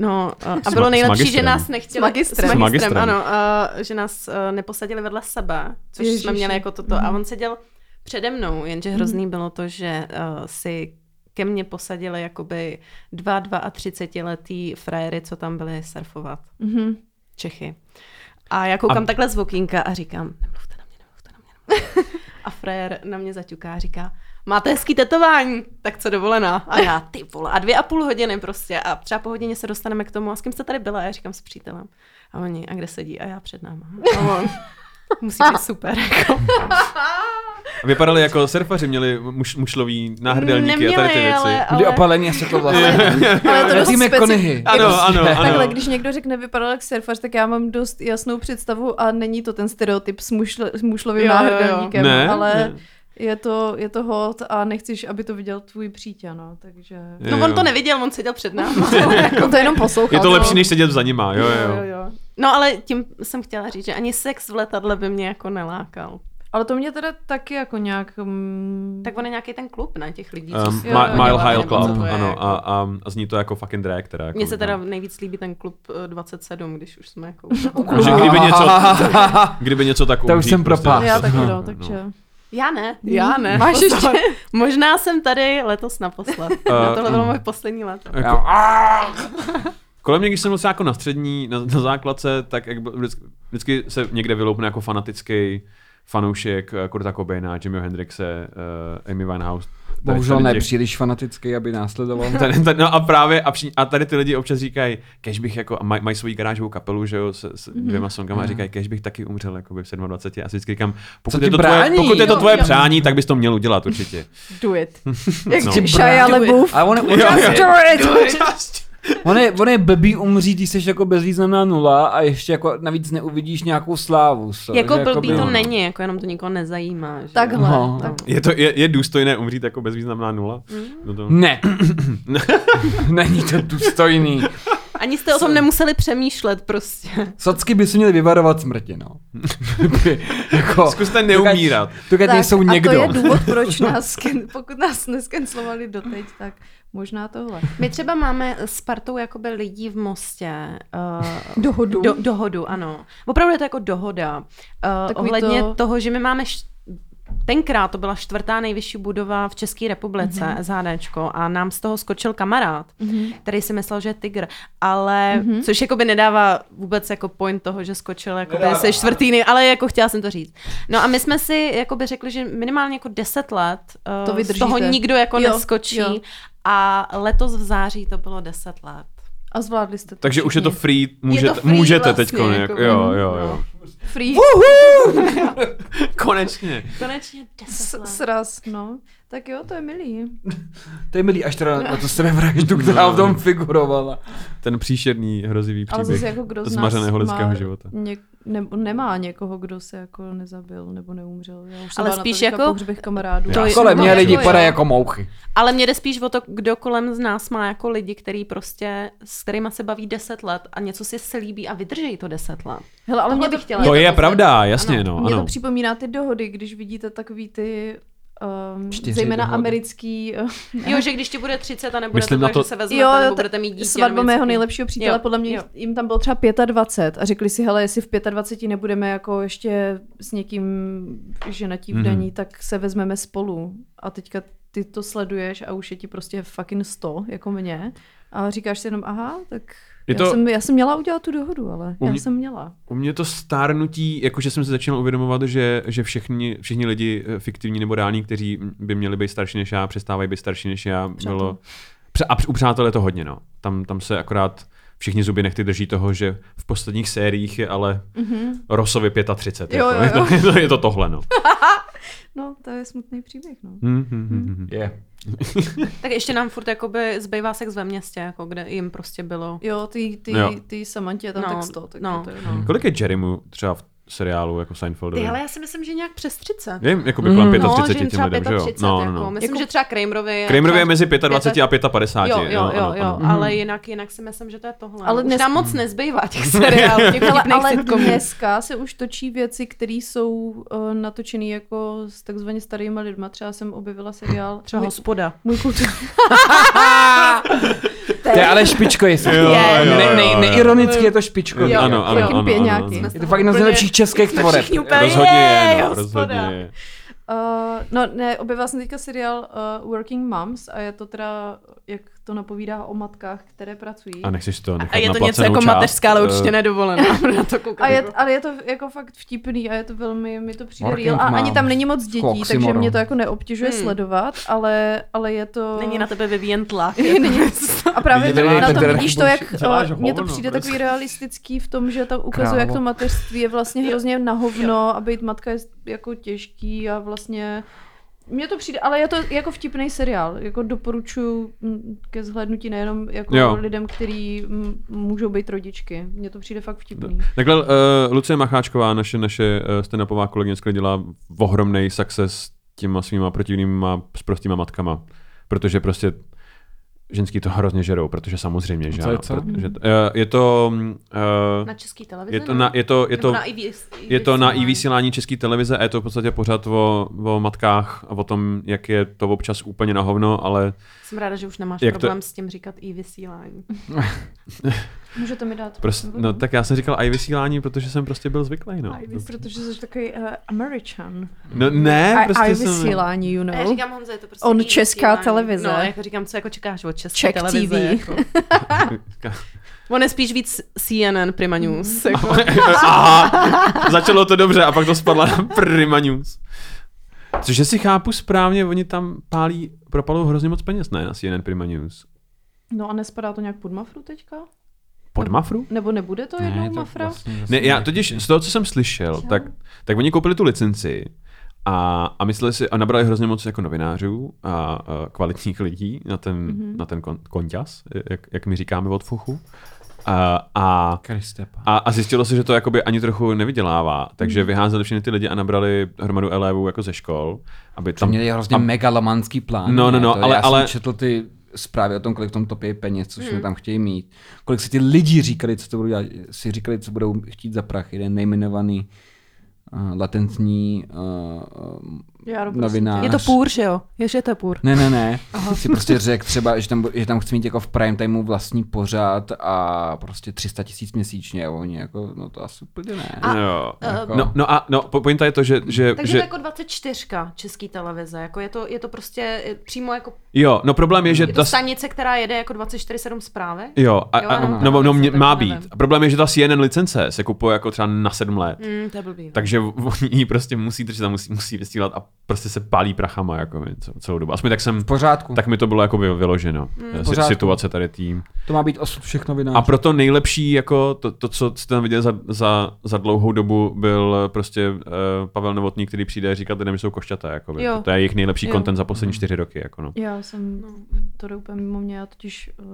Speaker 4: no, a- a
Speaker 3: S
Speaker 4: bylo
Speaker 3: ma- s
Speaker 4: nejlepší, že
Speaker 3: magistrem.
Speaker 4: nás nechtěli...
Speaker 2: S magistrem.
Speaker 4: S
Speaker 3: S
Speaker 4: magistrem,
Speaker 3: magistrem.
Speaker 4: ano. A, že nás a, neposadili vedle sebe, což Ježiši. jsme
Speaker 2: Ježiši. Mhm.
Speaker 4: měli jako toto. A on seděl přede mnou, jenže hrozný bylo to, že a, si ke mně posadili jakoby dva, dva a třicetiletý frajery, co tam byli surfovat.
Speaker 2: Mhm.
Speaker 4: Čechy. A já koukám a...
Speaker 3: A-
Speaker 4: takhle z okýnka a říkám, nemluvte na mě, nemluvte na mě. Nemluvte. A frajer na mě zaťuká a říká, máte hezký tetování, tak co dovolená. A já, ty vole, a dvě a půl hodiny prostě. A třeba po hodině se dostaneme k tomu, a s kým jste tady byla? A já říkám s přítelem. A oni, a kde sedí? A já před náma. A on, musí být super. Jako.
Speaker 3: A vypadali jako surfaři, měli muš, mušlový náhrdelníky a tady ty věci.
Speaker 4: ale,
Speaker 1: Kdy
Speaker 4: ale...
Speaker 1: opalení se to vlastně.
Speaker 2: Ale je No, to dost
Speaker 1: Nezíme
Speaker 2: speci-
Speaker 1: konihy.
Speaker 3: Ano, ano, ano.
Speaker 2: Takhle, když někdo řekne vypadal jak surfař, tak já mám dost jasnou představu a není to ten stereotyp s, mušl, s mušlovým
Speaker 4: Jo, jo, jo.
Speaker 2: náhrdelníkem,
Speaker 3: Ne,
Speaker 2: ale
Speaker 3: ne.
Speaker 2: je to, je to hot a nechceš, aby to viděl tvůj přítě, no, takže...
Speaker 4: No on to neviděl, on seděl před náma. ale jako-
Speaker 2: On to jenom poslouchal.
Speaker 3: Je to
Speaker 2: no.
Speaker 3: lepší, než sedět za nima, jo, jo.
Speaker 4: jo,
Speaker 3: jo.
Speaker 4: jo. No ale tím jsem chtěla říct, že ani sex v letadle by mě jako nelákal.
Speaker 2: Ale to mě teda taky jako nějak... mm,
Speaker 4: Tak on je nějaký ten klub na těch lidí. co
Speaker 3: Um,
Speaker 4: si-
Speaker 2: Jo,
Speaker 3: Ma-
Speaker 2: jo,
Speaker 3: Mile
Speaker 2: jo,
Speaker 3: High
Speaker 4: nebo co
Speaker 3: Club,
Speaker 4: to je,
Speaker 3: ano,
Speaker 4: jako.
Speaker 3: a, a, a zní to jako fucking drag, teda. Jako
Speaker 4: Mně se teda
Speaker 3: no.
Speaker 4: nejvíc líbí ten klub eh, 27, když už jsme jako... u toho.
Speaker 3: Že kdyby něco, kdyby něco tak
Speaker 1: To už
Speaker 3: umřít
Speaker 1: jsem propásl.
Speaker 2: já taky,
Speaker 3: No,
Speaker 2: no, takže...
Speaker 4: Já ne, já ne.
Speaker 2: Máš
Speaker 4: pozor.
Speaker 2: ještě?
Speaker 4: Možná jsem tady letos naposled.
Speaker 3: Eh,
Speaker 4: Uh, tohle bylo
Speaker 3: mm.
Speaker 4: moje poslední léto.
Speaker 3: Jako, Kolem mě, když jsem byl třeba jako na střední, na, na základce, tak jak byl, vždycky, vždycky se někde vyloupne jako fanatický fanoušek eh, Kurta Cobaina, Jimmyho Hendrixe, uh, Amy Winehouse. Tady-
Speaker 1: Bohužel
Speaker 3: tady
Speaker 1: ne
Speaker 3: těch-
Speaker 1: příliš fanatický, aby následoval.
Speaker 3: Tady, tady, no a právě, a, při, a tady ty lidi občas říkají, kež bych jako, a maj, mají svoji garážovou kapelu, že jo, s, s
Speaker 1: Mhm.
Speaker 3: dvěma songama a říkají, kež bych taky umřel jako v 27. A si vždycky říkám, pokud,
Speaker 1: ti
Speaker 3: je to, tvoje,
Speaker 1: brání?
Speaker 3: pokud je to
Speaker 2: Jo,
Speaker 3: tvoje
Speaker 2: jo.
Speaker 3: přání, tak bys to měl udělat určitě.
Speaker 2: Do it. Jak
Speaker 3: No.
Speaker 2: no. Shia
Speaker 4: Do it.
Speaker 2: LaBeouf.
Speaker 1: A on, on,
Speaker 3: Jo, jo.
Speaker 2: Just do it!
Speaker 1: on, je, on je blbý umřít, když jsi jako bezvýznamná nula a ještě jako navíc neuvidíš nějakou slávu. So,
Speaker 4: Jako
Speaker 1: že
Speaker 4: blbý
Speaker 1: jakoby-
Speaker 4: to není, jako jenom to nikoho nezajímá. Že?
Speaker 2: Takhle.
Speaker 1: No.
Speaker 2: Tak.
Speaker 3: Je, to, je, je důstojné umřít jako bezvýznamná nula?
Speaker 1: Mhm.
Speaker 3: No to...
Speaker 1: Ne. není to důstojný.
Speaker 4: Ani jste o tom nemuseli přemýšlet prostě.
Speaker 1: Socky by se měli vyvarovat smrti, no. Kdyby, jako,
Speaker 3: Zkuste neumírat.
Speaker 1: Dokud nejsou
Speaker 2: a
Speaker 1: někdo.
Speaker 2: to je důvod, proč nás, ken- pokud nás neskenclovali doteď, tak možná tohle.
Speaker 4: My třeba máme s partou jakoby lidí v Mostě. eh,
Speaker 2: Dohodu.
Speaker 4: Do, dohodu, ano. Opravdu je to jako dohoda. Uh,
Speaker 2: Takový
Speaker 4: ohledně to...
Speaker 2: to-
Speaker 4: toho, že my máme š- tenkrát to byla čtvrtá nejvyšší budova v České republice, mm-hmm. SHDčko, a nám z toho skočil kamarád, mm-hmm. který si myslel, že je tygr, ale,
Speaker 2: Mhm.
Speaker 4: mm-hmm. což jakoby nedává vůbec jako point toho, že skočil jakoby
Speaker 1: Nedává.
Speaker 4: se čtvrtý, nej- ale jako chtěla jsem to říct. No a my jsme si jakoby řekli, že minimálně jako deset let eh,
Speaker 2: To
Speaker 4: z toho
Speaker 2: vydržíte.
Speaker 4: nikdo jako
Speaker 2: Jo,
Speaker 4: neskočí
Speaker 2: jo.
Speaker 4: a letos v září to bylo deset let.
Speaker 2: A zvládli jste to
Speaker 3: Takže už je to
Speaker 2: všichni.
Speaker 3: free, můžete,
Speaker 4: free
Speaker 3: můžete
Speaker 4: vlastně,
Speaker 3: teďko. Jako,
Speaker 4: jako,
Speaker 3: jo,
Speaker 4: mm,
Speaker 3: jo,
Speaker 4: no.
Speaker 3: jo.
Speaker 2: Free
Speaker 3: Konečně.
Speaker 4: Konečně deset
Speaker 2: s-
Speaker 4: let.
Speaker 2: sraz, no. Tak jo, to je milý.
Speaker 1: To je milý, až teda na to
Speaker 3: No.
Speaker 1: sebevraždu, která v tom figurovala.
Speaker 3: Ten příšerný hrozivý
Speaker 2: Ale
Speaker 3: příběh
Speaker 2: zase jako kdo z nás
Speaker 3: zmařeného lidského
Speaker 2: má
Speaker 3: života.
Speaker 2: Něk, nebo nemá někoho, kdo se jako nezabil nebo neumřel. Já už
Speaker 4: Ale
Speaker 2: jsem
Speaker 4: spíš
Speaker 2: byla na tolika
Speaker 4: jako-
Speaker 2: pohřbech kamarádů.
Speaker 3: To je-
Speaker 1: Kolem mě
Speaker 4: no,
Speaker 1: lidi
Speaker 4: jako jo.
Speaker 1: padají jako mouchy.
Speaker 4: Ale mě jde spíš o to, kdo kolem z nás má jako lidi, který prostě, s kterými se baví 10 let a něco si slíbí a vydrží to 10 let.
Speaker 2: Hele, ale mě
Speaker 4: Tohle
Speaker 2: to,
Speaker 4: bych chtěla.
Speaker 2: mě
Speaker 3: To
Speaker 4: to
Speaker 3: je
Speaker 4: poslední.
Speaker 3: pravda, jasně, no,
Speaker 2: Mě to
Speaker 3: ano.
Speaker 2: připomíná ty dohody, když vidíte takový ty um,
Speaker 1: Čtyři
Speaker 2: zejména
Speaker 1: dohody.
Speaker 2: americký uh,
Speaker 4: Jo, že když ti bude 30 a nebude
Speaker 3: Myslím
Speaker 4: Myslím
Speaker 3: na
Speaker 4: to tak,
Speaker 3: to-
Speaker 4: to... že se vezmete,
Speaker 2: jo,
Speaker 4: nebo
Speaker 2: ta-
Speaker 4: budete mít dítě.
Speaker 2: svatba
Speaker 4: nebo něco
Speaker 2: mého
Speaker 4: takového.
Speaker 2: nejlepšího přítele,
Speaker 4: Jo,
Speaker 2: podle mě
Speaker 4: jo.
Speaker 2: jim tam bylo třeba 25 a řekli si, hele, jestli v 25 nebudeme jako ještě s někým ženatí v daní,
Speaker 3: Mhm.
Speaker 2: tak se vezmeme spolu. A teďka ty to sleduješ a už je ti prostě fucking 100, jako mě. A říkáš si jenom, aha, tak
Speaker 3: Je
Speaker 2: já,
Speaker 3: to-
Speaker 2: jsem, já jsem měla udělat tu dohodu, ale
Speaker 3: U
Speaker 2: já
Speaker 3: mě-
Speaker 2: jsem měla.
Speaker 3: U mě to stárnutí, jakože jsem se začínal uvědomovat, že, že všichni, všichni lidi eh, fiktivní nebo reální, kteří by měli být starší než já, přestávají být starší než já,
Speaker 2: Přátel.
Speaker 3: bylo... Pře- A př- u přátel je to hodně, no. Tam, tam se akorát všichni zuby nechty drží toho, že v posledních sériích je ale
Speaker 2: Mhm.
Speaker 3: Rosovi 35.
Speaker 2: Jo,
Speaker 3: jako.
Speaker 2: jo,
Speaker 3: Je, to, je to tohle, no.
Speaker 2: No, to je smutný příběh, no.
Speaker 3: Hm, hm, hm, hm.
Speaker 1: Je.
Speaker 4: Tak ještě nám furt jakoby zbývá sex ve městě, jako kde jim prostě bylo.
Speaker 2: Jo, ty, ty,
Speaker 3: Jo.
Speaker 2: ty Samantě tam
Speaker 4: No,
Speaker 2: tak 100, tak
Speaker 4: no.
Speaker 2: to je, no.
Speaker 3: Kolik je Jerrymu třeba v seriálu jako Seinfeldovi?
Speaker 4: Ty, ale já si myslím, že nějak přes 30.
Speaker 3: Vím, jako by kolem
Speaker 1: Mm.
Speaker 4: no,
Speaker 3: 35
Speaker 4: že jim
Speaker 3: těm
Speaker 4: třeba
Speaker 3: lidem, že jo?
Speaker 4: 35,
Speaker 3: No,
Speaker 4: jako.
Speaker 3: no, no.
Speaker 4: Myslím,
Speaker 2: Jako-
Speaker 4: že třeba Kramerovi je...
Speaker 3: Kramerovi je
Speaker 4: třeba-
Speaker 3: mezi 25 a 55.
Speaker 4: Jo, jo,
Speaker 3: ano,
Speaker 4: jo,
Speaker 3: ano.
Speaker 4: jo, ale jinak, jinak si myslím, že to je tohle.
Speaker 2: Ale
Speaker 4: Hmm. Ale Hmm.
Speaker 2: dnes-
Speaker 4: Už nám moc nezbývá těch seriálů, těch
Speaker 2: Ale,
Speaker 4: vtipných
Speaker 2: ale
Speaker 4: sitcomů.
Speaker 2: dneska se už točí věci, které jsou uh, natočené jako s takzvaně starými lidma. Třeba jsem objevila seriál
Speaker 4: Třeba
Speaker 2: Můj,
Speaker 4: hospoda.
Speaker 2: můj kultur.
Speaker 1: To je ale špičko, jestli.
Speaker 3: Jo,
Speaker 4: jo,
Speaker 1: ne, ne,
Speaker 3: jo, jo.
Speaker 1: neironicky je to špičko.
Speaker 3: Jo, ano, ano,
Speaker 2: fucking
Speaker 3: ano,
Speaker 2: pěňáky.
Speaker 3: ano, ano.
Speaker 1: Je to fakt jedna z
Speaker 4: Úplně-
Speaker 1: nejlepších českých
Speaker 4: jsme
Speaker 1: tvoreb.
Speaker 4: všichni úplně-
Speaker 3: Rozhodně je,
Speaker 4: Jej,
Speaker 3: no,
Speaker 4: hospoda.
Speaker 3: rozhodně je.
Speaker 2: Uh, no ne, objevila jsem teďka seriál uh, Working Moms a je to teda, jak to napovídá o matkách, které pracují.
Speaker 3: A nechceš to nechat
Speaker 4: A je to
Speaker 3: na
Speaker 4: něco
Speaker 3: placenou
Speaker 4: jako
Speaker 3: část,
Speaker 4: mateřská, ale
Speaker 3: eh,
Speaker 4: určitě nedovolená. Na to
Speaker 2: A
Speaker 4: koukám.
Speaker 2: je, ale je to jako fakt vtipný a je to velmi, mi to přijde
Speaker 1: Working
Speaker 2: real. A ani
Speaker 1: Moms.
Speaker 2: tam není moc dětí,
Speaker 1: Oxymoron.
Speaker 2: takže mě to jako neobtěžuje
Speaker 4: Hmm.
Speaker 2: sledovat, ale, ale je to...
Speaker 4: Není na tebe vyvíjen tlak.
Speaker 2: Není. A právě
Speaker 1: Vidíte,
Speaker 2: na
Speaker 1: Petr
Speaker 2: tom vidíš to,
Speaker 1: Rakubovič,
Speaker 2: jak
Speaker 3: děláš
Speaker 2: eh, mně to
Speaker 3: hovno,
Speaker 2: přijde
Speaker 3: prostě.
Speaker 2: takový realistický v tom, že tam ukazuje, jak
Speaker 1: Krávo.
Speaker 2: to mateřství je vlastně hrozně na hovno a být matka je jako těžký a vlastně... Mně to přijde, ale je to jako vtipný seriál. Jako doporučuji mm, ke zhlédnutí nejenom jako
Speaker 3: Jo.
Speaker 2: lidem, kteří můžou být rodičky. Mně to přijde fakt vtipný.
Speaker 3: Takhle uh, Lucie Macháčková, naše, naše uh, stand-upová kolegyně, skvěle dělá ohromný success těma svýma protivnýma sprostýma matkama. Protože prostě ženský to hrozně žerou, protože samozřejmě, že
Speaker 1: Co je
Speaker 3: ano,
Speaker 1: co?
Speaker 3: Protože, uh, je to... Uh,
Speaker 4: Na český televizi?
Speaker 3: je to, na, je to, je to, je to na i
Speaker 4: E vysílání.
Speaker 3: vysílání české televize a je to v podstatě pořád o, o matkách a o tom, jak je to občas úplně na hovno, ale
Speaker 4: Jsem ráda, že už nemáš
Speaker 3: Jak to-
Speaker 4: problém s tím říkat i vysílání.
Speaker 2: Můžete mi dát?
Speaker 3: prostě,
Speaker 2: nebo
Speaker 3: no
Speaker 2: ne?
Speaker 3: tak já jsem říkal i vysílání, protože jsem prostě byl zvyklý, no.
Speaker 2: Protože jsi takový uh, Američan. Eh,
Speaker 3: No ne,
Speaker 2: I,
Speaker 3: prostě
Speaker 2: I
Speaker 3: jsem...
Speaker 2: vysílání, you know.
Speaker 5: No.
Speaker 4: Já říkám, Honzo, je to prostě
Speaker 2: On
Speaker 4: i
Speaker 2: česká
Speaker 4: vysílání.
Speaker 2: televize.
Speaker 4: No, jako říkám, co jako čekáš od české
Speaker 2: Czech
Speaker 4: televize.
Speaker 2: TV.
Speaker 4: Jako. On je spíš víc CNN Prima News. Jako.
Speaker 3: Aha, začalo to dobře a pak to spadla na Prima News. Což jestli chápu správně, oni tam pálí, propalou hrozně moc peněz, ne, na CNN Prima News.
Speaker 2: No a nespadá to nějak pod Mafru teďka?
Speaker 3: Pod Mafru?
Speaker 2: Nebo nebude to jednou no, Mafra?
Speaker 3: Ne, já totiž z toho, co jsem slyšel, tak, tak oni koupili tu licenci a, a mysleli si, a nabrali hrozně moc jako novinářů a, a kvalitních lidí na ten,
Speaker 4: Mhm.
Speaker 3: mm-hmm. na ten kon, konťas, jak, jak my říkáme od fuchu. A, a
Speaker 1: Kristepa.
Speaker 3: A, a zjistilo se, že to jakoby ani trochu nevydělává, takže
Speaker 4: Mhm.
Speaker 3: vyházeli všechny ty lidi a nabrali hromadu elevů jako ze škol, aby
Speaker 1: Tam
Speaker 3: tam...
Speaker 1: měli hrozně
Speaker 3: a-
Speaker 1: megalomanský plán.
Speaker 3: No, no,
Speaker 1: ne?
Speaker 3: no,
Speaker 1: to,
Speaker 3: ale-
Speaker 1: já
Speaker 3: ale-
Speaker 1: jsem četl ty zprávy o tom, kolik tam topí peněz, což hmm. tam chtějí mít. Kolik si ti lidi říkali, co to budou dělat, si říkali, co eh, budou chtít za prach. Jeden nejmenovaný uh, latentní uh,
Speaker 2: Já prostě. rovnou
Speaker 1: novinář.
Speaker 5: Je to půr, že jo? Je, že je to půr.
Speaker 1: Ne, ne, ne. Si prostě řekl třeba, že tam, bu- že tam chci mít jako v prime timeu vlastní pořád a prostě 300 tisíc měsíčně a oni jako, no to asi úplně ne.
Speaker 4: A-
Speaker 3: jo.
Speaker 1: Jako-
Speaker 3: No, no a no, po- pointa je to, že, že,
Speaker 4: Takže
Speaker 3: že
Speaker 4: to je jako 24 český televize, jako je to, je to prostě eh, přímo jako
Speaker 3: jo, no problém je, že
Speaker 4: je to
Speaker 3: ta,
Speaker 4: stanice, která jede jako 24-7 zprávy.
Speaker 3: jo, a,
Speaker 4: Jo,
Speaker 3: a,
Speaker 4: ano, tak
Speaker 3: no, no,
Speaker 4: to
Speaker 3: mě,
Speaker 4: taky
Speaker 3: má
Speaker 4: nevím.
Speaker 3: být. A problém je, že ta CNN licence se kupuje jako třeba na sedm let.
Speaker 4: Mm, to je blbý. no.
Speaker 3: Takže oni ji prostě musí držet a musí, musí vysílat a prostě se pálí prachama jako mi co- celou dobu. Aspoň tak jsem,
Speaker 1: V pořádku. Tak
Speaker 3: tak mi to bylo jako by vyloženo. Mm,
Speaker 1: pořádku. Mm.
Speaker 3: situace tady tým.
Speaker 1: to má být osud všech novinářů.
Speaker 3: A proto nejlepší, jako to, to co jste tam viděli za, za, za dlouhou dobu, byl prostě uh, Pavel Novotný, který přijde a říká lidem, že jsou košťata. Jako
Speaker 4: Jo.
Speaker 3: to je jejich nejlepší
Speaker 4: Jo.
Speaker 3: content za poslední čtyři roky. Jako no.
Speaker 2: Já jsem, to jde úplně mimo mě, já totiž uh,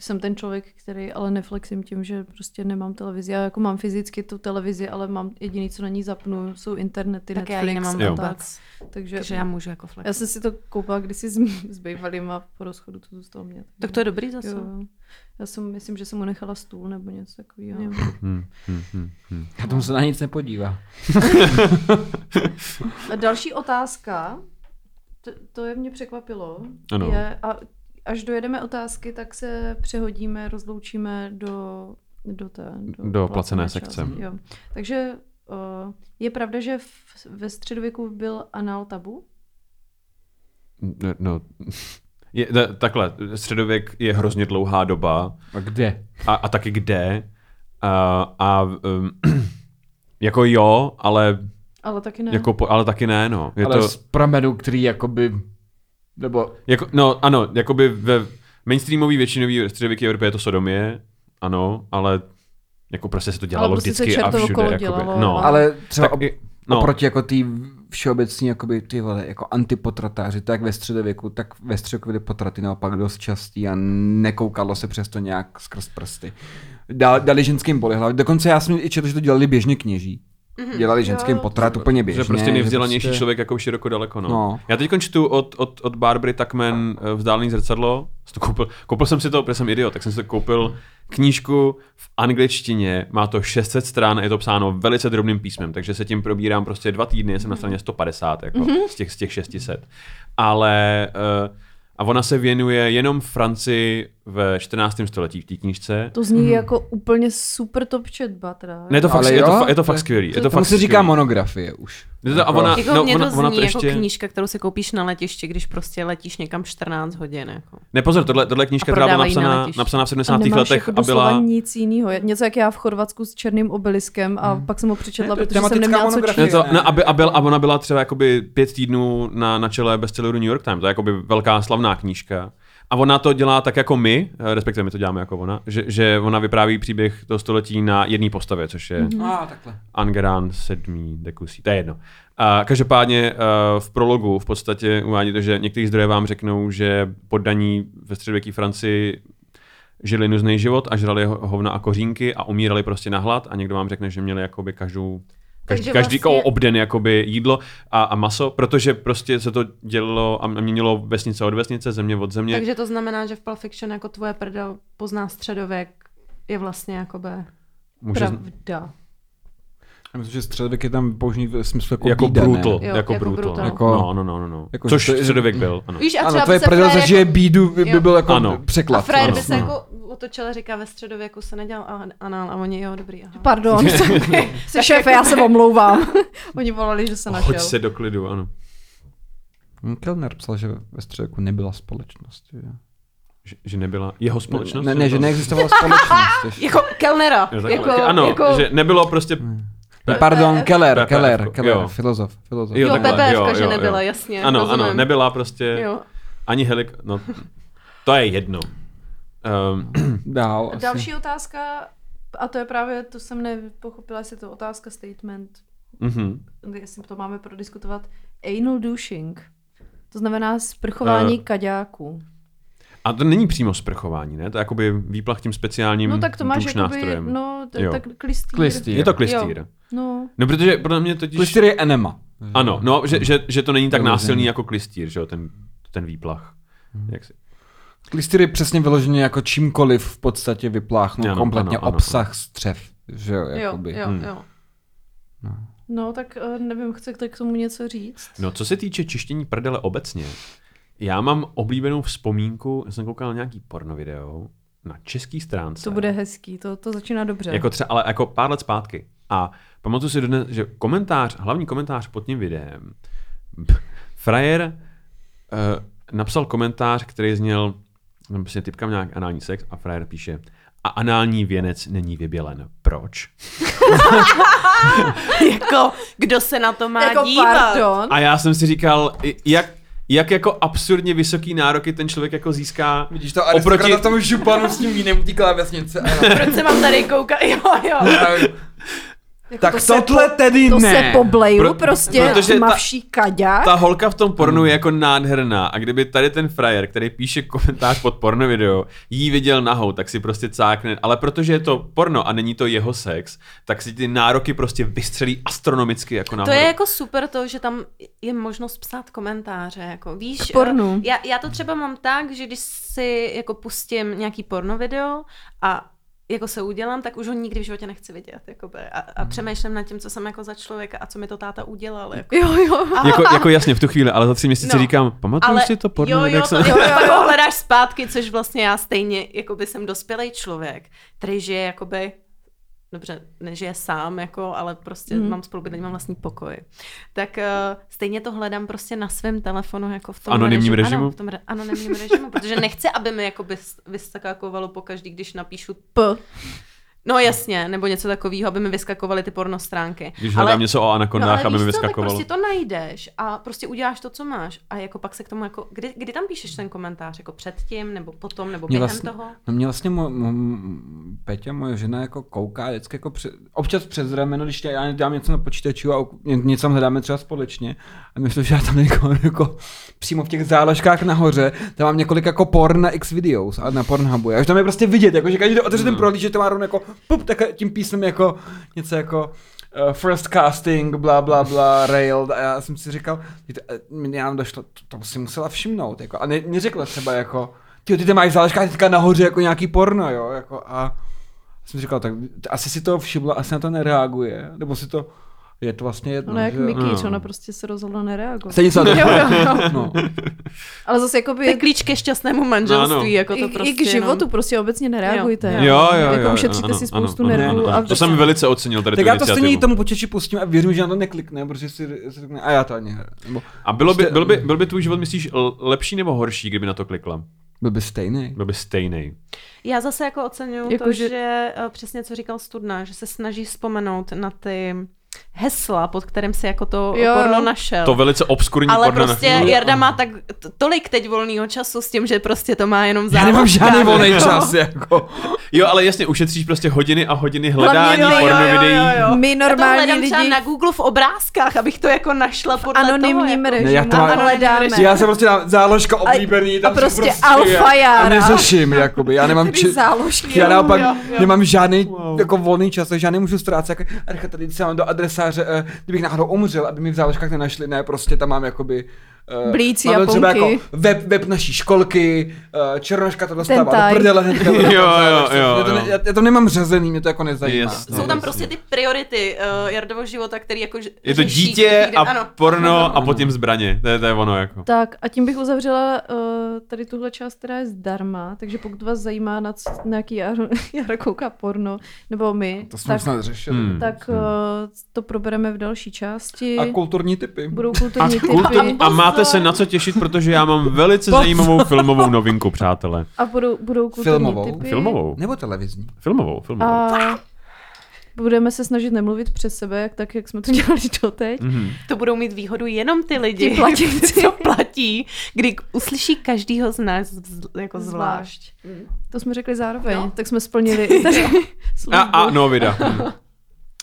Speaker 2: jsem ten člověk, který ale neflexím tím, že prostě nemám televizi. Já jako mám fyzicky tu televizi, ale mám jediný, co na ní zapnu, jsou internety,
Speaker 4: tak já
Speaker 2: Netflix
Speaker 4: ji nemám
Speaker 2: a
Speaker 3: Jo.
Speaker 2: tak.
Speaker 4: vůbec.
Speaker 2: Takže
Speaker 4: Takže já můžu jako
Speaker 2: já
Speaker 4: flex.
Speaker 2: jsem si to koupila kdysi s, s bývalýma po rozchodu, to zůstalo mě.
Speaker 4: Tak to je dobrý zase.
Speaker 2: jo. jo. Já jsem, myslím, že jsem mu nechala stůl nebo něco takového.
Speaker 4: Jo.
Speaker 3: Hmm, hmm, hmm, hmm.
Speaker 1: A tomu se na nic nepodívá.
Speaker 2: A další otázka, to, to je mě překvapilo,
Speaker 3: Ano.
Speaker 2: je, a až dojedeme otázky, tak se přehodíme, rozloučíme do do té,
Speaker 3: Do placené
Speaker 2: části,
Speaker 3: sekce.
Speaker 2: Jo. Takže uh, je pravda, že v, ve středověku byl anal tabu?
Speaker 3: No, No, je, ta- takhle, středověk je hrozně dlouhá doba
Speaker 1: A kde?
Speaker 3: a, a taky kde. A, a um, jako jo, ale,
Speaker 2: Ale taky ne.
Speaker 3: jako, po- ale taky ne, no. Je
Speaker 1: Ale
Speaker 3: to,
Speaker 1: z pramenu, který jakoby, nebo
Speaker 3: jako, no ano, jakoby ve mainstreamový většinový středověké Evropě je to sodomie, ano, ale jako prostě se to dělalo
Speaker 2: prostě se
Speaker 3: vždycky a
Speaker 2: čertovo
Speaker 3: všude.
Speaker 2: kolo
Speaker 3: Jakoby,
Speaker 2: dělalo,
Speaker 3: no.
Speaker 2: a-
Speaker 1: Ale třeba
Speaker 3: Tak
Speaker 1: tak,
Speaker 3: i- no.
Speaker 1: no. oproti jako ty všeobecní jakoby, ty vole, jako antipotratáři, tak ve středověku, tak ve středověku byly potraty naopak dost častý a nekoukalo se přesto nějak skrz prsty. Dal, dali ženským bolihlavy. Dokonce já jsem i četl, že to dělali běžně kněží. Dělali ženským potrat úplně běžně.
Speaker 3: Že prostě nejvzdělanější
Speaker 1: prostě-
Speaker 3: člověk jako široko daleko, no. no.
Speaker 1: No.
Speaker 3: Já teď čtu od, od, od Barbary Tuckman eh, Vzdálený zrcadlo. Jsem to koupil, koupil jsem si to, protože jsem idiot, tak jsem si to koupil knížku v angličtině, má to 600 stran a je to psáno velice drobným písmem, takže se tím probírám prostě dva týdny, jsem na straně 150 jako z, těch, z těch 600. Ale eh, a ona se věnuje jenom Francii ve 14. století v té knížce.
Speaker 2: To zní jako úplně super top četba teda.
Speaker 3: Mhm. Ne, je to fakt,
Speaker 1: Ale
Speaker 3: je to,
Speaker 1: jo,
Speaker 3: fa- je to fakt
Speaker 1: to-
Speaker 3: skvělý. Je to
Speaker 1: Tomu
Speaker 3: fakt
Speaker 1: se říká
Speaker 3: skvělý.
Speaker 1: monografie už.
Speaker 3: Je to- a ona-
Speaker 4: Jako
Speaker 3: no,
Speaker 4: no, mě to
Speaker 3: ona-
Speaker 4: zní
Speaker 3: ona to
Speaker 4: jako
Speaker 3: ještě-
Speaker 4: knížka, kterou si koupíš na letišti, když prostě letíš někam 14 hodin. Jako.
Speaker 3: Ne, pozor, tohle, tohle je knížka,
Speaker 4: A
Speaker 3: která byla
Speaker 4: prodávají na
Speaker 3: napsaná,
Speaker 4: letišti.
Speaker 3: napsaná v
Speaker 2: a
Speaker 3: 70.
Speaker 2: nemáš
Speaker 3: letech
Speaker 2: jako
Speaker 3: a byla...
Speaker 2: doslova nic jiného. Něco jak já v Chorvatsku s černým obeliskem a
Speaker 3: Mhm.
Speaker 2: pak jsem ho přečetla,
Speaker 1: Ne, to je
Speaker 2: protože jsem
Speaker 1: tematická
Speaker 2: neměla co
Speaker 1: monografie.
Speaker 3: Ne,
Speaker 2: číst.
Speaker 3: to, ne, aby, a, byl, a ona byla třeba jakoby pět týdnů na, na čele bestselleru New York Times, to je jakoby velká slavná knížka. A ona to dělá tak jako my, eh, respektive my to děláme jako ona, že, že ona vypráví příběh toho století na jedné postavě, což
Speaker 2: Mhm.
Speaker 3: je mm-hmm.
Speaker 1: A takhle.
Speaker 3: Angerán sedmý dekusí, to je jedno. A každopádně eh, v prologu v podstatě uvádí to, že některý zdroje vám řeknou, že poddaní ve středověké Francii žili nuzný život a žrali ho- hovna a kořínky a umírali prostě na hlad a někdo vám řekne, že měli jakoby každou Každý,
Speaker 4: Takže
Speaker 3: každý
Speaker 4: vlastně-
Speaker 3: vlastně... obden jakoby jídlo a, a maso, protože prostě se to dělilo a měnilo vesnice od vesnice, země od země.
Speaker 4: Takže to znamená, že v Pulp Fiction jako tvoje prda pozná středověk je vlastně jakoby...
Speaker 3: Může,
Speaker 2: Pravda.
Speaker 1: Já myslím, že středověk je tam použitý v smyslu jako,
Speaker 3: jako,
Speaker 1: bída, ne?
Speaker 3: brutal,
Speaker 4: Jo,
Speaker 3: jako,
Speaker 4: jako
Speaker 3: brutal.
Speaker 4: brutal.
Speaker 1: Jako-
Speaker 3: No, no, no, no. no.
Speaker 1: Jako, že
Speaker 3: Což
Speaker 1: to je-
Speaker 3: středověk byl, ano.
Speaker 4: Víš, a
Speaker 1: Ano,
Speaker 4: třeba by
Speaker 1: tvoje
Speaker 4: se
Speaker 1: prdel
Speaker 4: frajer
Speaker 1: zažije
Speaker 4: jako-
Speaker 1: bídu, by,
Speaker 4: Jo.
Speaker 1: by byl jako
Speaker 3: Ano.
Speaker 1: překlad. Hm.
Speaker 4: A frajer by
Speaker 1: Ano.
Speaker 4: se jako otočil a říká ve středověku se nedělal a- anal a oni jo, dobrý, aha.
Speaker 2: Pardon, se šéfe, já se omlouvám. Oni volali, že se našel.
Speaker 3: Hoď se do klidu, ano.
Speaker 1: Kellner psal, že ve středověku nebyla společnost. Že?
Speaker 3: Že, že nebyla jeho společnost?
Speaker 1: Ne, ne, že
Speaker 3: Nebo-
Speaker 1: neexistovala společnost. ještě.
Speaker 4: Jako kelnera.
Speaker 3: Jo, takhle.
Speaker 4: jako,
Speaker 3: ano,
Speaker 4: jako,
Speaker 3: že nebylo prostě...
Speaker 1: Hmm. Pardon, Keller,
Speaker 3: PPF,
Speaker 1: Keller,
Speaker 3: jo.
Speaker 1: Keller, filozof, filozof.
Speaker 4: jo,
Speaker 3: takhle,
Speaker 4: PPFka,
Speaker 3: jo,
Speaker 4: že
Speaker 3: jo,
Speaker 4: nebyla,
Speaker 3: jo.
Speaker 4: jasně.
Speaker 3: Ano,
Speaker 4: rozumím.
Speaker 3: ano, nebyla prostě
Speaker 4: Jo.
Speaker 3: ani helik... No, to je jedno. Um,
Speaker 1: Dál. asi.
Speaker 2: Další otázka, a to je právě, to jsem nepochopila, jestli je to otázka statement,
Speaker 3: mhm.
Speaker 2: jestli to máme prodiskutovat. Anal douching. To znamená sprchování
Speaker 3: Eh.
Speaker 2: uh, kaďáků.
Speaker 3: A to není přímo sprchování, ne? To je jakoby výplach tím speciálním
Speaker 2: No tak to máš jakoby,
Speaker 3: nástrojem.
Speaker 2: no, t-
Speaker 3: Jo.
Speaker 2: tak klistýr.
Speaker 1: Klistýr.
Speaker 3: Je to klistýr. Jo.
Speaker 2: No,
Speaker 3: No protože podle mě totiž...
Speaker 1: Klistýr je enema.
Speaker 3: Ano, no, že, že, že to není tak
Speaker 1: Vyložený.
Speaker 3: násilný jako klistýr, že jo, ten, ten výplach.
Speaker 1: Hmm.
Speaker 3: Jak si...
Speaker 1: Klistýr je přesně vyloženě jako čímkoliv v podstatě vypláchnout
Speaker 3: Ano,
Speaker 1: kompletně
Speaker 3: ano, ano, hm.
Speaker 1: obsah střev. Že jo, jakoby.
Speaker 4: Jo, jo, jo.
Speaker 2: No, tak eh, nevím, chcete k tomu něco říct?
Speaker 3: No, co se týče čištění prdele obecně, já mám oblíbenou vzpomínku, já jsem koukal na nějaký porno video na český stránce.
Speaker 2: To bude hezký, to, to začíná dobře.
Speaker 3: Jako třeba, ale jako pár let zpátky. A pamatuju si dodnes, že komentář, hlavní komentář pod tím videem, frajer uh, napsal komentář, který zněl, no, prostě typkám nějak anální sex a frajer píše, a anální věnec není vybělen. Proč?
Speaker 4: Jako, kdo se na to má
Speaker 2: jako
Speaker 4: dívat?
Speaker 2: pardon.
Speaker 3: A já jsem si říkal, i- jak, jak jako absurdně vysoký nároky ten člověk jako získá
Speaker 1: Vidíš to, aristokrata v tom županu s tím vínem u té klávesnice. A já-
Speaker 4: Proč se mám tady koukat? Jo, jo.
Speaker 2: Jako
Speaker 1: tak
Speaker 2: to se
Speaker 1: tohle
Speaker 2: po-
Speaker 1: tedy
Speaker 2: To
Speaker 1: ne.
Speaker 2: se poblejlu
Speaker 3: Pro-
Speaker 2: Pro, prostě,
Speaker 3: protože ta-
Speaker 2: mavší kaďák.
Speaker 3: ta holka v tom pornu je jako nádherná a kdyby tady ten frajer, který píše komentář pod porno video, jí viděl nahou, tak si prostě cákne, ale protože je to porno a není to jeho sex, tak si ty nároky prostě vystřelí astronomicky jako
Speaker 4: To
Speaker 3: nahoru.
Speaker 4: je jako super to, že tam je možnost psát komentáře, jako víš.
Speaker 2: K pornu.
Speaker 4: eh, Já, já to třeba mám tak, že když si jako pustím nějaký porno video a jako se udělám, tak už ho nikdy v životě nechci vidět. Jakoby. A, a přemýšlím nad tím, co jsem jako za člověka a co mi to táta udělal. Jako.
Speaker 2: Jo, jo.
Speaker 3: Jako, jako jasně v tu chvíli, ale za tři měsíce
Speaker 4: No.
Speaker 3: no. říkám, pamatuju si to porno
Speaker 4: jo,
Speaker 3: video,
Speaker 4: jo,
Speaker 3: jak
Speaker 4: to,
Speaker 3: jsem...
Speaker 4: jo, jo, pak ho hledáš zpátky, což vlastně já stejně, jakoby jsem dospělý člověk, který žije jakoby, dobře, nežije sám, jako, ale prostě hmm. mám spolubydlení, mám vlastní pokoj. Tak uh, stejně to hledám prostě na svém telefonu, jako v tom
Speaker 3: anonymním režimu?
Speaker 4: Ano, v tom re- anonymním režimu, protože nechci, aby mi jakoby s- vyskakovalo pokaždý, když napíšu P. No jasně, nebo něco takového, aby mi vyskakovaly ty porno stránky.
Speaker 3: Když hledám něco o anakondách,
Speaker 4: No, ale
Speaker 3: aby jako mi
Speaker 4: víš co,
Speaker 3: vyskakovalo.
Speaker 4: Tak prostě to najdeš a prostě uděláš to, co máš. A jako pak se k tomu jako, kdy, kdy tam píšeš ten komentář, jako předtím, nebo potom, nebo
Speaker 1: Mě
Speaker 4: během
Speaker 1: vlastně-
Speaker 4: toho?
Speaker 1: No mě vlastně mo, mo, m- Peťa, moje žena, jako kouká vždycky jako před, občas přes rameno, když tě- já dám něco na počítaču a u- ně- něco tam hledáme třeba společně a myslím, že já tam někoho jako přímo v těch záložkách nahoře, tam mám několik jako porn na X videos a na Pornhubu. Já už tam je prostě vidět, jako že každý to otevře ten prohlíd, že to má rovno jako pup, tak tím písmem jako něco jako uh, first casting, bla, bla, bla, railed a já jsem si říkal, ty to, eh, mi- já nám došlo, to, to si musela všimnout, jako, a ne, neřekla třeba jako, ty, ty tam máš záležka teďka nahoře jako nějaký porno, jo, jako a jsem říkal, tak t- asi si to všimla, asi na to nereaguje, nebo si to, je to vlastně jedno,
Speaker 2: Ona jak
Speaker 1: že jo.
Speaker 2: Mikič,
Speaker 3: no.
Speaker 2: ona prostě se rozhodla nereagovat.
Speaker 1: Stejně se na to
Speaker 2: Jo, jo, jo.
Speaker 1: no.
Speaker 2: Ale zase
Speaker 4: To je
Speaker 2: jakoby
Speaker 4: klíč ke šťastnému manželství,
Speaker 3: No,
Speaker 4: no,
Speaker 3: ano.
Speaker 4: jako to
Speaker 2: i,
Speaker 4: prostě
Speaker 2: i k životu prostě obecně nereagujte.
Speaker 3: Jo, jo, jo.
Speaker 2: Jako
Speaker 3: jo,
Speaker 2: ušetříte
Speaker 3: ano,
Speaker 2: si spoustu
Speaker 3: ano, ano,
Speaker 2: nervů.
Speaker 3: ano,
Speaker 2: a prostě-
Speaker 3: ano. To jsem velice ocenil tady
Speaker 1: Tak
Speaker 3: tu
Speaker 1: já to stejně
Speaker 3: iniciativu.
Speaker 1: tomu počítači pustím a věřím, že na to neklikne, protože si, si řekne, a já to ani hra. Nebo
Speaker 3: A bylo by,
Speaker 1: Prostě-
Speaker 3: byl, by, byl by tvůj život, myslíš, l- lepší nebo horší, kdyby na to klikla?
Speaker 1: byl by stejný.
Speaker 3: Byl by stejný.
Speaker 4: Já zase jako oceňuju jako
Speaker 2: Jako,
Speaker 4: to, že...
Speaker 2: že-
Speaker 4: že eh, přesně co říkal Studna, že se snaží vzpomenout na ty hesla, pod kterým si jako to
Speaker 2: Jo, jo.
Speaker 4: porno našel.
Speaker 3: To velice obskurní
Speaker 4: ale
Speaker 3: porno na-
Speaker 4: prostě
Speaker 3: No,
Speaker 4: Jarda má tak t- tolik teď volného času s tím, že prostě to má jenom v
Speaker 1: Já nemám
Speaker 4: závorkách.
Speaker 1: žádný volný čas, jako.
Speaker 3: Jo, ale jasně, ušetříš prostě hodiny a hodiny
Speaker 4: Hlavně
Speaker 3: hledání
Speaker 4: jo, jo,
Speaker 3: porno videí.
Speaker 4: jo, jo, jo.
Speaker 2: My
Speaker 4: já to
Speaker 2: normální
Speaker 4: hledám třeba
Speaker 2: lidi
Speaker 4: na Google v obrázkách, abych to jako našla podle
Speaker 2: anonymním
Speaker 4: toho. Jako.
Speaker 1: Ne, já
Speaker 2: režimu
Speaker 1: to mám-
Speaker 2: hledáme.
Speaker 1: Já jsem prostě na záložka oblíbený, tam
Speaker 2: a
Speaker 1: si
Speaker 2: prostě
Speaker 1: je.
Speaker 2: alfa
Speaker 1: A
Speaker 2: jára.
Speaker 1: neřeším, jakoby, já nemám
Speaker 2: Ty záložky.
Speaker 1: Já naopak
Speaker 4: jo, jo.
Speaker 1: nemám žádný jako volný čas, takže já nemůžu ztrácet jako archa tady když se mám do adresáře, eh, kdybych náhodou umřel, aby mi v záložkách nenašli, ne, prostě tam mám jakoby eh,
Speaker 2: Blící
Speaker 1: mám
Speaker 2: a
Speaker 1: tam třeba
Speaker 2: punky.
Speaker 1: jako web, web naší školky, eh, Černoška to dostává
Speaker 2: Tentaj.
Speaker 1: do prdele hnedka.
Speaker 3: Jo, jo,
Speaker 1: záložce.
Speaker 3: jo,
Speaker 1: Já to, ne,
Speaker 3: jo.
Speaker 1: já, já to nemám řazený, mě to jako nezajímá.
Speaker 3: Yes.
Speaker 1: No.
Speaker 4: Jsou tam
Speaker 3: jasně.
Speaker 4: prostě ty priority uh, Jardovo života, který jako ž-
Speaker 3: Je to
Speaker 4: řeší
Speaker 3: dítě
Speaker 4: každý den.
Speaker 3: a
Speaker 4: Ano.
Speaker 3: porno a potom zbraně. To je, to je ono jako.
Speaker 2: Tak a tím bych uzavřela uh, tady tuhle část, která je zdarma, takže pokud vás zajímá na, c- na jaký Jara, Jara kouká porno, nebo my,
Speaker 1: To jsme
Speaker 2: tak,
Speaker 1: snad řešili.
Speaker 3: Hmm.
Speaker 2: tak uh, to probereme v další části.
Speaker 1: A kulturní typy.
Speaker 2: Budou kulturní typy.
Speaker 3: Kultu- a máte se na co těšit, protože já mám velice zajímavou filmovou novinku, přátelé.
Speaker 2: A budou, budou kulturní
Speaker 1: Filmovou.
Speaker 2: typy.
Speaker 3: Filmovou.
Speaker 1: Nebo televizní.
Speaker 3: Filmovou, filmovou.
Speaker 2: A budeme se snažit nemluvit přes sebe, jak tak, jak jsme to dělali doteď.
Speaker 4: Mm.
Speaker 3: Mhm.
Speaker 4: To budou mít výhodu jenom ty lidi,
Speaker 2: Ti platíci.
Speaker 4: co platí, kdy uslyší každýho z nás vz- jako zvlášť.
Speaker 2: To jsme řekli zároveň,
Speaker 4: No.
Speaker 2: no. tak jsme splnili i tady
Speaker 3: A,
Speaker 2: službu.
Speaker 3: a no, vida.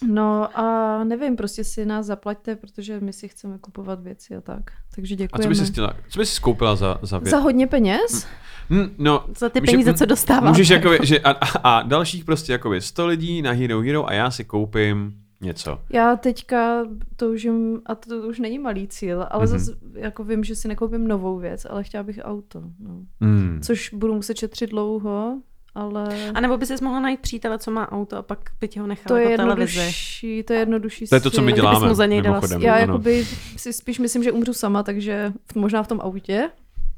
Speaker 2: No a nevím, prostě si nás zaplaťte, protože my si chceme kupovat věci a tak. Takže
Speaker 3: A
Speaker 2: děkujeme.
Speaker 3: co bys si chtěla, co bys si koupila za, za věc?
Speaker 2: Za hodně peněz?
Speaker 3: Hm, no,
Speaker 4: Za ty
Speaker 3: Může-
Speaker 4: peníze, co dostáváme.
Speaker 3: Můžeš jakoby, že a, a, a dalších prostě jakoby 100 lidí na Hero Hero a já si koupím něco.
Speaker 2: Já teďka toužím, a to už není malý cíl, ale
Speaker 3: Mhm.
Speaker 2: mm-hmm. zase jako vím, že si nekoupím novou věc, ale chtěla bych auto. No.
Speaker 3: Hmm.
Speaker 2: Což budu muset šetřit dlouho ale
Speaker 4: A nebo by ses mohla najít přítele, co má auto a pak by ti ho nechal
Speaker 2: to je
Speaker 4: jako televizi.
Speaker 2: jednodušší, to je jednodušší.
Speaker 3: To je to, co
Speaker 2: si-
Speaker 3: my
Speaker 4: bys
Speaker 3: děláme,
Speaker 4: Prostě,
Speaker 3: no,
Speaker 4: mu za něj dala-
Speaker 3: mimochodem.
Speaker 2: Já
Speaker 3: ano.
Speaker 2: jakoby si spíš myslím, že umřu sama, takže v- možná v tom autě,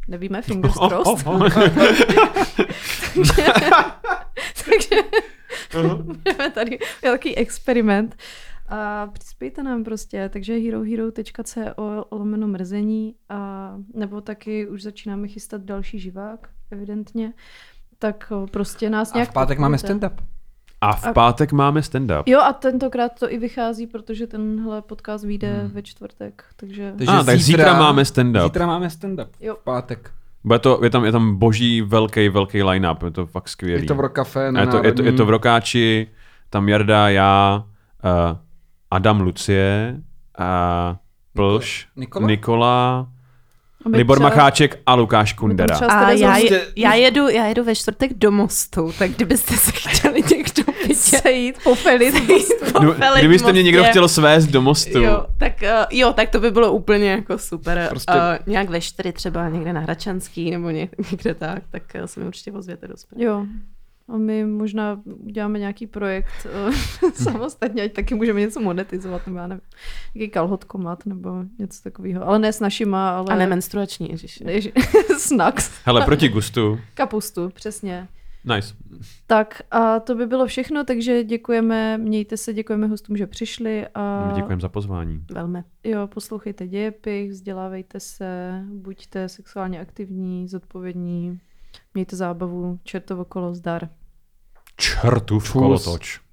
Speaker 2: nevíme, fingers
Speaker 3: Oh,
Speaker 2: crossed.
Speaker 3: oh, oh.
Speaker 2: takže
Speaker 3: Aha.
Speaker 2: budeme tady udělat takový experiment. A přispějte nám prostě, takže herohero.co lomeno mrzení a nebo taky už začínáme chystat další živák, evidentně. Tak o, prostě nás
Speaker 1: A
Speaker 2: nějak
Speaker 1: v pátek máme
Speaker 2: podporujte.
Speaker 1: stand-up.
Speaker 3: A v pátek máme stand-up.
Speaker 2: Jo a tentokrát to i vychází, protože tenhle podcast vyjde
Speaker 3: Hmm.
Speaker 2: ve čtvrtek, takže...
Speaker 1: Takže
Speaker 3: A, tak zítra máme stand-up.
Speaker 1: Zítra máme stand-up.
Speaker 2: Jo.
Speaker 1: V pátek.
Speaker 3: Bude to, je, tam, je tam boží velký, velký line-up, je to fakt skvělý.
Speaker 1: Je to v Rokafe
Speaker 3: A
Speaker 1: na
Speaker 3: je, to, je, to, je to v Rokáči, tam Jarda, já, uh, Adam Lucie, uh, Plš,
Speaker 1: Nikola?
Speaker 3: Nikola
Speaker 2: A my
Speaker 3: Libor
Speaker 2: třeba-
Speaker 3: Macháček a Lukáš Kundera.
Speaker 2: třeba-
Speaker 4: A
Speaker 2: Terezou
Speaker 4: já,
Speaker 1: jste-
Speaker 3: Prostě-
Speaker 4: je, já, jedu, já jedu ve čtvrtek do mostu, tak kdybyste se chtěli někdo vidět.
Speaker 2: sejít po Feliz.
Speaker 3: Kdo-
Speaker 4: Felix
Speaker 3: No, Kdybyste mě někdo
Speaker 4: Mostě.
Speaker 3: chtěl svést do mostu.
Speaker 4: Jo, tak, uh, jo, tak to by bylo úplně jako super.
Speaker 1: Prostě-
Speaker 4: Prostě... Uh, nějak ve čtyři třeba někde na Hračanský nebo ně, někde tak, tak uh, se mi určitě ozvěte do zprávy.
Speaker 2: Jo. A my možná uděláme nějaký projekt eh, samostatně, ať taky můžeme něco monetizovat, nebo já nevím, nějaký kalhotkomat nebo něco takového. Ale ne s našima, ale...
Speaker 4: A ne menstruační, ježiši.
Speaker 2: Ježi- snacks.
Speaker 3: Hele, proti gustu.
Speaker 2: Kapustu, přesně.
Speaker 3: Nice.
Speaker 2: Tak a to by bylo všechno, takže děkujeme, mějte se, děkujeme hostům, že přišli a
Speaker 3: Děkujeme za pozvání.
Speaker 4: Velmi.
Speaker 2: jo, poslouchejte dějepich, vzdělávejte se, buďte sexuálně aktivní, zodpovědní, mějte zábavu, čertovo kolo, zdar.
Speaker 3: Čertu v kolotoč.